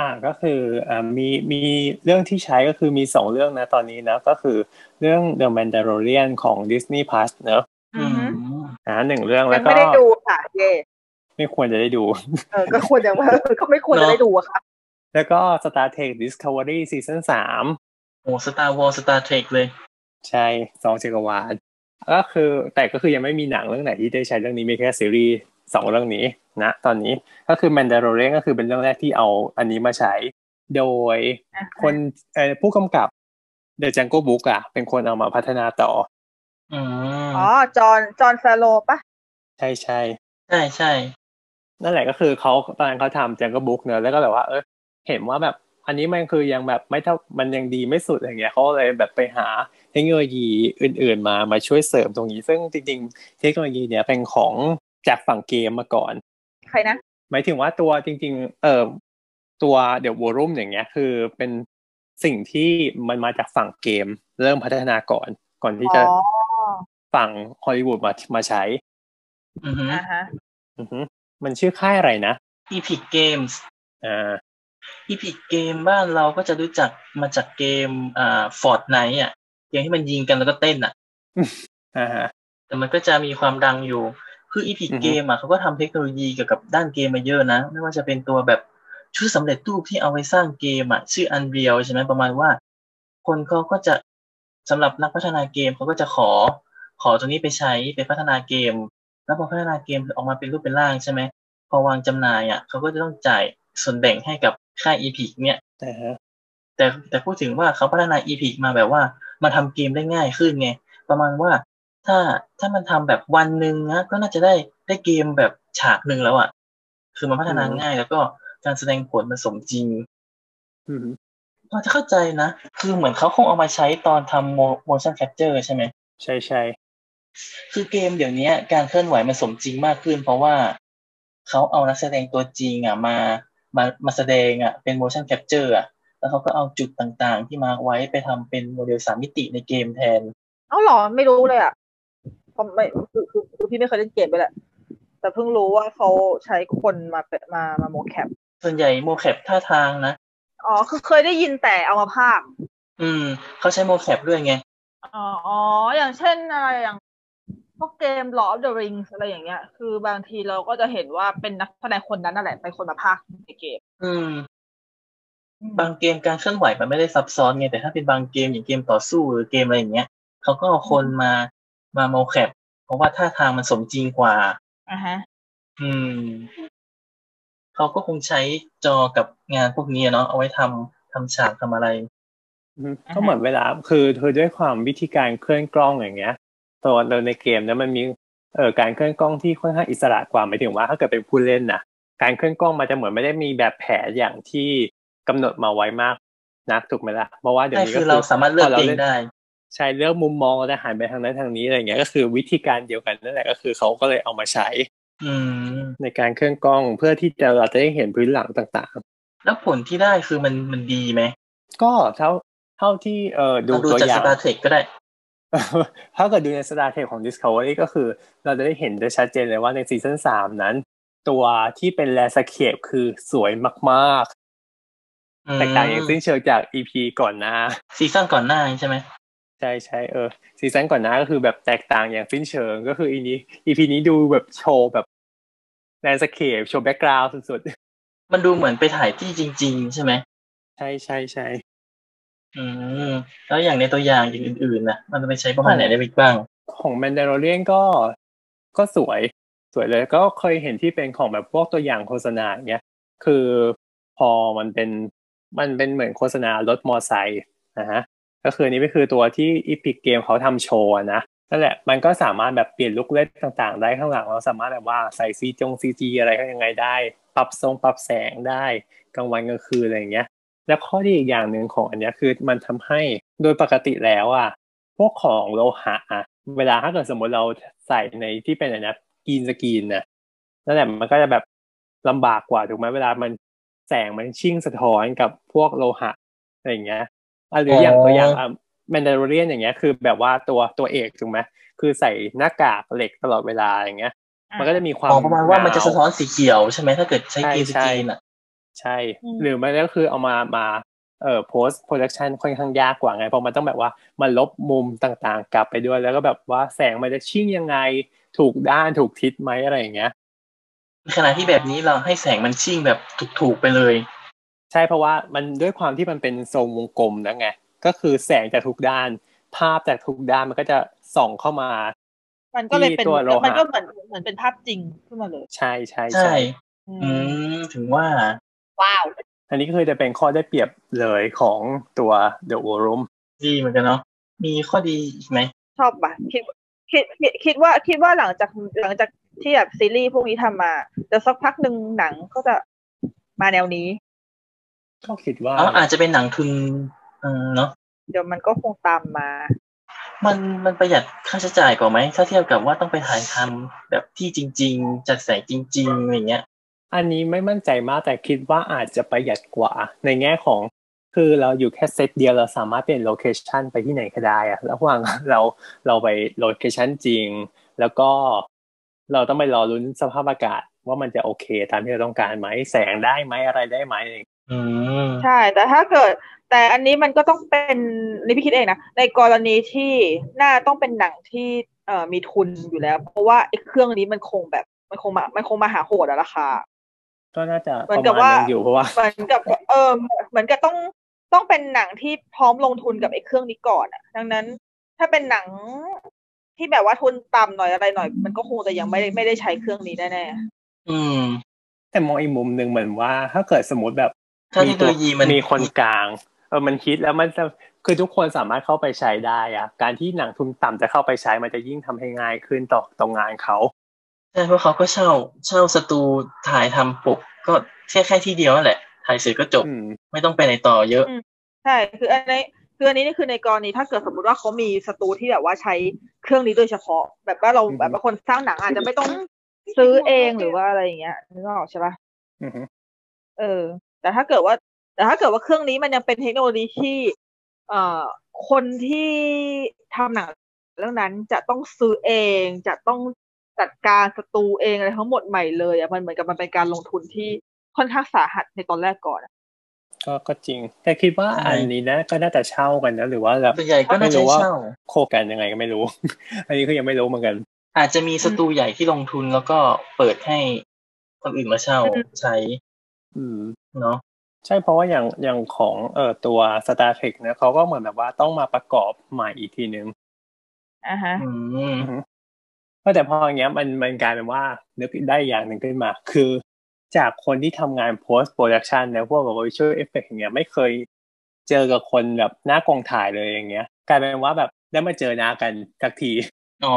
Speaker 2: อ่าก็คืออ่ามีมีเรื่องที่ใช้ก็คือมีสองเรื่องนะตอนนี้นะก็คือเรื่อง The Mandalorian ของ Disney Plus เนอะ
Speaker 3: อืม
Speaker 2: อ่าหนึ่งเรื่องแล้
Speaker 4: ยั
Speaker 2: ว
Speaker 4: ง
Speaker 2: ก็
Speaker 4: ไม่ได้ดูค่ะเย่
Speaker 2: ไม่ควรจะได้ดู
Speaker 4: เออก็ควรจะว่า ก็ไม่ควรจะได้ดูอะค่ะ
Speaker 2: แล้วก็ Star Trek Discovery Season สาม
Speaker 3: โอ้สตาร์วอลสตาร์เทคเลย
Speaker 2: ใช่สองจักรวาลก็คือแต่ก็คือยังไม่มีหนังเรื่องไหนที่ได้ใช้เรื่องนี้มีแค่ซีรีส์สองเรื่องนี้นะตอนนี้ก็คือ Mandalorian ก็คือเป็นเรื่องแรกที่เอาอันนี้มาใช้ โดย คนเอ่อผู้กำกับ The Jungle Book อ่ะ เป็นคนเอามาพัฒนาต่อ
Speaker 3: อืม
Speaker 4: อ๋อ จอห์นจอห์นซาโลปะ
Speaker 2: ใช่ใช่
Speaker 3: ใช่ใช่
Speaker 2: นั่นแหละก็คือเขาตอนนั้นเขาทำ Jungle Book เนอะแล้วก็แบบว่าเออเห็นว่าแบบอันนี้มันคือยังแบบไม่เท่ามันยังดีไม่สุดอะไรเงี้ยเขาเลยแบบไปหาเทคโนโลยีอื่น ๆ มามาช่วยเสริมตรงนี้ ซึ่งจริง ๆ เทคโนโลยีเนี้ยเป็นของจากฝั่งเกมมาก่อน
Speaker 4: ใครนะ
Speaker 2: หมายถึงว่าตัวจริง ๆ เอ่อตัวเดี๋ยววอลุ่มอย่างเงี้ย คือเป็นสิ่งที่มันมาจากฝั่งเกม เริ่มพัฒนาก่อน ก่อนที่จะ
Speaker 4: อ๋อ
Speaker 2: ฝั่งฮอลลีวูดมามาใช้
Speaker 3: อือฮึ
Speaker 4: อ่าฮะ
Speaker 2: อือฮึมันชื่อค่ายอะไรนะ
Speaker 3: Epic Games
Speaker 2: อ่า
Speaker 3: Epic Game บ้านเราก็จะรู้จักมาจากเกมอ่า Fortnite อ่ะเกมที่มันยิงกันแล้วก็เต้นอ่ะ
Speaker 2: อ่าฮะ
Speaker 3: แต่มันก็จะมีความดังอยู่ คือ Epic
Speaker 2: อือฮึ
Speaker 3: Game อ่ะเขาก็ทำเทคโนโลยีเกี่ยวกับด้านเกมมาเยอะนะ ไม่ว่าจะเป็นตัวแบบชุดสำเร็จรูปที่เอาไว้สร้างเกมอ่ะ ชื่อ Unreal ใช่ไหมประมาณว่า คนเขาก็จะสำหรับนักพัฒนาเกมเขาก็จะขอ ขอตัวนี้ไปใช้ไปพัฒนาเกม แล้วพอพัฒนาเกมออกมาเป็นรูปเป็นร่างใช่ไหม พอวางจำหน่ายอ่ะเขาก็จะต้องจ่ายส่วนแบ่งให้กับค่าย Epic เนี่ย
Speaker 2: อ่าฮะ
Speaker 3: แต่แต่พูดถึงว่าเขาพัฒนา e p มาแบบว่ามาทำเกมได้ง่ายขึ้นไง ประมาณว่าถ้าถ้ามันทำแบบวันหนึ่งนะก็น่าจะได้ได้เกมแบบฉากหนึ่งแล้วอ่ะ คือมันพัฒนา
Speaker 2: อืม
Speaker 3: ง่ายแล้วก็การแสดงผลมันสมจริง
Speaker 2: อือฮึ
Speaker 3: พอจะเข้าใจนะ คือเหมือนเขาคงเอามาใช้ตอนทำ mo- motion capture ใช่ไหม
Speaker 2: ใช่ใช่
Speaker 3: คือเกมเดี๋ยวนี้การเคลื่อนไหวมันสมจริงมากขึ้น เพราะว่าเขาเอานักแสดงตัวจริงอ่ะมามามาแสดงอ่ะเป็น motion capture อ่ะแล้วเขาก็เอาจุดต่างๆ ที่มาร์กไว้ไปทำเป็นโมเดลสามมิติในเกมแทน
Speaker 4: เอ้าเหรอ ไม่รู้เลยอ่ะผมไม่คือคือคือพี่ไม่เคยเล่นเกมไปแหละ แต่เพิ่งรู้ว่าเขาใช้คนมาเป็นมามาโมแคป
Speaker 3: ส่วนใหญ่โมแคปท่าทางนะ
Speaker 4: อ๋อ คือเคยได้ยินแต่เอามาภาค
Speaker 3: อืมเขาใช้โมแคปด้วยไง
Speaker 4: อ๋ออ๋อ อย่างเช่นอะไรอย่างพวกเกม Lord of the Rings อะไรอย่างเงี้ย คือบางทีเราก็จะเห็นว่าเป็นนักแสดงคนนั้นนั่นแหละเป็นคนมาภาคในเกม
Speaker 3: อืม บางเกมการเคลื่อนไหวมันไม่ได้ซับซ้อนไงแต่ถ้าเป็นบางเกมอย่างเกมต่อสู้หรือเกมอะไรอย่างเงี้ยเขาก็เอาคนมามาโมแคปเพราะว่าท่าทางมันสมจริงกว่า
Speaker 4: อ่าฮะ
Speaker 3: อืม เขาก็คงใช้จอกับงานพวกนี้อะเนาะเอาไว้ทำทำฉากทำอะไร
Speaker 2: อือฮึก็เหมือนเวลาคือเธอด้วยความวิธีการเคลื่อนกล้องอย่างเงี้ยตัวเราในเกมเนะมันมีเอ่อการเคลื่อนกล้องที่ค่อนข้างอิสระกว่าหมายถึงว่าถ้าเกิดเป็นผู้เล่นนะการเคลื่อนกล้องมันจะเหมือนไม่ได้มีแบบแผนอย่างที่กำหนดมาไว้มากนักถูกไหมล่ะเพราะว่าเดี๋ยว
Speaker 3: ได้
Speaker 2: นี้ก็
Speaker 3: คือ
Speaker 2: คือ
Speaker 3: เราสามารถเลือกเองได้
Speaker 2: ใช่เรื่องมุมมองเราจะหันไปทางนั้นทางนี้อะไรเงี้ยก็คือวิธีการเดียวกันนั่นแหละก็คือเขาก็เลยเอามาใช้
Speaker 3: อืม
Speaker 2: ในการเครื่องกล้องเพื่อที่จะเราจะได้เห็นพื้นหลังต่าง
Speaker 3: แล้วผลที่ได้คือมันมันดีไหม
Speaker 2: ๆ ก็เท่าเท่าที่เอ่อดู
Speaker 3: เราดู
Speaker 2: ตัว
Speaker 3: จาก
Speaker 2: อ
Speaker 3: ส
Speaker 2: ย่าง
Speaker 3: ตาร์เทคก็ได้
Speaker 2: ถ้าเกิดดูในสตาร์เทของ Discovery ก็คือ เราจะได้เห็นได้ชัดเจนเลยว่าในซีซั่นสามนั้น ตัวที่เป็นแลสเคปคือสวยมาก
Speaker 3: อื
Speaker 2: ๆ
Speaker 3: ม
Speaker 2: แตกต่างอย่างสิ้นเชิงจาก EP ก่อนหน้า
Speaker 3: ซีซั่นก่อนหน้าใช่ไหม
Speaker 2: ใช่ใช่เออซีซั่นก่อนหน้าก็คือแบบแตกต่างอย่างสิ้นเชิง ก็คืออีนี้อีพีนี้ดูแบบโชว์แบบแลนสเคปโชว์แบ็กกราวด์สุด
Speaker 3: มันดูเหมือนไปถ่ายที่จริง ๆ ใช่ไหม
Speaker 2: ๆ ใช่ใช่ใช่
Speaker 3: อืม แล้วอย่างในตัวอย่างอย่างอื่นๆนะมันไปใช้ประมาณไหนได้อีกบ้าง
Speaker 2: ของแมนดา r รเ i ียนก็ก็สวยสวยเลยก็เคยเห็นที่เป็นของแบบพวกตัวอย่างโฆษณาอย่างเงี้ยคือพอมันเป็นมันเป็นเหมือนโฆษณารถมอไซค์นะฮะก็คืออันนี้ก็คือตัวที่อีพิกเกมเขาทำโชว์อะนะนั่นแหละมันก็สามารถแบบเปลี่ยนลุคเล่นต่างๆ ได้ข้างหลังเราสามารถแบบว่าใส่ซีจงซีจีอะไรก็ยังไงได้ ปรับทรงปรับแสงได้กลางวันกลางคืนอะไรอย่างเงี้ย และข้อดีอีกอย่างหนึ่งของอันเนี้ยคือมันทำให้โดยปกติแล้วอ่ะพวกของโลหะอะเวลาถ้าเกิดสมมติเราใส่ในที่เป็นอะไรนะกรีนสกรีนนะนั่นแหละมันก็จะแบบลำบากกว่าถูกไหมเวลามันแสงมันชิ่งสะท้อนกับพวกโลหะอะไรอย่างเงี้ย อ่ะหรืออย่างตัวอย่างอ่ะแมนดาริเรียนอย่างเงี้ยคือแบบว่าตัวตัวเอกถูกไหมคือใส่หน้ากากเหล็กตลอดเวลาอย่างเงี้ย มันก็จะมีความ
Speaker 3: อ๋อประมาณว่ามันจะ
Speaker 2: ห
Speaker 3: สะท้อนสีเขียวใช่ไหมถ้าเกิดใช้
Speaker 2: ใช่
Speaker 3: กรีนส
Speaker 2: ใช่
Speaker 3: กรีนอ่ะ
Speaker 2: ใช่
Speaker 5: อืม
Speaker 2: หรือมันก็คือเอามามาเอ่อโพสต์โปรดักชันค่อนข้างยากกว่าไง เพราะมันต้องแบบว่ามันลบมุมต่างๆ กลับไปด้วย แล้วก็แบบว่าแสงมันจะชิ่งยังไง ถูกด้านถูกทิศไหมอะไรอย่างเงี้ย
Speaker 3: ในขณะที่แบบนี้เราให้แสงมันชิ่งแบบถูกๆไปเลย
Speaker 2: ใช่เพราะว่ามันด้วยความที่มันเป็นทรงวงกลมนะไง ก็คือแสงจากทุกด้าน ภาพจากทุกด้านมันก็จะส่องเข้ามา
Speaker 5: มันก็เลยเป็น
Speaker 2: ที่ตัวโลหะ
Speaker 5: มันก็เหมือนเหมือนเป็นภาพจริงขึ้นมาเลย
Speaker 2: ใช่ใช่
Speaker 3: ใช่
Speaker 2: ใช่
Speaker 3: อืมถึงว่า
Speaker 5: ว้าว
Speaker 2: อันนี้ก็คือจะเป็นข้อได้เปรียบเลยของตัว The War Room
Speaker 3: ดีเหมือนกันเนาะมีข้อดีอีกไหม
Speaker 4: ชอบปะคิดคิดคิดคิดว่าคิดว่าหลังจากหลังจากที่แบบซีรีส์พวกนี้ทำมาแต่สักพักหนึ่งหนังก็จะมาแนวนี้
Speaker 2: ก็คิดว่า
Speaker 3: อ๋ออาจจะเป็นหนังทุนเออเนาะ
Speaker 4: เดี๋ยวมันก็คงตามมา
Speaker 3: มันมันประหยัดค่าใช้จ่ายกว่าไหม ถ้าเทียบกับว่าต้องไปถ่ายทำแบบที่จริง ๆ จากแสงจริงๆอะไรเงี้ย
Speaker 2: อันนี้ไม่มั่นใจมากแต่คิดว่าอาจจะประหยัดกว่า ในแง่ของ คือเราอยู่แค่เซตเดียวเราสามารถเปลี่ยนโลเคชันไปที่ไหนก็ได้อะ ระหว่าง เราเราไปโลเคชันจริง แล้วก็เราต้องไปรอลุ้นสภาพอากาศ ว่ามันจะโอเค ตามที่เราต้องการไหมแสงได้ไหมอะไรได้ไหมอะไรอย่างเงี้ย
Speaker 3: อืม
Speaker 4: ใช่ แต่ถ้าเกิด แต่อันนี้มันก็ต้องเป็นนี่พี่คิดเองนะในกรณีที่น่าต้องเป็นหนังที่เอ่อมีทุนอยู่แล้ว เพราะว่าไอ้เครื่องนี้มันคงแบบมันคงมามันคงมาหาโหดอะราคา
Speaker 2: ก็น่าจะ
Speaker 4: เห
Speaker 2: ป
Speaker 4: มือ
Speaker 2: ระ
Speaker 4: นกับ
Speaker 2: มาณ
Speaker 4: ว่า
Speaker 2: นึงอยู่เพราะว่า
Speaker 4: เหมือนกับเออเหมือนกับต้องต้องเป็นหนังที่พร้อมลงทุนกับไอ้เครื่องนี้ก่อนอะดังนั้น ถ้าเป็นหนังที่แบบว่าทุนต่ำหน่อยอะไรหน่อย มันก็คงจะยังไม่ได้ไม่ได้ใช้เครื่องนี้แน่
Speaker 3: อืม
Speaker 2: แต่มองอีกมุมหนึ่งเหมือนว่า ถ้าเกิดสมมติแบบ
Speaker 3: ถ้าเท
Speaker 2: มี
Speaker 3: คโน
Speaker 2: ตัว
Speaker 3: โลยีมัน
Speaker 2: มีคนกลางเออมันคิดแล้วมันจะคือทุกคนสามารถเข้าไปใช้ได้อะการที่หนังทุนต่ำจะเข้าไปใช้มันจะยิ่งทำให้ง่ายขึ้นต่อต่องานเขา
Speaker 3: ใช่เพราะเขาก็เช่าเช่าสตูถ่ายทำปกก็แค่แค่ที่เดียวนั่นแหละ ถ่ายเสร็จก็จบ
Speaker 2: อืม
Speaker 3: ไม่ต้องไปไหนต่อเยอะ
Speaker 4: ๆใช่คืออันนี้คืออันนี้นี่คือในกรณีถ้าเกิดสมมติว่าเขามีสตูที่แบบว่าใช้เครื่องนี้โดยเฉพาะ แบบว่าเราแบบว่าคนสร้างหนังอาจจะไม่ต้องซื้อเองหรือว่าอะไรอย่างเงี้ยนึกออกใช่ปะ
Speaker 2: อือฮึ
Speaker 4: เออ แต่ถ้าเกิดว่า แต่ถ้าเกิดว่าเครื่องนี้มันยังเป็นเทคโนโลยีที่เอ่อคนที่ทำหนังเรื่องนั้นจะต้องซื้อเองจะต้องจัดการสตูเองอะไรทั้งหมดใหม่เลยอ่ะมันเหมือนกับมันเป็นการลงทุนที่ค่อนข้างสาหัสในตอนแรกก่อนอะ
Speaker 2: ก็ก็จริง แต่คิดว่า
Speaker 3: ใช่
Speaker 2: อันนี้นะก็น่าจะเช่ากันนะหรือว่าแบบ
Speaker 3: ส่วนใหญ่ก็น่าจะเช่า
Speaker 2: โคกันยังไงก็ไม่รู้ อันนี้ก็ยังไม่รู้เหมือนกัน
Speaker 3: อาจจะมีสตูใหญ่ที่ลงทุนแล้วก็เปิดให้คนอื่นมาเช่าใช้
Speaker 2: อืม
Speaker 3: เนาะ
Speaker 2: ใช่เพราะว่าอย่างอย่างของเอ่อตัว Star Trek นะเขาก็เหมือนแบบว่าต้องมาประกอบใหม่อีกทีนึง
Speaker 4: อ่ะฮะ
Speaker 3: อืม
Speaker 2: ก็แต่พออย่างเงี้ยมันมันกลายเป็นว่านึกได้อย่างหนึ่งขึ้นมา คือจากคนที่ทำงาน post production นะพวกแบบ visual effect อย่างเงี้ยไม่เคยเจอกับคนแบบหน้ากองถ่ายเลยอย่างเงี้ย กลายเป็นว่าแบบได้มาเจอหน้ากันสักที
Speaker 3: อ๋อ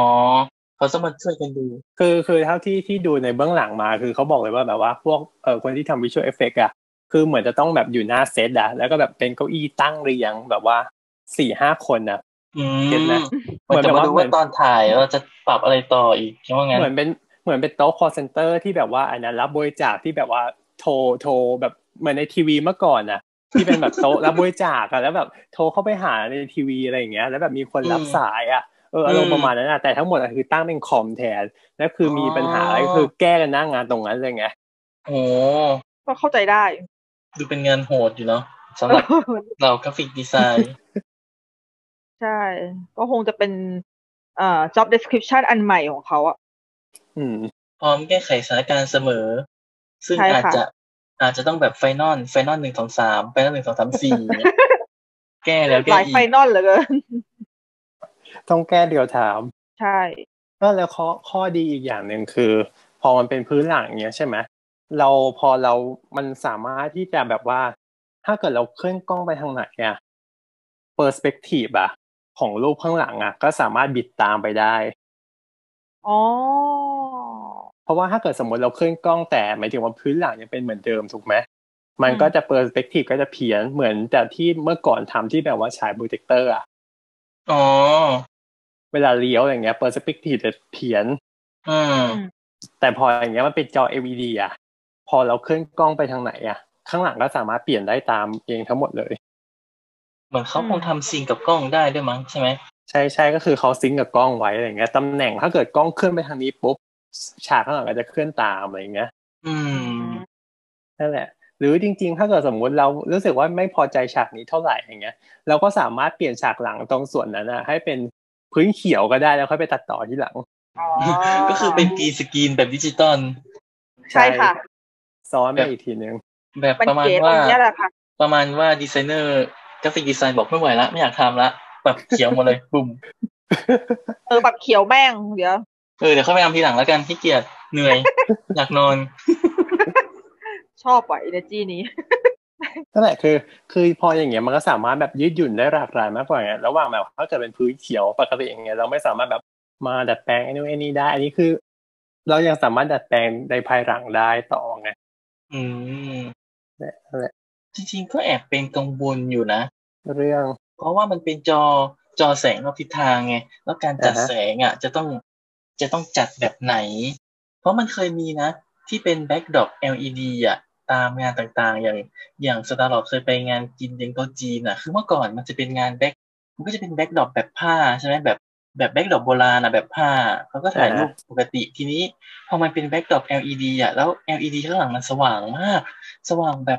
Speaker 3: เขาต้องมาช่วยกันดู
Speaker 2: คือคือเท่าที่ที่ดูในเบื้องหลังมาคือเขาบอกเลยว่าแบบว่าพวกเออคนที่ทำวิชวลเอฟเฟกอะคือเหมือนจะต้องแบบอยู่หน้าเซตอะแล้วก็แบบเป็นเก้าอี้ตั้งเรียงแบบว่าสี่ห้าคนอะ
Speaker 3: อื
Speaker 2: เก็ต
Speaker 3: ม
Speaker 2: นะ
Speaker 3: เหมือนจะมาดู
Speaker 2: เหมือ
Speaker 3: ว่า
Speaker 2: น
Speaker 3: ตอนถ่ายเราจะปรับอะไรต่ออีกคิดว่างั้น
Speaker 2: เหมือนเป็นเหมือนเป็นโต๊ะคอเซนเตอร์ที่แบบว่าอันนั้นรับบริจาคที่แบบว่าโทรโทรแบบเหมือนในทีวีเมื่อก่อนอะที่เป็นแบบโต๊ะ รับบริจาคอะแล้วแบบโทรเข้าไปหาในทีวีอะไรอย่างเงี้ย แล้วแบบมีคนรับสายอะเอออารมณ์ประมาณนั้นอะแต่ทั้งหมดอะคือตั้งเป็นคอมแทนแล้วคือมีปัญหาอะไรก็คือแก้กันหน้างานตรงนั้นเลยไง
Speaker 3: โอ้
Speaker 4: ก็เข้าใจได้
Speaker 3: ดูเป็นงานโหดอยู่เนาะสำหรับเรากราฟิกดีไซน์
Speaker 4: ใช่ ก็คงจะเป็นเอ่อ job description อันใหม่ของเขาอะ
Speaker 2: อืม
Speaker 3: พร้อมแก้ไขสถานการณ์เสมอ ซึ่ง
Speaker 4: ใช่ค่ะ
Speaker 3: อาจจะอาจจะต้องแบบไฟนอลไฟนอลหนึ่งสองสามไฟนอลหนึ่งสองสามสี่แก้แล้ว
Speaker 4: ห
Speaker 3: แก้
Speaker 4: ลาย
Speaker 3: อี
Speaker 4: ไฟ
Speaker 3: ก
Speaker 4: นอลเหลือเกิน
Speaker 2: ต้องแก้เดียวถาม
Speaker 4: ใช่
Speaker 2: ก็แล้วข้อข้อดีอีกอย่างหนึ่งคือ พอมันเป็นพื้นหลังอย่างเงี้ยใช่ไหมเราพอเรามันสามารถที่จะแบบว่า ถ้าเกิดเราเคลื่อนกล้องไปทางไหนอะเปอร์สเปกทีฟอะของรูปข้างหลังอะก็สามารถบิดตามไปได้
Speaker 4: อ๋อ
Speaker 2: เพราะว่าถ้าเกิดสมมติเราเคลื่อนกล้องแต่หมายถึงว่าพื้นหลังยังเป็นเหมือนเดิมถูกไหมมันก็จะเปอร์สเปกทีฟก็จะเพี้ยนเหมือนแต่ที่เมื่อก่อนทำที่แบบว่าฉายโปรเจคเตอร์อะ
Speaker 3: อ๋อ
Speaker 2: เวลาเลี้ยวอย่างเงี้ยเปอร์สเปกทีฟจะเพี้ยน
Speaker 3: อืม
Speaker 2: แต่พออย่างเงี้ยมันเป็นจอ LED อ่ะ พอเราเคลื่อนกล้องไปทางไหนอ่ะ ข้างหลังก็สามารถเปลี่ยนได้ตามเองทั้งหมดเลย
Speaker 3: เหมือนเขาคงทำซีนกับกล้องได้ด้วยมั้งใช่ไหม
Speaker 2: ใช่ใช่ก็คือเขาซิงก์กับกล้องไว้อะไรเงี้ยตำแหน่งถ้าเกิดกล้องเคลื่อนไปทางนี้ปุ๊บฉากข้างหลังอาจจะเคลื่อนตามอะไรเงี้ย
Speaker 3: อืม
Speaker 2: นั่นแหละ หรือจริงๆ ถ้าเกิดสมมุติเรารู้สึกว่าไม่พอใจฉากนี้เท่าไหร่อย่างเงี้ย เราก็สามารถเปลี่ยนฉากหลังตรงส่วนนั้นอะให้เป็นพื้นเขียวก็ได้แล้วค่อยไปตัดต่อที่หลัง
Speaker 4: อ๋อ
Speaker 3: ก็คือเป็นกรีนสกรีนแบบดิจิตอล
Speaker 4: ใช่ค่ะ
Speaker 2: ซ้อนไปอีกทีนึง
Speaker 3: แบบ
Speaker 4: มัน
Speaker 3: ประมาณ
Speaker 4: เก๋ตร
Speaker 3: ว่า
Speaker 4: งเนี้ยแหละค่ะ
Speaker 3: ประมาณว่าดีไซเนอร์กราฟิกดีไซน์บอกไม่ไหวละไม่อยากทำละแบบเขียวหมดเลย บุ่ม
Speaker 4: เออแบบเขียวแม่งเดี๋ยว
Speaker 3: เออเดี๋ยวเข้าไปทำทีหลังแล้วกันขี้เกียจเหนื่อย อยากนอน
Speaker 4: ชอบว่ะอินเนจีนี้
Speaker 2: นั่นแหละคือ คือพออย่างเงี้ยมันก็สามารถแบบยืดหยุ่นได้หลากหลายมากกว่าอย่างเงี้ยระหว่างแบบถ้าเกิดเป็นพื้นเขียวปกติอย่างเงี้ยเราไม่สามารถแบบมาดัดแปลงไอ้นู่นไอ้นี่ได้ อันนี้คือ เรายังสามารถดัดแปลงในภายหลังได้ต่อไง
Speaker 3: อืม
Speaker 2: นั่นแหละ
Speaker 3: จริงๆก็แอบเป็นกังวลอยู่นะ
Speaker 2: เรื่อง
Speaker 3: เพราะว่ามันเป็นจอจอแสงรอบทิศทางไง แล้วการจัด
Speaker 2: อ่าฮะ
Speaker 3: แสงอ่ะ จะต้องจะต้องจัดแบบไหน เพราะมันเคยมีนะ ที่เป็นแบ็กดรอป LED อ่ะ ตามงานต่างๆ อย่างอย่างสตาร์ลอเคยไปงานกินเลี้ยงโต๊ะจีนอ่ะ คือเมื่อก่อนมันจะเป็นงานแบ็กมันก็จะเป็นแบ็กดรอปแบบผ้าใช่ไหมแบบแบบแบ็กดรอปโบราณอ่ะแบบผ้าเขาก็ถ่ายรูปปกติทีนี้พอมันเป็นแบ็กดรอป LED อ่ะแล้ว LED ข้างหลังมันสว่างมาก สว่างแบบ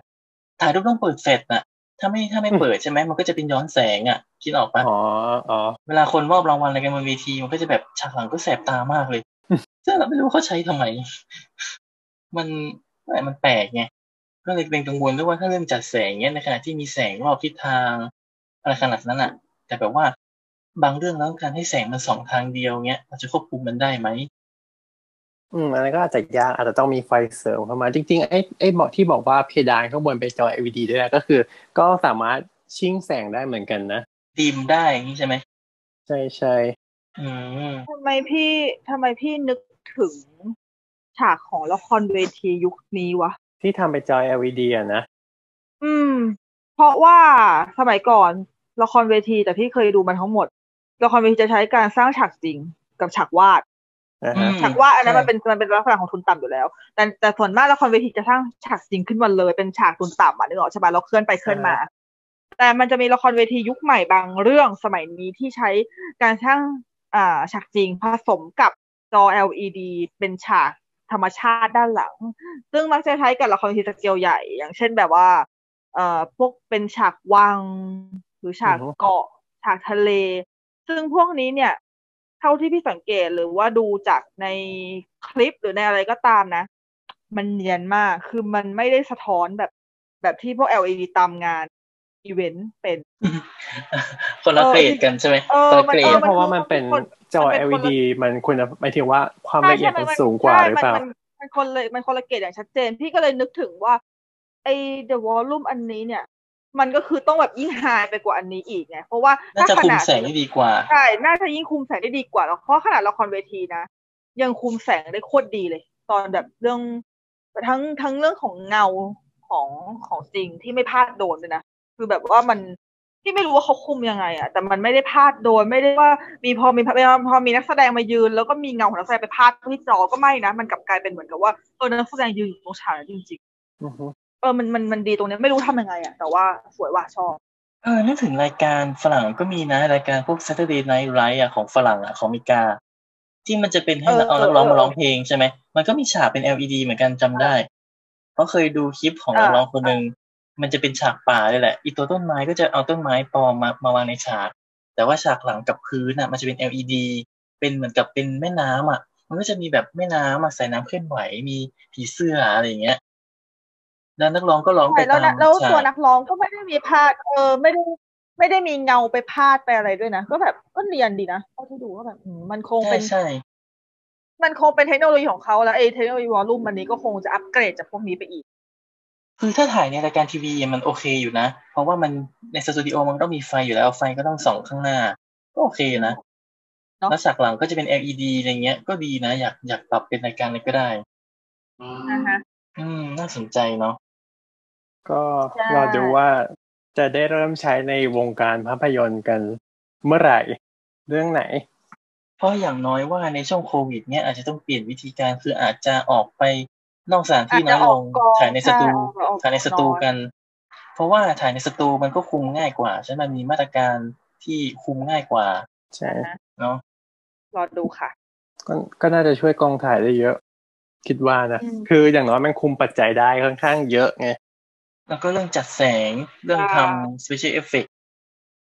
Speaker 3: ถ่ายรูปต้องเปิดแฟลชน่ะ ถ้าไม่ถ้าไม่เปิดใช่ไหมมันก็จะเป็นย้อนแสงอ่ะคิดออกปะ
Speaker 2: อ๋ออ๋อ
Speaker 3: เวลาคนมอบรางวัลอะไรกันบนเวทีมันก็จะแบบฉากหลังก็แสบตาม ากเลยซึ่งเราไม่รู้เขาใช้ทำไม มันอะไรมันแปลกไงก็เลยเป็นกังวลด้วยว่าถ้าเริ่มจัดแสงเนี้ยในขณะที่มีแสงรอบทิศทางอะไรขนาดนั้นอ่ะ แต่แบบว่าบางเรื่องแล้วการให้แสงมันสองทางเดียวเงี้ยเราจะควบคุมมันได้ไหม
Speaker 2: อืมอันนั้นก็อาจจะยากอาจจะต้องมีไฟเสริมเข้ามาจริงๆไอ้ไอ้บอกที่บอกว่าเพดานข้างบนเป็นจอ LED ด้วยนะก็คือ ก็สามารถชิ่งแสงได้เหมือนกันนะ
Speaker 3: ดีมได้อย่างนี้ใช่ไหม
Speaker 2: ใช่ใช่
Speaker 3: อืม
Speaker 4: ทำไมพี่ทำไมพี่นึกถึงฉากของละครเวทียุคนี้วะ
Speaker 2: ที่ทำเป็นจอ LED อะนะ
Speaker 4: อืม เพราะว่าสมัยก่อนละครเวทีแต่พี่เคยดูมันทั้งหมด ละครเวทีจะใช้การสร้างฉากจริงกับฉากวาด
Speaker 2: นะ
Speaker 3: อื
Speaker 2: ฮะ
Speaker 3: ม
Speaker 4: ฉากวาดอันนั้นมันเป็นมันเป็นลักษณะของทุนต่ำอยู่แล้ว แต่แต่ส่วนมากละครเวทีจะสร้างฉากจริงขึ้นมาเลยเป็นฉากทุนต่ำอ่ะนึกออกใช่ปะเราเคลื่อนไปเคลื่อนมา แต่มันจะมีละครเวทียุคใหม่บางเรื่องสมัยนี้ที่ใช้การสร้างอ่าฉากจริงผสมกับจอ LED เป็นฉากธรรมชาติด้านหลัง ซึ่งมักจะใช้กับละครเวทีสเกลใหญ่ อย่างเช่นแบบว่า เอ่อพวกเป็นฉากวัง หรือฉากเกาะฉากทะเล ซึ่งพวกนี้เนี่ย เท่าที่พี่สังเกตหรือว่าดูจากในคลิปหรือในอะไรก็ตามนะ มันเนียนมากคือมันไม่ได้สะท้อนแบบแบบที่พวก LED ตามงานอีเวนต์เป็น
Speaker 3: คนละ
Speaker 4: เออ
Speaker 3: เกรดกันใช่ไหม
Speaker 4: เออ
Speaker 3: คนละเกร
Speaker 4: ออ
Speaker 3: ด
Speaker 4: มัน
Speaker 2: เพราะว่ามันเป็นจอ
Speaker 4: มันเป็นคนละ
Speaker 2: LED มันคุณหมายถึงว่าความละเอียด
Speaker 4: ใช่
Speaker 2: มัน
Speaker 4: ใช่
Speaker 2: สูงกว่า
Speaker 4: ใช่
Speaker 2: หรือเปล่า
Speaker 4: มันมันมันคนเลยมันคนละเกรดอย่างชัดเจน พี่ก็เลยนึกถึงว่า ไอ้ The Volume อันนี้เนี่ย มันก็คือต้องแบบยิ่งไฮไปกว่าอันนี้อีกไงเพราะว่า
Speaker 3: น่าจะ
Speaker 4: ถ้
Speaker 3: คุม
Speaker 4: ด
Speaker 3: แสงได้ดีกว่า
Speaker 4: ใช่ น่าจะยิ่งคุมแสงได้ดีกว่าหรอกเพราะขนาดละครเวทีนะ ยังคุมแสงได้โคตรดีเลย ตอนแบบเรื่องทั้งทั้งเรื่องของเงาของของจริงที่ไม่พลาดโดนเลยนะ คือแบบว่ามันที่ไม่รู้ว่าเขาคุมยังไงอะแต่มันไม่ได้พลาดโดน ไม่ได้ว่ามีพอมีพอพอมีนักแสดงมายืน แล้วก็มีเงาของนักแสดงไปพาดที่จอก็ไม่นะ มันกลับกลายเป็นเหมือนกับว่าตัวนักแสดงยืนอยู่ตรงฉากนั้นจริง
Speaker 2: อือฮึ
Speaker 4: ๆเออมันมันมันดีตรงเนี้ยไม่รู้ทำยังไงอะแต่ว่าสวยว่ะชอบ
Speaker 3: เออนึกถึงรายการฝรั่งก็มีนะ รายการพวก Saturday Night Live อ่ะของฝรั่งอ่ะของอเมริกา ที่มันจะเป็นให้
Speaker 4: เออ
Speaker 3: เอานักร้อง
Speaker 4: เออ
Speaker 3: มาร้องเพลงใช่ไหม มันก็มีฉากเป็น LED เหมือนกันจำได้ เพราะเคยดูคลิปของ
Speaker 4: เออ
Speaker 3: นักร้องคนหนึ่งมันจะเป็นฉากป่าเลยแหละ อีตัวต้นไม้ก็จะเอาต้นไม้ปลอมมามาวางในฉาก แต่ว่าฉากหลังกับพื้นอ่ะ มันจะเป็น LED เป็นเหมือนกับเป็นแม่น้ำอ่ะ มันก็จะมีแบบแม่น้ำอ่ะสายน้ำเคลื่อนไหวมีผีเสื้ออะไรอย่างเงี้ยแล้วนักร้องก็ร้องไป
Speaker 4: ใช่แล้ว
Speaker 3: ตาม
Speaker 4: นะแล้ว
Speaker 3: ฉา
Speaker 4: ตัว
Speaker 3: ก
Speaker 4: นักร้องก็ไม่ได้มีพาด เออไม่ได้ไม่ได้มีเงาไปพาดไปอะไรด้วยนะ ก็แบบก็เรียนดีนะเท่าที่ดูก็แบบอืมมันคง
Speaker 3: ใช่
Speaker 4: เป็น
Speaker 3: ใช่
Speaker 4: มันคงเป็นเทคโนโลยีของเขาแล้วไอ้เทคโนโลยีวอลลุ่มอันนี้ก็คงจะอัปเกรดจากพวกนี้ไปอีก
Speaker 3: คือถ้าถ่ายในรายการทีวีมันโอเคอยู่นะ เพราะว่ามันในสตูดิโอมันต้องมีไฟอยู่แล้วไฟก็ต้องส่องข้างหน้า ก็โอเคนะ
Speaker 4: เนอะ
Speaker 3: แล้วฉากหลังก็จะเป็น LED อะไรเงี้ย ก็ดีนะ อยากอยากปรับเป็นรายการอะไรก็ได้
Speaker 4: นะฮะ
Speaker 3: อืม น่าสนใจเนาะ
Speaker 2: ก็
Speaker 4: ใช่
Speaker 2: รอดูว่าจะได้เริ่มใช้ในวงการภาพยนตร์กันเมื่อไหร่ เรื่องไหน
Speaker 3: เพราะอย่างน้อยว่าในช่วงโควิดเนี้ยอาจจะต้องเปลี่ยนวิธีการคืออาจจะออกไปนอกสถานที่น้อยลง
Speaker 4: อาจจะออกกอง
Speaker 3: ถ่ายในสตู
Speaker 4: ใช่ออกกอง
Speaker 3: ถ่ายในสตู
Speaker 4: น้อย
Speaker 3: กัน เพราะว่าถ่ายในสตูมันก็คุมง่ายกว่าใช่ไหมมันมีมาตรการที่คุมง่ายกว่า
Speaker 2: ใช่
Speaker 3: เนาะ
Speaker 5: รอดูค่ะ
Speaker 2: ก็ก็น่าจะช่วยกองถ่ายได้เยอะ คิดว่านะ
Speaker 5: อืม
Speaker 2: คืออย่างน้อยมันคุมปัจจัยได้ค่อนข้างเยอะไง
Speaker 3: แล้วก็เรื่องจัดแสงเรื่องทำ special effect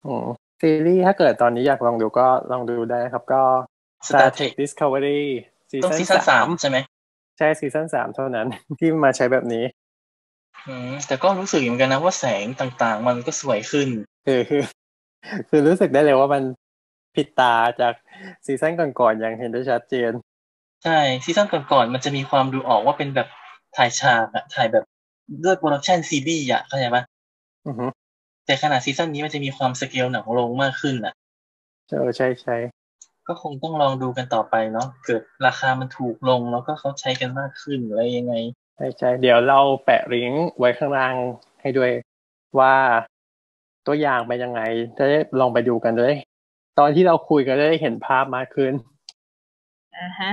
Speaker 2: อืมซีรีส์ถ้าเกิดตอนนี้อยากลองดูก็ลองดูได้นะครับก็
Speaker 3: Star Trek
Speaker 2: Discovery ซี
Speaker 3: ต้องซี
Speaker 2: ซั่
Speaker 3: ซั่น
Speaker 2: น
Speaker 3: สา
Speaker 2: สาม ม
Speaker 3: ใช่ไหม
Speaker 2: ใช่ซีซั่นสามเท่านั้น ที่มาใช้แบบนี้
Speaker 3: อืมแต่ก็รู้สึกเหมือนกันนะว่าแสงต่างๆ มันก็สวยขึ้น
Speaker 2: คือ คือคือรู้สึกได้เลยว่ามันผิดตาจากซีซั่นก่อนๆอย่างเห็นได้ชัดเจน
Speaker 3: ใช่ซีซั่นก่อนๆมันจะมีความดูออกว่าเป็นแบบถ่ายฉากอะถ่ายแบบด้วยโปรดักชันซีรีส์อะเข้าใจปะ
Speaker 2: อือฮึ
Speaker 3: แต่ขนาดซีซั่นนี้มันจะมีความสเกลหนังลงมากขึ้นอะ
Speaker 2: เออใช่ใช่
Speaker 3: ก็คงต้องลองดูกันต่อไปเนาะเกิดราคามันถูกลงแล้วก็เขาใช้กันมากขึ้นอะไรยังไง
Speaker 2: ใช่ใช่เดี๋ยวเราแปะลิงก์ไว้ข้างล่างให้ด้วยว่าตัวอย่างเป็นยังไง จะได้ลองไปดูกันด้วย ตอนที่เราคุยกันจะได้เห็นภาพมากขึ้น
Speaker 5: อ่าฮะ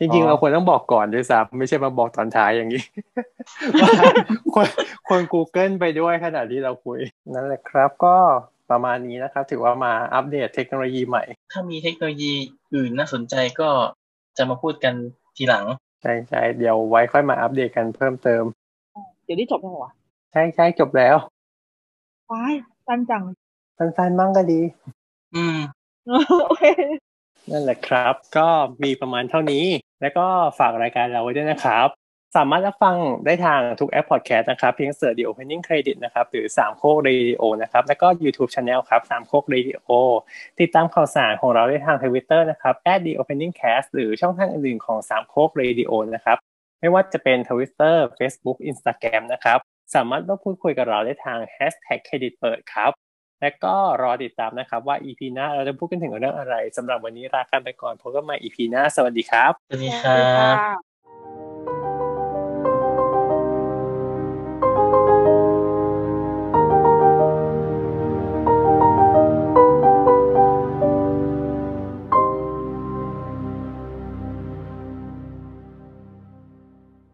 Speaker 2: จริงๆ
Speaker 3: อ๋อ
Speaker 2: เราควรต้องบอกก่อนด้วยซ้ำไม่ใช่มาบอกตอนท้ายอย่างนี้ ว่า ควรควร Google ไปด้วยขณะที่เราคุย นั่นแหละครับก็ประมาณนี้นะครับ ถือว่ามาอัปเดตเทคโนโลยีใหม่
Speaker 3: ถ้ามีเทคโนโลยีอื่นน่าสนใจก็จะมาพูดกันทีหลัง
Speaker 2: ใช่ใช่เดี๋ยวไว้ค่อยมาอัปเดตกันเพิ่มเติม
Speaker 5: เดี๋ยวนี้จบยังวะ
Speaker 2: ใช่ใช่จบแล้ว
Speaker 5: ว้ายสั้นจั ง
Speaker 2: สั้นๆบ้างก็ดี
Speaker 3: อืม
Speaker 5: โอเค
Speaker 2: นั่นแหละครับ ก็มีประมาณเท่านี้ แล้วก็ฝากรายการเราไว้ด้วยนะครับ สามารถรับฟังได้ทางทุกแอปพอดแคสต์นะครับ เพียงเสิร์ช The Opening Credit นะครับ หรือสามโคกเรดิโอนะครับ แล้วก็ YouTube Channel ครับสามโคกเรดิโอติดตามข่าวสารของเราได้ทาง Twitter นะครับ at The Opening Cast หรือช่องทางอื่นๆของสามโคกเรดิโอนะครับ ไม่ว่าจะเป็น Twitter Facebook Instagram นะครับ สามารถร่วมพูดคุยกับเราได้ทาง Hashtag เครดิตเปิดครับ และก็รอติดตามนะครับว่า EP หน้าเราจะพูดกันถึงเรื่องอะไรสำหรับวันนี้ลากันไปก่อนพบกันใหม่ EP หน้า สวัสดีครับ
Speaker 3: สวัสดีครับ
Speaker 5: ค่ะ